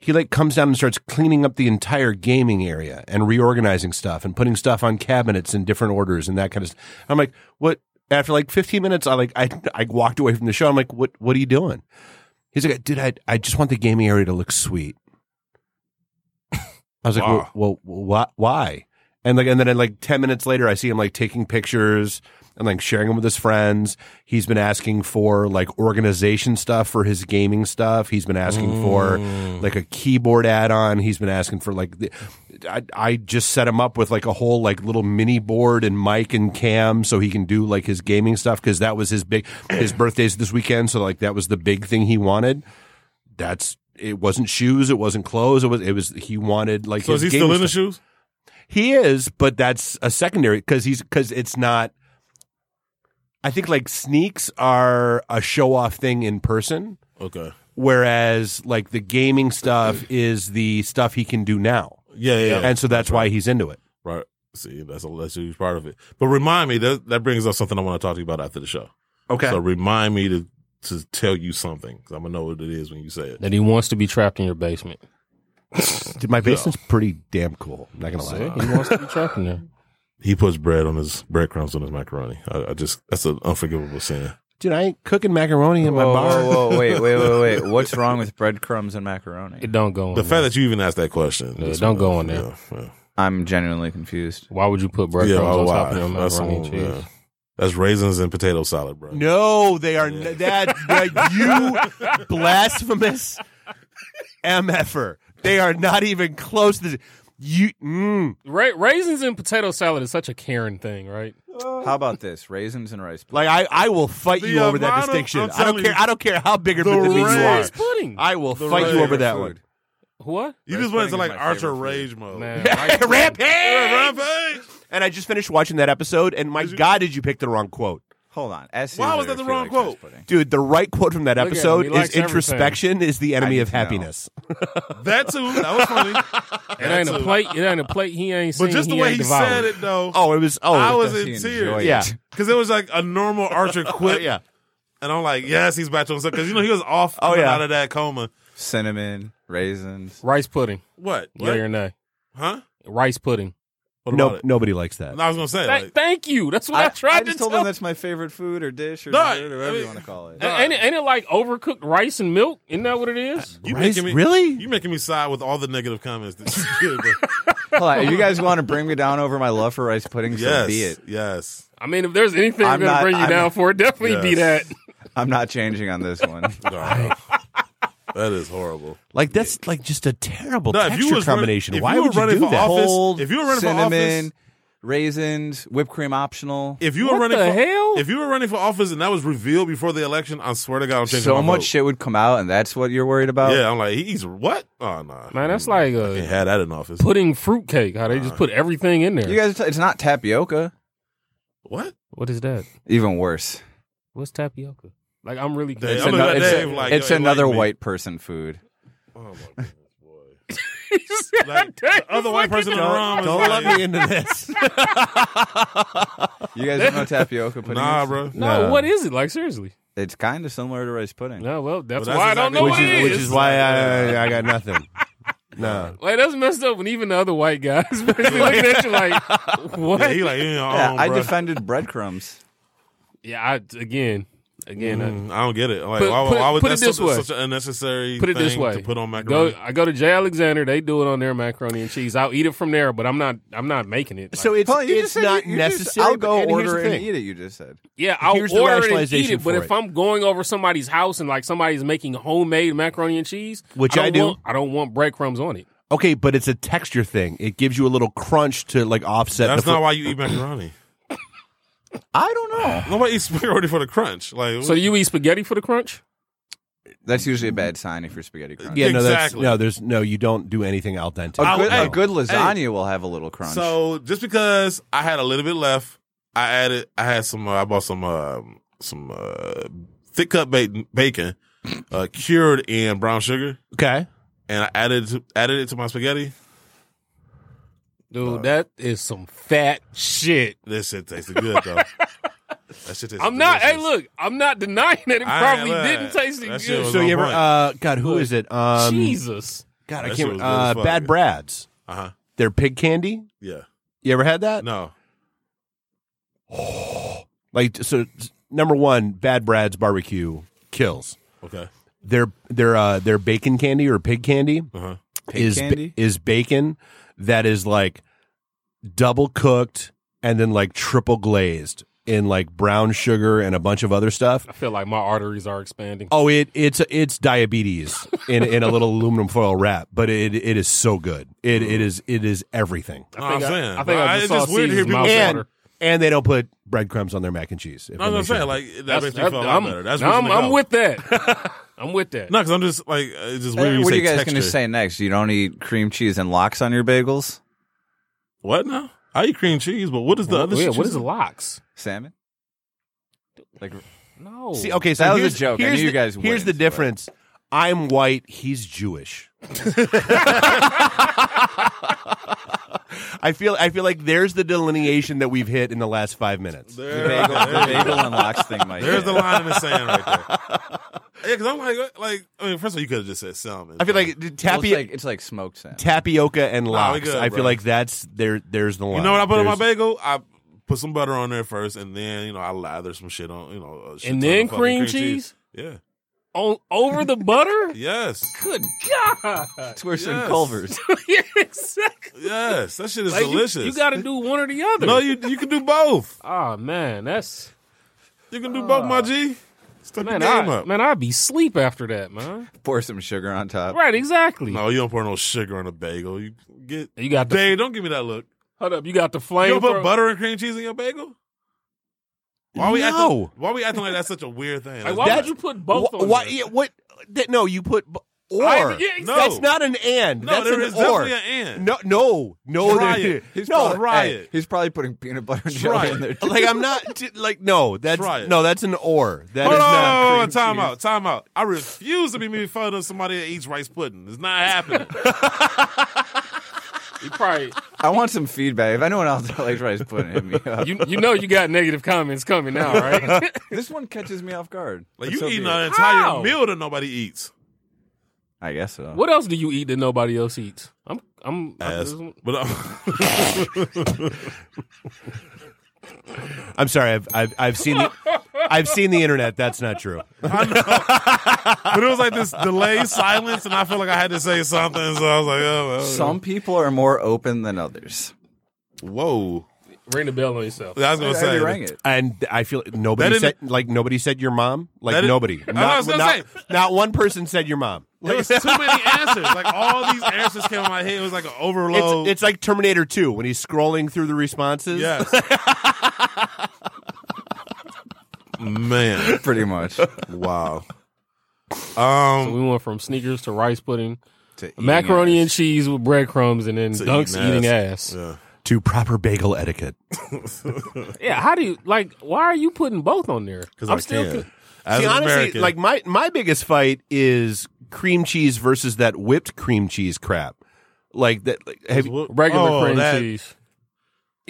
Speaker 6: He like comes down and starts cleaning up the entire gaming area and reorganizing stuff and putting stuff on cabinets in different orders and that kind of. St- I'm like, what? After like 15 minutes, I like I I walked away from the show. I'm like, what? What are you doing? He's like, dude, I I just want the gaming area to look sweet. [laughs] I was like,
Speaker 4: Wow.
Speaker 6: well, well, why? Why? And like, and then like ten minutes later, I see him like taking pictures and like sharing them with his friends. He's been asking for like organization stuff for his gaming stuff. He's been asking
Speaker 4: Mm.
Speaker 6: for like a keyboard add-on. He's been asking for like, the, I, I just set him up with like a whole like little mini board and mic and cam so he can do like his gaming stuff because that was his big his birthday's this weekend. So like that was the big thing he wanted. That's. It wasn't shoes. It wasn't clothes. It was. It was. He wanted like.
Speaker 4: So is
Speaker 6: his
Speaker 4: he
Speaker 6: gaming
Speaker 4: still in the
Speaker 6: stuff.
Speaker 4: shoes?
Speaker 6: He is, but that's a secondary because he's because it's not. I think like sneaks are a show off thing in person,
Speaker 4: Okay.
Speaker 6: whereas like the
Speaker 5: [clears throat]
Speaker 6: gaming stuff is the stuff he can do now,
Speaker 4: Yeah, yeah. yeah.
Speaker 6: and so that's why he's into it.
Speaker 4: right. See, that's a that's a huge part of it. But remind me that that brings up something I want to talk to you about after the show.
Speaker 6: Okay,
Speaker 4: So remind me to to tell you something 'cause I'm gonna know what it is when you say it.
Speaker 2: That he wants to be trapped in your basement.
Speaker 6: Dude, my basement's pretty damn cool. Not gonna lie.
Speaker 2: He wants to be trapped in there.
Speaker 4: He puts bread on his breadcrumbs on his macaroni. I, I just that's an unforgivable sin.
Speaker 6: Dude, I ain't cooking macaroni in my
Speaker 5: Whoa,
Speaker 6: bar.
Speaker 5: whoa, whoa, wait, wait, wait, wait. What's wrong with breadcrumbs and macaroni?
Speaker 2: It don't go on.
Speaker 4: The
Speaker 2: there.
Speaker 4: fact that you even asked that question.
Speaker 2: Oh, Yeah,
Speaker 4: just-
Speaker 2: don't go on there.
Speaker 4: Yeah, yeah.
Speaker 5: I'm genuinely confused.
Speaker 2: why would you put breadcrumbs
Speaker 4: Yeah,
Speaker 2: on top
Speaker 4: why?
Speaker 2: of your
Speaker 4: That's,
Speaker 2: macaroni and cheese?
Speaker 4: yeah. That's raisins and potato salad, bro.
Speaker 6: No, they are n- that like,
Speaker 5: [laughs]
Speaker 6: you blasphemous mf'er. They are not even close to you. Mm,
Speaker 2: Ra- raisins and potato salad is such a Karen thing, right?
Speaker 5: How about this? Raisins and rice.
Speaker 6: like I, I will fight
Speaker 4: The
Speaker 6: you over that
Speaker 4: amount of-
Speaker 6: distinction.
Speaker 4: I'm
Speaker 6: I don't
Speaker 4: telling
Speaker 6: care.
Speaker 4: you,
Speaker 6: I don't care how big or big the meat you are.
Speaker 4: raisins-
Speaker 2: Rice pudding.
Speaker 6: I will fight you over that one.
Speaker 2: what?
Speaker 4: You
Speaker 5: Rice
Speaker 4: just went into
Speaker 5: pudding
Speaker 4: like
Speaker 5: is my
Speaker 4: Archer
Speaker 5: favorite food.
Speaker 4: Rage mode.
Speaker 2: Man,
Speaker 4: [laughs]
Speaker 6: [laughs]
Speaker 2: rice-
Speaker 6: Rampage!
Speaker 4: Rampage!
Speaker 6: And I just finished watching that episode, and my God, did you pick the wrong quote?
Speaker 5: Hold on. S
Speaker 4: Why was
Speaker 5: user
Speaker 4: that the
Speaker 5: Felix
Speaker 4: wrong quote?
Speaker 5: Pudding.
Speaker 6: Dude, the right quote from that
Speaker 2: at him,
Speaker 6: episode
Speaker 2: he
Speaker 6: is
Speaker 2: likes everything.
Speaker 6: introspection is the enemy
Speaker 5: I
Speaker 6: of
Speaker 5: know.
Speaker 6: happiness.
Speaker 4: That too. That was funny.
Speaker 2: It ain't a
Speaker 4: too.
Speaker 2: plate. It ain't a plate. He ain't seen.
Speaker 4: But just the way he said it though,
Speaker 6: Oh, it was oh
Speaker 4: I was
Speaker 5: Does he
Speaker 4: in
Speaker 5: enjoy
Speaker 4: tears.
Speaker 5: it?
Speaker 4: [laughs]
Speaker 6: Yeah.
Speaker 4: Because it was like a normal Archer quit.
Speaker 6: yeah.
Speaker 4: And I'm like, yes, he's back to himself. Because, you know, he was off
Speaker 6: Oh,
Speaker 4: coming
Speaker 6: yeah.
Speaker 4: out of that coma.
Speaker 5: Cinnamon, raisins.
Speaker 2: Rice pudding.
Speaker 4: What?
Speaker 2: Yeah or nay?
Speaker 4: Huh?
Speaker 2: Rice pudding.
Speaker 4: What
Speaker 6: No,
Speaker 4: about it?
Speaker 6: nobody likes that.
Speaker 4: No, I was going to say,
Speaker 2: Th-
Speaker 4: like,
Speaker 2: thank you. That's what I, tried
Speaker 5: just
Speaker 2: to
Speaker 5: told
Speaker 2: tell.
Speaker 5: them that's my favorite food or dish or
Speaker 4: No, I-
Speaker 5: dessert or whatever
Speaker 4: I mean-
Speaker 5: you want to call it.
Speaker 2: A- ain't, it, ain't it like overcooked rice and milk? Isn't that what it is?
Speaker 4: you
Speaker 6: Rice-
Speaker 4: making me,
Speaker 6: really?
Speaker 4: You making me side with all the negative comments. That you did, but
Speaker 5: [laughs] Hold on, if you guys want to bring me down over my love for rice pudding, so
Speaker 4: yes.
Speaker 5: be it.
Speaker 4: Yes.
Speaker 2: I mean, if there's anything
Speaker 5: I'm
Speaker 2: I'm gonna
Speaker 5: not-
Speaker 2: bring you
Speaker 5: I'm-
Speaker 2: down for, it definitely be that.
Speaker 5: I'm not changing on this [laughs] one.
Speaker 4: No. that is horrible.
Speaker 6: Like that's like just a terrible
Speaker 4: No, if
Speaker 6: texture
Speaker 4: you was running-
Speaker 6: combination.
Speaker 4: if
Speaker 6: Why
Speaker 4: you were
Speaker 6: would you
Speaker 4: running
Speaker 6: do
Speaker 4: for
Speaker 6: that?
Speaker 4: office-
Speaker 5: Cold,
Speaker 4: if you were running for
Speaker 5: cinnamon,
Speaker 4: office-
Speaker 5: raisins, whipped cream optional.
Speaker 4: If you were
Speaker 2: What
Speaker 4: running
Speaker 2: the
Speaker 4: for,
Speaker 2: hell?
Speaker 4: If you were running for office and that was revealed before the election, I swear to God, I'm changing
Speaker 5: so
Speaker 4: my
Speaker 5: much
Speaker 4: vote.
Speaker 5: shit would come out, and that's what you're worried about.
Speaker 4: Yeah, I'm like, he's what? Oh, nah.
Speaker 2: Man, that's like
Speaker 4: Can't
Speaker 2: a
Speaker 4: have that in office.
Speaker 2: pudding fruitcake. How they just put everything in there.
Speaker 5: You guys, it's not tapioca.
Speaker 4: What?
Speaker 2: what is that?
Speaker 5: Even worse,
Speaker 2: What's tapioca? Like I'm really.
Speaker 4: Damn,
Speaker 2: confused.
Speaker 4: I'm
Speaker 5: ano-
Speaker 4: looking at
Speaker 2: [laughs]
Speaker 5: it's,
Speaker 4: Dave like,
Speaker 5: it's
Speaker 4: yo, you like
Speaker 5: another
Speaker 4: me.
Speaker 5: white person food.
Speaker 4: Oh, my goodness, boy.
Speaker 2: He said
Speaker 4: Like,
Speaker 2: that.
Speaker 4: the other white person in the room.
Speaker 6: Don't
Speaker 4: is
Speaker 6: let
Speaker 4: like, [laughs]
Speaker 6: me into this.
Speaker 5: You guys
Speaker 4: [laughs]
Speaker 5: don't know tapioca pudding?
Speaker 4: Nah,
Speaker 5: is?
Speaker 4: bro.
Speaker 2: No,
Speaker 6: No.
Speaker 2: what is it like? Seriously?
Speaker 5: It's kind of similar to rice pudding.
Speaker 2: No, well, that's,
Speaker 4: Well, that's
Speaker 2: why I don't
Speaker 4: exactly
Speaker 2: know
Speaker 4: what
Speaker 2: what
Speaker 4: you-
Speaker 2: it
Speaker 6: Which
Speaker 2: is.
Speaker 6: is why I, I got nothing.
Speaker 4: [laughs]
Speaker 6: No.
Speaker 2: Like that's messed up when even the other white guys [laughs] basically looking at you like,
Speaker 4: [laughs]
Speaker 2: what?
Speaker 4: Yeah,
Speaker 2: Yeah,
Speaker 4: he like, you know,
Speaker 5: Yeah, I
Speaker 4: bro.
Speaker 5: defended breadcrumbs.
Speaker 2: I, again, again, I-
Speaker 4: Mm, I don't get it. Like,
Speaker 2: Put-
Speaker 4: why,
Speaker 2: put-
Speaker 4: why would
Speaker 2: put it
Speaker 4: that's
Speaker 2: this
Speaker 4: such,
Speaker 2: way.
Speaker 4: such an unnecessary
Speaker 2: put it
Speaker 4: thing
Speaker 2: this way:
Speaker 4: to put on macaroni?
Speaker 2: Go, I go to Jay Alexander. They do it on their macaroni and cheese. I'll eat it from there, but I'm not. I'm not making it. Like,
Speaker 6: So it's
Speaker 5: Paul, you just
Speaker 6: it's
Speaker 5: said
Speaker 6: not
Speaker 5: you- you just-
Speaker 6: necessary.
Speaker 5: I'll go
Speaker 6: but- and here's
Speaker 5: order
Speaker 6: the
Speaker 5: and
Speaker 6: thing.
Speaker 5: eat it. You just said.
Speaker 2: yeah, I'll
Speaker 6: here's the
Speaker 2: order it and eat
Speaker 6: rationalization
Speaker 2: it. But
Speaker 6: for
Speaker 2: if
Speaker 6: it.
Speaker 2: I'm going over somebody's house and like somebody's making homemade macaroni and cheese,
Speaker 6: Which
Speaker 2: don't
Speaker 6: I do.
Speaker 2: want- I don't want breadcrumbs on it.
Speaker 6: Okay, but it's a texture thing. It gives you a little crunch to like offset.
Speaker 4: that's
Speaker 6: the
Speaker 4: not
Speaker 6: fl-
Speaker 4: why you eat macaroni.
Speaker 5: I don't know.
Speaker 4: Nobody eats [laughs] macaroni for the crunch. Like,
Speaker 2: So you eat spaghetti for the crunch?
Speaker 5: [sighs] That's usually a bad sign if you're spaghetti crunch.
Speaker 6: yeah, no, that's,
Speaker 4: Exactly.
Speaker 6: no. There's no. You don't do anything al dente.
Speaker 5: A
Speaker 4: I
Speaker 5: good,
Speaker 4: would-
Speaker 5: a good
Speaker 4: hey,
Speaker 5: lasagna will have a little crunch.
Speaker 4: So just because I had a little bit left, I added. I had some. Uh, I bought some um some uh, thick cut ba- bacon, uh, cured in brown sugar,
Speaker 6: Okay.
Speaker 4: and I added to, added it to my spaghetti.
Speaker 2: Dude, that is some fat shit.
Speaker 4: This shit tasted good though. that shit tasted.
Speaker 2: I'm not. Hey,
Speaker 4: delicious.
Speaker 2: look, I'm not denying that it
Speaker 4: I-
Speaker 2: probably
Speaker 4: look,
Speaker 2: didn't taste
Speaker 4: that
Speaker 2: it
Speaker 4: shit was
Speaker 2: good.
Speaker 6: So you
Speaker 4: on
Speaker 6: ever?
Speaker 4: point.
Speaker 6: Uh, God, who is it? Um,
Speaker 2: Jesus,
Speaker 6: God, I
Speaker 4: That shit
Speaker 6: can't.
Speaker 4: was
Speaker 6: remember.
Speaker 4: good as
Speaker 6: Uh,
Speaker 4: fuck.
Speaker 6: Bad Brad's.
Speaker 4: Uh huh.
Speaker 6: Their pig candy.
Speaker 4: Yeah.
Speaker 6: You ever had that?
Speaker 4: No.
Speaker 6: Like so. Number one, Bad Brad's barbecue kills.
Speaker 4: Okay.
Speaker 6: Their their uh, their bacon candy or pig candy
Speaker 4: Uh huh.
Speaker 5: Pig
Speaker 6: is
Speaker 5: candy?
Speaker 6: is bacon that is like double cooked and then like triple glazed in like brown sugar and a bunch of other stuff.
Speaker 2: I feel like my arteries are expanding.
Speaker 6: Oh, it it's it's diabetes in in a little aluminum foil wrap, but it it is so good. It it is it is everything.
Speaker 4: No, I'm saying.
Speaker 2: I think
Speaker 4: But
Speaker 2: I
Speaker 4: it's
Speaker 2: just
Speaker 4: just
Speaker 2: saw
Speaker 4: weird to hear
Speaker 2: Caesar's
Speaker 4: people-
Speaker 2: mouth
Speaker 4: And-
Speaker 2: water.
Speaker 6: And they don't put breadcrumbs on their mac and cheese. if
Speaker 4: I
Speaker 6: that
Speaker 4: was
Speaker 6: makes
Speaker 4: gonna say
Speaker 6: sense.
Speaker 4: like that
Speaker 2: That's-
Speaker 4: makes me
Speaker 2: that-
Speaker 4: feel a lot
Speaker 2: I'm,
Speaker 4: better. That's
Speaker 2: no, I'm,
Speaker 4: reason to
Speaker 2: I'm
Speaker 4: go.
Speaker 2: with
Speaker 4: [laughs]
Speaker 2: that. I'm with that.
Speaker 4: No, because I'm just like uh, it's just weird.
Speaker 5: Uh,
Speaker 4: you
Speaker 5: what are
Speaker 4: say
Speaker 5: you guys
Speaker 4: texture.
Speaker 5: going to say next? You don't eat cream cheese and lox on your bagels?
Speaker 4: What now? I eat cream cheese, but what is the
Speaker 2: Well,
Speaker 4: other?
Speaker 2: yeah,
Speaker 4: shit
Speaker 2: what
Speaker 4: you
Speaker 2: is the
Speaker 4: said?
Speaker 2: locks?
Speaker 5: Salmon? Like [laughs]
Speaker 2: No.
Speaker 6: See, okay, so
Speaker 5: That was a
Speaker 6: here's,
Speaker 5: joke. I
Speaker 6: Here's
Speaker 5: knew you
Speaker 6: the,
Speaker 5: guys
Speaker 6: Here's
Speaker 5: wouldn't,
Speaker 6: the
Speaker 5: but-
Speaker 6: difference. I'm white. He's Jewish. [laughs] I feel I feel like there's the delineation that we've hit in the last five minutes.
Speaker 4: [laughs]
Speaker 5: the
Speaker 4: There-
Speaker 5: bagel, the
Speaker 4: there you go.
Speaker 5: bagel and lox thing, Mike.
Speaker 4: There's the line in the sand right there. Yeah,
Speaker 6: [laughs]
Speaker 4: because I'm like, like, I mean, first of all, you could have just said salmon.
Speaker 6: I feel like the
Speaker 5: Well,
Speaker 6: tapi-
Speaker 5: it's, like, it's like smoked salmon.
Speaker 6: tapioca and
Speaker 4: Nah, we
Speaker 6: lox.
Speaker 4: good,
Speaker 6: I feel
Speaker 4: bro.
Speaker 6: like that's there. There's the line.
Speaker 4: you know what I put on my
Speaker 6: There's-
Speaker 4: bagel? I put some butter on there first, and then you know I lather some shit on, you know, a shit
Speaker 2: And
Speaker 4: ton of
Speaker 2: then
Speaker 4: fucking
Speaker 2: cream cheese?
Speaker 4: Yeah.
Speaker 2: O- over the
Speaker 4: [laughs]
Speaker 2: butter?
Speaker 4: Yes.
Speaker 2: Good [laughs] God.
Speaker 5: It's worse
Speaker 4: Yes.
Speaker 5: than Culver's.
Speaker 2: yeah, exactly.
Speaker 4: Yes. That shit is
Speaker 2: Like, you-
Speaker 4: delicious.
Speaker 2: You, got to do one or the other.
Speaker 4: no, you you can do both.
Speaker 2: oh, man. That's.
Speaker 4: You can do both, my G. Step
Speaker 2: Man,
Speaker 4: your game
Speaker 2: I,
Speaker 4: up.
Speaker 2: man, I'd be sleep after that, man.
Speaker 5: [laughs] Pour some sugar on top.
Speaker 2: Right, exactly.
Speaker 4: No, you don't pour no sugar on a bagel. You get
Speaker 2: You got the
Speaker 4: Dave. Don't give me that look.
Speaker 2: hold up. You got the
Speaker 4: You
Speaker 2: flame.
Speaker 4: don't put
Speaker 2: throw-
Speaker 4: butter and cream cheese in your bagel. Why we
Speaker 6: No.
Speaker 4: acting? Why we acting like that's such a weird thing?
Speaker 2: Like, why
Speaker 6: That's-
Speaker 2: would you put both?
Speaker 6: Wh-
Speaker 2: on
Speaker 6: why-
Speaker 2: there?
Speaker 6: yeah, what? That, no, you put. bu- or.
Speaker 2: I- yeah, ex-
Speaker 4: No.
Speaker 6: That's not an and.
Speaker 4: No,
Speaker 6: that's
Speaker 4: there
Speaker 6: an
Speaker 4: is
Speaker 6: or.
Speaker 4: definitely an and.
Speaker 6: No, no, no. there-
Speaker 4: Riot. He's
Speaker 6: no,
Speaker 4: probably- Riot.
Speaker 5: He's probably putting peanut butter and
Speaker 4: Try
Speaker 5: jelly
Speaker 4: it.
Speaker 5: in there. Too.
Speaker 6: Like I'm not t- like no. That's
Speaker 4: Try it.
Speaker 6: no. That's an or. That is
Speaker 4: Hold on,
Speaker 6: not.
Speaker 4: hold
Speaker 5: cream
Speaker 4: on, time
Speaker 5: cheese.
Speaker 4: out, time out. I refuse to be made fun of somebody that eats rice pudding. It's not happening.
Speaker 2: You probably
Speaker 5: I want some feedback. If anyone else that likes rice pudding,
Speaker 4: [laughs]
Speaker 5: hit me up.
Speaker 2: you you know you got negative comments coming now, right?
Speaker 5: this one catches me off guard.
Speaker 4: Like
Speaker 5: But
Speaker 4: you
Speaker 5: so
Speaker 4: eating
Speaker 5: be it.
Speaker 4: an entire
Speaker 2: How?
Speaker 4: meal that nobody eats.
Speaker 5: I guess so.
Speaker 2: what else do you eat that nobody else eats? I'm I'm, I'm
Speaker 4: Ass.
Speaker 2: just-
Speaker 4: But uh, [laughs]
Speaker 6: I'm sorry. I've I've, I've seen the, I've seen the internet. That's not true.
Speaker 4: but it was like this delayed silence, and I feel like I had to say something. So I was like, oh, well,
Speaker 5: Some people are more open than others.
Speaker 4: whoa.
Speaker 2: ring the bell on yourself.
Speaker 4: I was
Speaker 5: I
Speaker 4: gonna
Speaker 5: already
Speaker 4: say
Speaker 5: rang it.
Speaker 6: And I feel nobody
Speaker 4: That
Speaker 6: said
Speaker 4: didn't-
Speaker 6: like nobody said your mom.
Speaker 4: That
Speaker 6: Like
Speaker 4: didn't-
Speaker 6: nobody.
Speaker 4: I
Speaker 6: Not,
Speaker 4: was gonna
Speaker 6: not,
Speaker 4: say.
Speaker 6: not one person said your mom.
Speaker 4: There was too many answers. Like all these answers came in my head. It was like an overload.
Speaker 6: It's, it's like Terminator 2 when he's scrolling through the responses.
Speaker 4: yes. Man,
Speaker 5: Pretty
Speaker 6: [laughs]
Speaker 5: much.
Speaker 4: wow. Um,
Speaker 2: We went from sneakers to rice pudding,
Speaker 5: To eating
Speaker 2: macaroni
Speaker 5: ass.
Speaker 2: and cheese with breadcrumbs, and then dunks eating ass.
Speaker 4: Yeah.
Speaker 6: To proper bagel etiquette.
Speaker 2: Yeah, how do you like? Why are you putting both on there?
Speaker 4: Because I can.
Speaker 2: co-
Speaker 4: As
Speaker 6: See,
Speaker 4: an
Speaker 6: honestly,
Speaker 4: American,
Speaker 6: like my, my biggest fight is cream cheese versus that whipped cream cheese crap. Like that, like, have, you-
Speaker 2: regular
Speaker 4: Oh,
Speaker 2: cream
Speaker 4: that-
Speaker 2: cheese.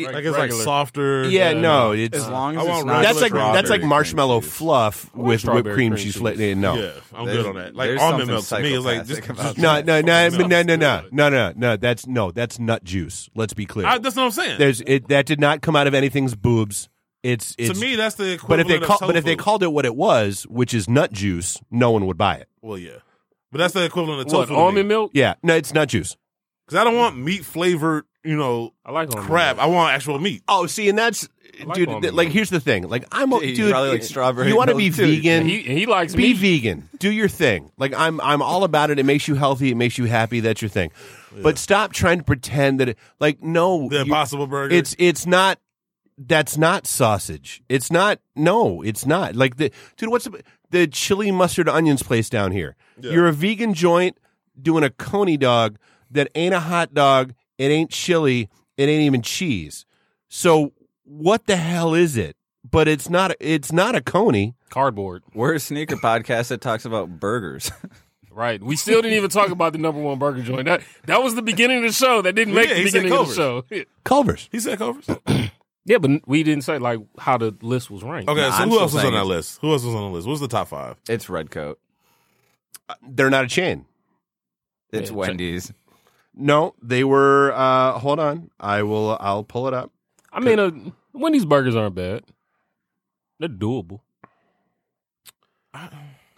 Speaker 4: Like
Speaker 2: Reg-
Speaker 4: it's like
Speaker 2: regular.
Speaker 4: softer.
Speaker 6: yeah, no, it's
Speaker 5: As long
Speaker 4: I
Speaker 5: as it's
Speaker 4: want
Speaker 5: not.
Speaker 4: regular
Speaker 6: that's like
Speaker 4: Strawberry
Speaker 6: that's like
Speaker 4: cream
Speaker 6: marshmallow
Speaker 4: cheese.
Speaker 6: fluff with whipped
Speaker 2: strawberry
Speaker 6: cream
Speaker 2: cream
Speaker 6: cheese.
Speaker 2: cheese.
Speaker 6: Fla- yeah, no,
Speaker 4: Yeah, I'm
Speaker 5: There's-
Speaker 4: good on that. Like
Speaker 5: there's
Speaker 4: almond
Speaker 5: something
Speaker 4: milk to me is like just,
Speaker 5: psychopathic about
Speaker 4: just-
Speaker 6: no, no, no,
Speaker 4: Fucking
Speaker 6: no, no, no,
Speaker 4: milk.
Speaker 6: no, no, no. That's no, that's nut juice. Let's be clear.
Speaker 4: I, that's what I'm saying.
Speaker 6: There's it that did not come out of anything's boobs. It's,
Speaker 4: to
Speaker 6: it's
Speaker 4: me, that's the equivalent.
Speaker 6: but if they
Speaker 4: of
Speaker 6: call, but if they
Speaker 4: tofu.
Speaker 6: called it what it was, which is nut juice, no one would buy it.
Speaker 4: well, yeah, but that's the equivalent of
Speaker 2: What
Speaker 4: tofu.
Speaker 2: almond milk?
Speaker 6: Yeah, no, it's nut juice.
Speaker 4: Because I don't want meat flavored, you know,
Speaker 2: I
Speaker 5: Oh,
Speaker 2: like almond
Speaker 4: crap. I want actual meat.
Speaker 6: Oh, see, and that's
Speaker 2: like
Speaker 6: dude.
Speaker 2: almond
Speaker 6: th- like,
Speaker 2: milk.
Speaker 6: here's the thing. Like, I'm
Speaker 5: Yeah,
Speaker 6: a
Speaker 5: you
Speaker 6: dude.
Speaker 5: probably like
Speaker 6: it-
Speaker 5: strawberry
Speaker 6: You want to be
Speaker 5: milk, too.
Speaker 6: vegan?
Speaker 2: He, he likes
Speaker 6: be
Speaker 2: meat.
Speaker 6: vegan. Do your thing. Like, I'm I'm all about it. It makes you healthy. It makes you happy. That's your thing. But stop trying to pretend that. It, like, no,
Speaker 4: The
Speaker 6: you-
Speaker 4: Impossible Burger.
Speaker 6: It's it's not. That's not sausage. It's not. No, it's not. Like the dude. What's the, the chili mustard onions place down here? You're a vegan joint doing a coney dog that ain't a hot dog. It ain't chili. It ain't even cheese. So what the hell is it? But it's not. It's not a coney.
Speaker 2: Cardboard.
Speaker 5: We're a sneaker podcast that talks about burgers. [laughs]
Speaker 2: Right. We still didn't even talk about the number one burger joint. That that was the beginning of the show. That didn't make
Speaker 4: Yeah,
Speaker 2: the
Speaker 4: he said
Speaker 2: beginning of the show. [laughs]
Speaker 6: Culver's.
Speaker 4: he said covers. okay,
Speaker 2: Yeah, but we didn't say like how the list was ranked.
Speaker 4: so
Speaker 5: I'm
Speaker 4: who else
Speaker 5: still
Speaker 4: was on
Speaker 5: saying
Speaker 4: that
Speaker 5: it.
Speaker 4: list? Who else was on the list? What's the top five?
Speaker 5: it's Redcoat.
Speaker 6: Uh, They're not a chain.
Speaker 5: It's
Speaker 2: Yeah,
Speaker 5: Wendy's.
Speaker 6: No, they were. Uh, hold on. I will. I'll pull it up.
Speaker 2: I mean, uh, Wendy's burgers aren't bad. They're doable.
Speaker 6: Uh,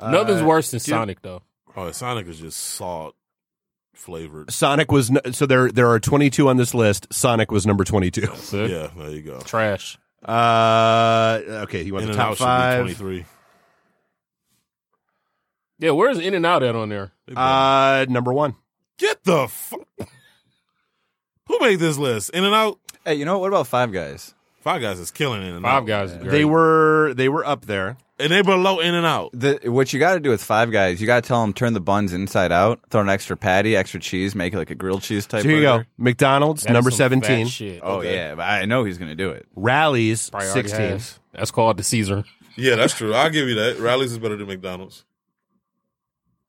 Speaker 2: Nothing's worse than Sonic though.
Speaker 4: Oh, Sonic is just salt flavored.
Speaker 6: Sonic was n- so there. There are twenty two on this list. Sonic was number twenty two.
Speaker 2: See?
Speaker 4: Yeah, there you go.
Speaker 2: Trash.
Speaker 6: Uh, okay, you want the top
Speaker 4: In-N-Out should be
Speaker 6: five?
Speaker 4: 23.
Speaker 2: Yeah, where's In and Out at on there?
Speaker 6: Uh, number one.
Speaker 4: Get the fuck. Who made this list? In and out.
Speaker 5: Hey, you know what? What about Five Guys?
Speaker 4: Five Guys is killing In and Out.
Speaker 2: Five guys. is great.
Speaker 6: They were they were up there.
Speaker 4: and they below In and Out.
Speaker 5: The, what you got to do with Five Guys, you got to tell them turn the buns inside out, throw an extra patty, extra cheese, make it like a grilled cheese type.
Speaker 6: So here you go.
Speaker 5: burger.
Speaker 6: McDonald's
Speaker 2: That is
Speaker 6: number
Speaker 2: some fat
Speaker 6: seventeen.
Speaker 2: Shit.
Speaker 5: Oh yeah, but I know he's gonna do it.
Speaker 6: Rallies
Speaker 2: Probably already
Speaker 6: sixteen.
Speaker 2: has. That's called the Caesar.
Speaker 4: Yeah, that's true. I'll give you that. Rallies is better than McDonald's.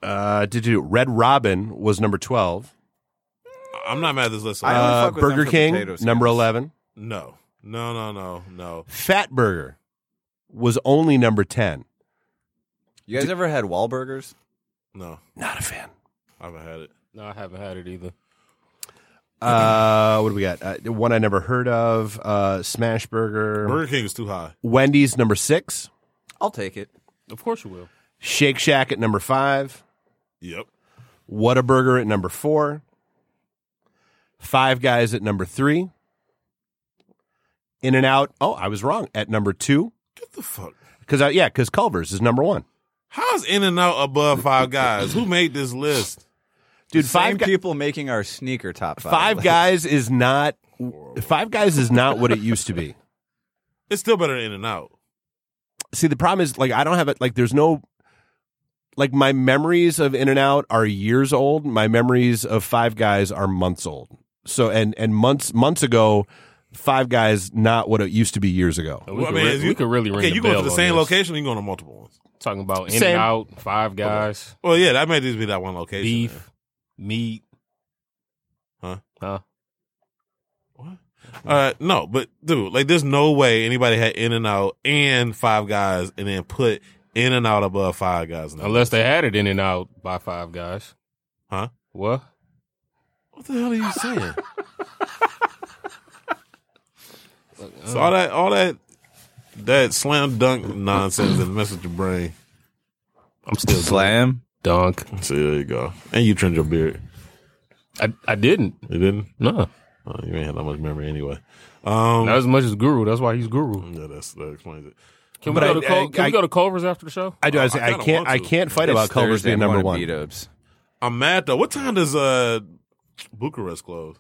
Speaker 6: Uh, did you Red Robin was number twelve.
Speaker 4: I'm not mad at this list.
Speaker 5: I only
Speaker 6: Uh,
Speaker 5: fuck with them
Speaker 6: Burger
Speaker 5: for
Speaker 6: King
Speaker 5: potato
Speaker 6: number
Speaker 5: skins.
Speaker 6: eleven.
Speaker 4: no, no, no, no, no.
Speaker 6: Fat Burger was only number ten.
Speaker 5: You guys ever had Wahlburgers?
Speaker 4: No,
Speaker 6: Not a fan.
Speaker 4: I haven't had it.
Speaker 2: No, I haven't had it either.
Speaker 6: Uh, what do we got? Uh, one I never heard of. Uh, Smash Burger.
Speaker 4: Burger King is too high.
Speaker 6: Wendy's number six.
Speaker 5: I'll take it.
Speaker 2: Of course you will.
Speaker 6: Shake Shack at number five.
Speaker 4: Yep.
Speaker 6: Whataburger at number four, Five Guys at number three, In and Out. Oh, I was wrong at number two
Speaker 4: Get the fuck.
Speaker 6: because yeah, because Culver's is number one.
Speaker 4: How's In and Out above Five Guys? Who made this list?
Speaker 6: Dude,
Speaker 5: Five
Speaker 6: Five Gu-
Speaker 5: people making our sneaker top five.
Speaker 6: Five
Speaker 5: Like,
Speaker 6: Guys is not Five Guys is not what it used to be.
Speaker 4: It's still better than In and Out.
Speaker 6: See, the problem is like I don't have it. Like, there's no like my memories of In and Out are years old. My memories of Five Guys are months old. So and and months months ago, Five Guys not what it used to be years ago.
Speaker 2: We,
Speaker 4: Well, I
Speaker 2: could,
Speaker 4: mean,
Speaker 2: re-
Speaker 4: is
Speaker 2: we
Speaker 4: you-
Speaker 2: could really ring
Speaker 4: Okay,
Speaker 2: the
Speaker 4: you
Speaker 2: bell
Speaker 4: go to the
Speaker 2: on
Speaker 4: same
Speaker 2: this.
Speaker 4: location, or you can go to multiple ones.
Speaker 2: Talking about In
Speaker 6: Same.
Speaker 2: and Out, Five Guys,
Speaker 4: Well, yeah, that may just be that one location.
Speaker 2: beef, meat.
Speaker 4: Uh, no, but dude, like, there's no way anybody had In and Out and Five Guys, and then put In and Out above Five Guys. Now.
Speaker 2: Unless they had it In and Out by Five Guys.
Speaker 4: Huh?
Speaker 2: What?
Speaker 4: What the hell are
Speaker 2: [laughs]
Speaker 4: you saying? so all that, all that, that slam dunk nonsense and mess with your brain.
Speaker 2: I'm still
Speaker 5: Slam.
Speaker 2: dunk.
Speaker 4: So there you go, and you trimmed your beard.
Speaker 2: I, I didn't.
Speaker 4: You didn't.
Speaker 2: No.
Speaker 4: Oh, you ain't had that much memory anyway. Um,
Speaker 2: Not as much as Guru. That's why he's Guru.
Speaker 4: yeah, that's, that explains it.
Speaker 2: Can, we
Speaker 6: But
Speaker 2: go,
Speaker 6: I-
Speaker 2: to Cul-
Speaker 6: I-
Speaker 2: can
Speaker 6: I-
Speaker 2: we go to Culver's after the show?
Speaker 6: I do. I, was
Speaker 4: I
Speaker 6: saying, I
Speaker 4: kinda
Speaker 6: can't.
Speaker 4: want
Speaker 6: I
Speaker 4: to.
Speaker 6: can't fight about
Speaker 5: It's
Speaker 6: Culver's
Speaker 5: Thursday
Speaker 6: being number
Speaker 5: morning
Speaker 6: one.
Speaker 5: beat-ups.
Speaker 4: I'm mad though. What time does uh Bucharest close?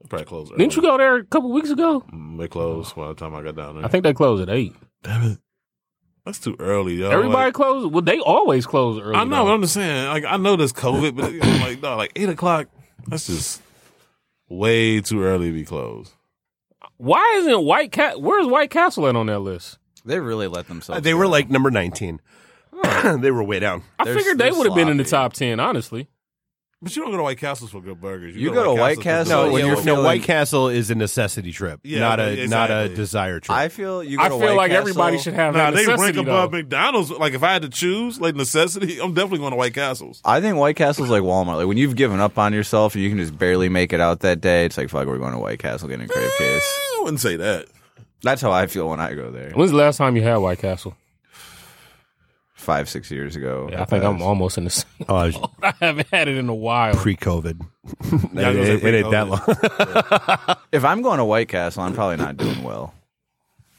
Speaker 4: It Probably close. Early.
Speaker 2: Didn't you go there a couple weeks ago?
Speaker 4: Mm, They closed by the time I got down there.
Speaker 2: I think they closed at eight.
Speaker 4: Damn it. That's too early, yo.
Speaker 2: Everybody
Speaker 4: Oh, Like,
Speaker 2: closed. Well, they always close early.
Speaker 4: I know.
Speaker 2: though.
Speaker 4: But I'm just saying. Like I know there's COVID, but you know, like no, like eight o'clock. That's just way too early to be closed.
Speaker 2: Why isn't White Cat? Where's White Castle at on that list?
Speaker 5: They really let themselves.
Speaker 6: They were like number nineteen. [laughs] they were way down.
Speaker 2: I
Speaker 5: They're-
Speaker 2: figured they
Speaker 5: they're
Speaker 2: would have been in the
Speaker 5: sloppy.
Speaker 2: top ten. Honestly,
Speaker 4: But you don't go to White Castles for good burgers.
Speaker 5: You go to White
Speaker 4: Castles
Speaker 6: Oh,
Speaker 5: Castle
Speaker 4: for
Speaker 5: when
Speaker 4: good
Speaker 5: you're
Speaker 4: food.
Speaker 5: feeling-
Speaker 6: No, White Castle is a necessity trip,
Speaker 4: Yeah,
Speaker 6: not a
Speaker 4: exactly.
Speaker 6: not a desire trip.
Speaker 5: I feel you. Go
Speaker 2: I
Speaker 5: to
Speaker 2: feel
Speaker 5: White
Speaker 2: like everybody
Speaker 5: Castle-
Speaker 2: should have
Speaker 4: Nah,
Speaker 2: that
Speaker 4: they rank
Speaker 2: necessity.
Speaker 4: above
Speaker 2: though.
Speaker 4: McDonald's. Like if I had to choose, like necessity, [laughs] I'm definitely going to White Castles.
Speaker 5: I think White Castle's like Walmart. Like when you've given up on yourself and you can just barely make it out that day, it's like fuck, we're going to White Castle getting a crave case.
Speaker 4: Eh, I wouldn't say that.
Speaker 5: That's how I feel when I go there.
Speaker 2: When's the last time you had White Castle?
Speaker 5: Five six years ago.
Speaker 2: Yeah, I think I'm almost in the same.
Speaker 6: Oh, it's
Speaker 2: [laughs] I haven't had it in a while.
Speaker 6: pre-COVID.
Speaker 4: Yeah, I was
Speaker 6: it,
Speaker 4: gonna say
Speaker 6: it- it ain't that long.
Speaker 4: pre-COVID.
Speaker 5: [laughs] If I'm going to White Castle, I'm probably not doing well.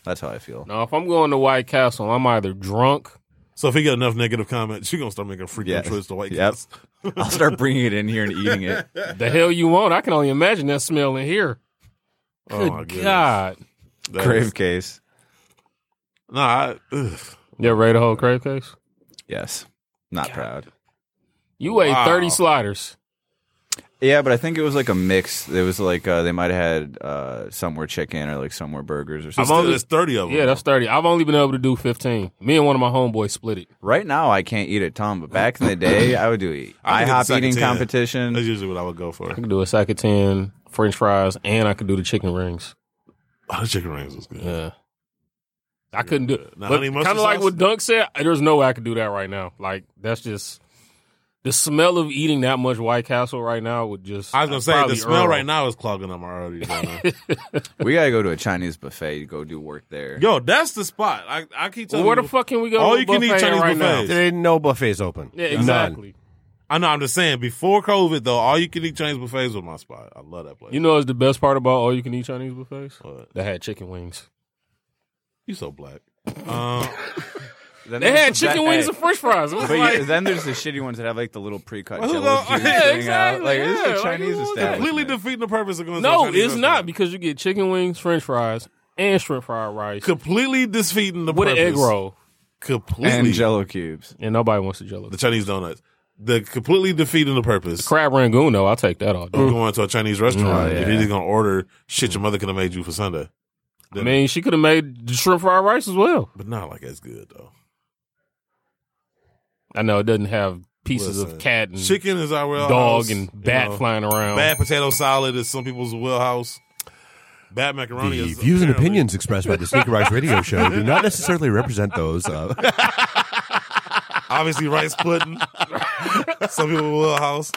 Speaker 5: That's how I feel.
Speaker 2: now, if I'm going to White Castle, I'm either drunk.
Speaker 4: So if he get enough negative comments, you gonna start making frequent
Speaker 5: Yeah.
Speaker 4: trips to White
Speaker 5: Yep.
Speaker 4: Castle.
Speaker 5: I'll start bringing it in here and
Speaker 2: [laughs]
Speaker 5: eating it.
Speaker 2: The hell you want? I can only imagine that smell in here.
Speaker 4: Oh, my
Speaker 2: Good
Speaker 4: goodness.
Speaker 2: God.
Speaker 4: That is-
Speaker 5: Crave case.
Speaker 4: Nah, I, ugh.
Speaker 2: You ever ate a whole crab case?
Speaker 5: Yes. Not proud.
Speaker 2: You ate 30 sliders.
Speaker 5: Yeah, but I think it was like a mix. It was like uh, they might have had uh, somewhere chicken or like somewhere burgers or
Speaker 4: There's
Speaker 5: something.
Speaker 4: still- there's thirty of them.
Speaker 2: Yeah, that's 30. I've only been able to do 15. Me and one of my homeboys split it.
Speaker 5: Right now, I can't eat a ton, but back in the day, I
Speaker 2: [coughs]
Speaker 5: would do eat.
Speaker 4: I
Speaker 5: I
Speaker 4: would get
Speaker 5: IHOP
Speaker 4: the
Speaker 5: eating
Speaker 4: second ten.
Speaker 2: [laughs]
Speaker 5: competition.
Speaker 4: that's usually what I would go for.
Speaker 2: I could do a sack of 10, french fries, and I could do the chicken rings.
Speaker 4: [laughs] Oh, the chicken rings was good.
Speaker 2: Yeah. I couldn't do it.
Speaker 4: Now,
Speaker 2: But
Speaker 4: honey
Speaker 2: kind
Speaker 4: mustard
Speaker 2: of like
Speaker 4: sauce?
Speaker 2: what Dunk said, there's no way I could do that right now. Like, that's just. The smell of eating that much White Castle right now would just.
Speaker 4: I was gonna say the
Speaker 2: probably
Speaker 4: smell
Speaker 2: Earl.
Speaker 4: right now is clogging up my arteries. right
Speaker 2: [laughs]
Speaker 4: now.
Speaker 5: We gotta go to a Chinese buffet to go do work there.
Speaker 4: Yo, that's the spot. I, I keep
Speaker 2: Well,
Speaker 4: telling
Speaker 2: where
Speaker 4: you.
Speaker 2: the fuck can we go?
Speaker 4: All
Speaker 2: to a
Speaker 4: you can eat
Speaker 2: buffet
Speaker 4: Chinese
Speaker 2: right now?
Speaker 4: buffets.
Speaker 6: There ain't no buffets open.
Speaker 2: Yeah,
Speaker 6: None.
Speaker 2: exactly.
Speaker 4: I know. I'm just saying. Before COVID, though, all you can eat Chinese buffets was my spot. I love that place.
Speaker 2: You know, it's the best part about all you can eat Chinese buffets.
Speaker 4: What?
Speaker 2: They had chicken wings.
Speaker 4: you so black. Uh,
Speaker 5: Then
Speaker 2: They
Speaker 5: there's
Speaker 2: had
Speaker 5: the
Speaker 2: chicken
Speaker 5: ba-
Speaker 2: wings
Speaker 5: hey,
Speaker 2: and French fries.
Speaker 4: [laughs]
Speaker 2: It was
Speaker 5: But
Speaker 2: like,
Speaker 5: yeah, then there's the shitty ones that have like the
Speaker 2: [laughs]
Speaker 5: little pre-cut
Speaker 4: Who
Speaker 5: jello
Speaker 4: go-
Speaker 5: juice
Speaker 4: Yeah,
Speaker 5: hanging out.
Speaker 2: exactly,
Speaker 5: Like this
Speaker 2: yeah,
Speaker 5: is
Speaker 2: like,
Speaker 5: a Chinese
Speaker 2: who-
Speaker 5: establishment.
Speaker 4: completely defeating the purpose of going. to a
Speaker 2: no,
Speaker 4: Chinese
Speaker 2: it's not
Speaker 4: restaurant.
Speaker 2: because you get chicken wings, French fries, and shrimp fried rice
Speaker 4: completely defeating the
Speaker 2: with an
Speaker 4: purpose.
Speaker 2: egg roll,
Speaker 4: Completely.
Speaker 5: and jello cubes.
Speaker 2: and nobody wants the Jello.
Speaker 4: the Chinese donuts. The completely defeating the purpose.
Speaker 2: Crab rangoon, though, I'll take that all day.
Speaker 4: of going to a Chinese
Speaker 2: Mm,
Speaker 4: restaurant
Speaker 5: Oh,
Speaker 4: if
Speaker 5: yeah.
Speaker 4: you're just gonna order shit your mother could have made you for Sunday.
Speaker 2: I mean, she could have made the shrimp fried rice as well.
Speaker 4: But not like as good though.
Speaker 2: I know it doesn't have pieces
Speaker 4: Listen,
Speaker 2: of cat and
Speaker 4: Chicken is our wheelhouse.
Speaker 2: Mm. dog and
Speaker 4: you
Speaker 2: bat
Speaker 4: know.
Speaker 2: flying around.
Speaker 8: Oh.
Speaker 4: Bad potato salad is some people's wheelhouse. Bad macaroni
Speaker 6: The
Speaker 4: is
Speaker 6: views and
Speaker 4: apparently-
Speaker 6: opinions
Speaker 5: [laughs]
Speaker 6: expressed by the Sneaker Rocks Radio Show do not necessarily represent those.
Speaker 7: uh,
Speaker 6: of
Speaker 4: Obviously rice
Speaker 8: [laughs]
Speaker 4: pudding. some people's wheelhouse.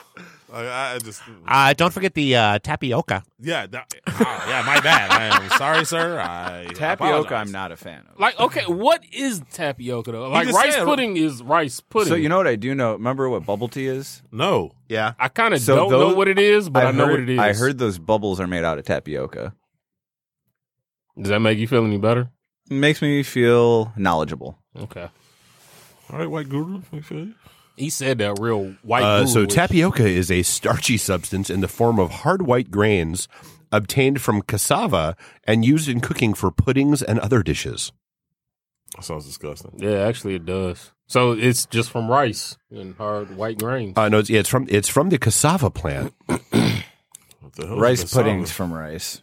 Speaker 4: Like, I I just
Speaker 8: Uh, don't forget the uh, tapioca.
Speaker 4: yeah that, ah, yeah my bad. I am sorry, sir. I
Speaker 5: Tapioca,
Speaker 4: apologize.
Speaker 5: I'm not a fan of.
Speaker 2: like, okay, what is tapioca though? Like
Speaker 4: just
Speaker 2: rice
Speaker 4: said-
Speaker 2: pudding is rice pudding.
Speaker 5: So you know what I do know? Remember what bubble tea is?
Speaker 4: No,
Speaker 6: yeah,
Speaker 2: I kind of
Speaker 5: So
Speaker 2: don't
Speaker 5: those-
Speaker 2: know what it is, but I, know
Speaker 5: heard,
Speaker 2: what it is.
Speaker 5: I heard those bubbles are made out of tapioca.
Speaker 2: Does that make you feel any better?
Speaker 5: It makes me feel knowledgeable.
Speaker 2: Okay.
Speaker 4: all right, white guru. I feel you.
Speaker 2: He said that real white.
Speaker 6: Uh,
Speaker 2: guru
Speaker 6: so
Speaker 2: was-
Speaker 6: tapioca is a starchy substance in the form of hard white grains obtained from cassava and used in cooking for puddings and other dishes.
Speaker 4: That sounds disgusting.
Speaker 2: Yeah, actually, it does. So it's just from rice and hard white grains.
Speaker 7: Uh, no, it's, yeah, it's from it's from the cassava plant.
Speaker 4: What the hell is
Speaker 5: Rice
Speaker 4: cassava?
Speaker 5: pudding's from rice.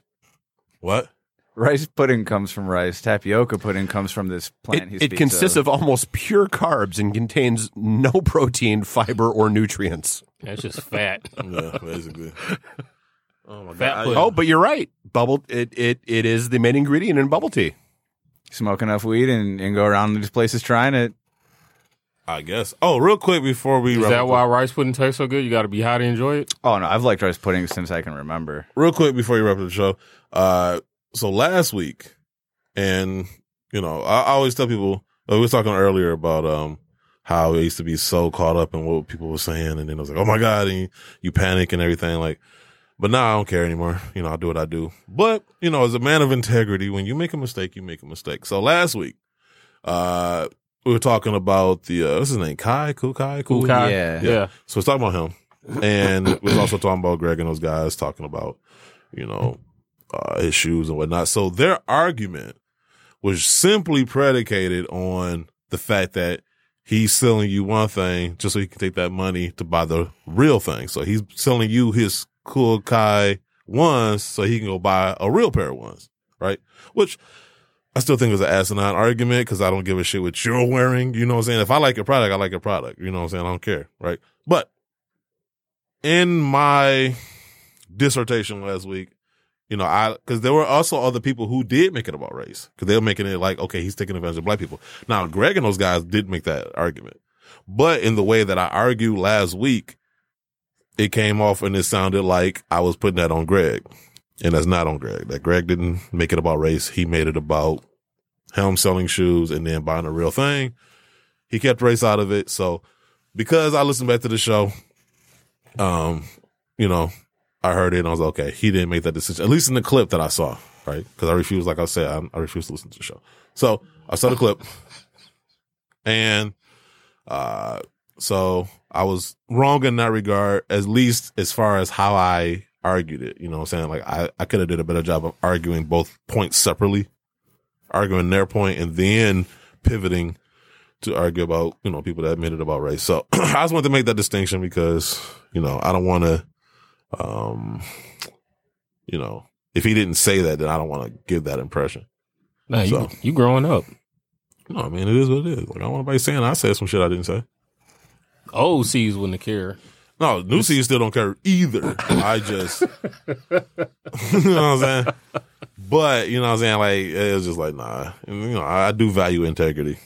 Speaker 4: What?
Speaker 5: Rice pudding comes from rice. Tapioca pudding comes from this plant. he
Speaker 7: It,
Speaker 5: speaks uh,
Speaker 7: it consists of almost pure carbs and contains no protein, fiber, or nutrients.
Speaker 2: That's just [laughs] fat.
Speaker 4: Yeah, basically. Oh my
Speaker 2: Fat
Speaker 4: god!
Speaker 2: pudding.
Speaker 7: Oh, but you're right. Bubble it it, it is the main ingredient in bubble tea.
Speaker 5: smoke enough weed and, and go around these places trying it.
Speaker 4: I, I guess. Oh, real quick before we
Speaker 2: Is
Speaker 4: wrap
Speaker 2: that
Speaker 4: up-
Speaker 2: why rice pudding tastes so good? You got to be high to enjoy it.
Speaker 5: Oh no, I've liked rice pudding since I can remember.
Speaker 4: real quick before you wrap up the show. Uh, so last week, and you know, I, I always tell people uh, we were talking earlier about um how I used to be so caught up in what people were saying, and then I was like, oh my god, and you, you panic and everything. Like, but now I don't care anymore. You know, I do what I do. But you know, as a man of integrity, when you make a mistake, you make a mistake. So last week, uh, we were talking about the uh, what's his name, Kai Kukai Kukai.
Speaker 2: Kukai.
Speaker 5: yeah.
Speaker 2: Yeah.
Speaker 4: So it's talking about him, and we was also talking about Greg and those guys talking about you know uh, his shoes and whatnot. So their argument was simply predicated on the fact that he's selling you one thing just so he can take that money to buy the real thing. So he's selling you his cool Kai ones so he can go buy a real pair of ones, right? Which I still think it was an asinine argument because I don't give a shit what you're wearing. You know what I'm saying? If I like your product, I like your product. You know what I'm saying? I don't care, right? But in my dissertation last week, you know, I because there were also other people who did make it about race because they were making it like, okay, he's taking advantage of black people. Now, Greg and those guys did make that argument, but in the way that I argued last week, it came off and it sounded like I was putting that on Greg, and that's not on Greg. That Greg didn't make it about race; he made it about him selling shoes and then buying a real thing. He kept race out of it, so because I listened back to the show, um, you know, I heard it and I was like, okay, he didn't make that decision, at least in the clip that I saw, right? Because I refuse, like I said, I, I refuse to listen to the show. So I saw the clip and, uh, so I was wrong in that regard, at least as far as how I argued it. You know what I'm saying? Like I, I could have did a better job of arguing both points separately, arguing their point and then pivoting to argue about, you know, people that made it about race. So [clears throat] I just wanted to make that distinction because, you know, I don't want to, um, you know, if he didn't say that, then I don't want to give that impression.
Speaker 2: Nah, you,
Speaker 4: So-
Speaker 2: you growing up.
Speaker 4: No, I mean, it is what it is. Like, I don't want anybody saying I said some shit I didn't say.
Speaker 2: Old C's wouldn't care.
Speaker 4: No, new C still don't care either. I just, [laughs] you know what I'm saying? But, you know what I'm saying? Like, it was just like, nah. And, you know, I, I do value integrity.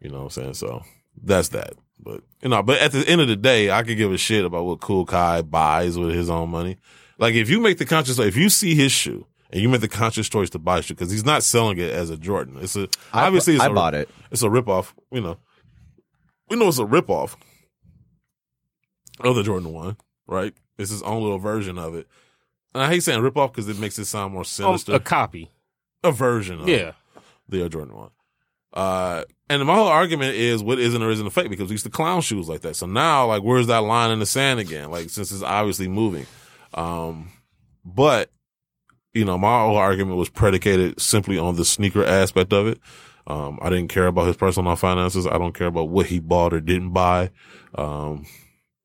Speaker 4: You know what I'm saying? So that's that. But, you know, but at the end of the day, I could give a shit about what Cool Kai buys with his own money. Like, if you make the conscious, if you see his shoe and you make the conscious choice to buy a shoe, because he's not selling it as a Jordan. It's a,
Speaker 5: I,
Speaker 4: obviously, it's
Speaker 5: I
Speaker 4: a-
Speaker 5: bought it.
Speaker 4: it's a ripoff. You know, we know it's a ripoff of the Jordan One, right? It's his own little version of it. And I hate saying ripoff because it makes it sound more
Speaker 2: Um,
Speaker 4: sinister.
Speaker 2: a copy.
Speaker 4: a version of
Speaker 2: Yeah.
Speaker 4: the Air Jordan One. Uh, and my whole argument is what isn't or isn't a fake because we used to clown shoes like that. So now, like, where's that line in the sand again? Like, since it's obviously moving. Um, but you know, my whole argument was predicated simply on the sneaker aspect of it. Um, I didn't care about his personal finances. I don't care about what he bought or didn't buy. Um,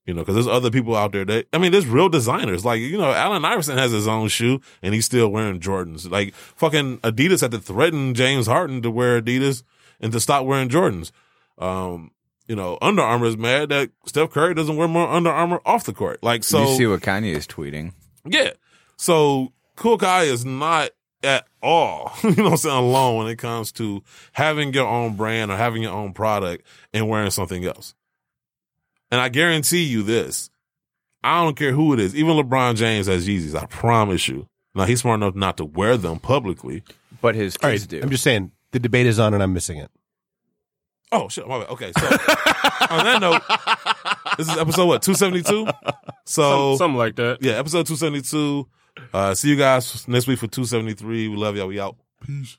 Speaker 4: you know, because there's other people out there that I mean, there's real designers. Like you know, Allen Iverson has his own shoe and he's still wearing Jordans. Like fucking Adidas had to threaten James Harden to wear Adidas and to stop wearing Jordans. Um, you know, Under Armour is mad that Steph Curry doesn't wear more Under Armour off the court. Like so,
Speaker 5: you see what Kanye is tweeting.
Speaker 4: yeah. So Cool Guy is not at all, [laughs] you know what I'm saying, alone when it comes to having your own brand or having your own product and wearing something else. And I guarantee you this. I don't care who it is. Even LeBron James has Yeezys. I promise you. Now he's smart enough not to wear them publicly.
Speaker 5: But his kids do.
Speaker 7: I'm just saying the debate is on and I'm missing it.
Speaker 4: Oh shit! My bad. Okay, so on that note, this is episode what two seventy two. So
Speaker 2: Something like that.
Speaker 4: yeah, episode 272. Uh, see you guys next week for 273. We love y'all. We out. Peace.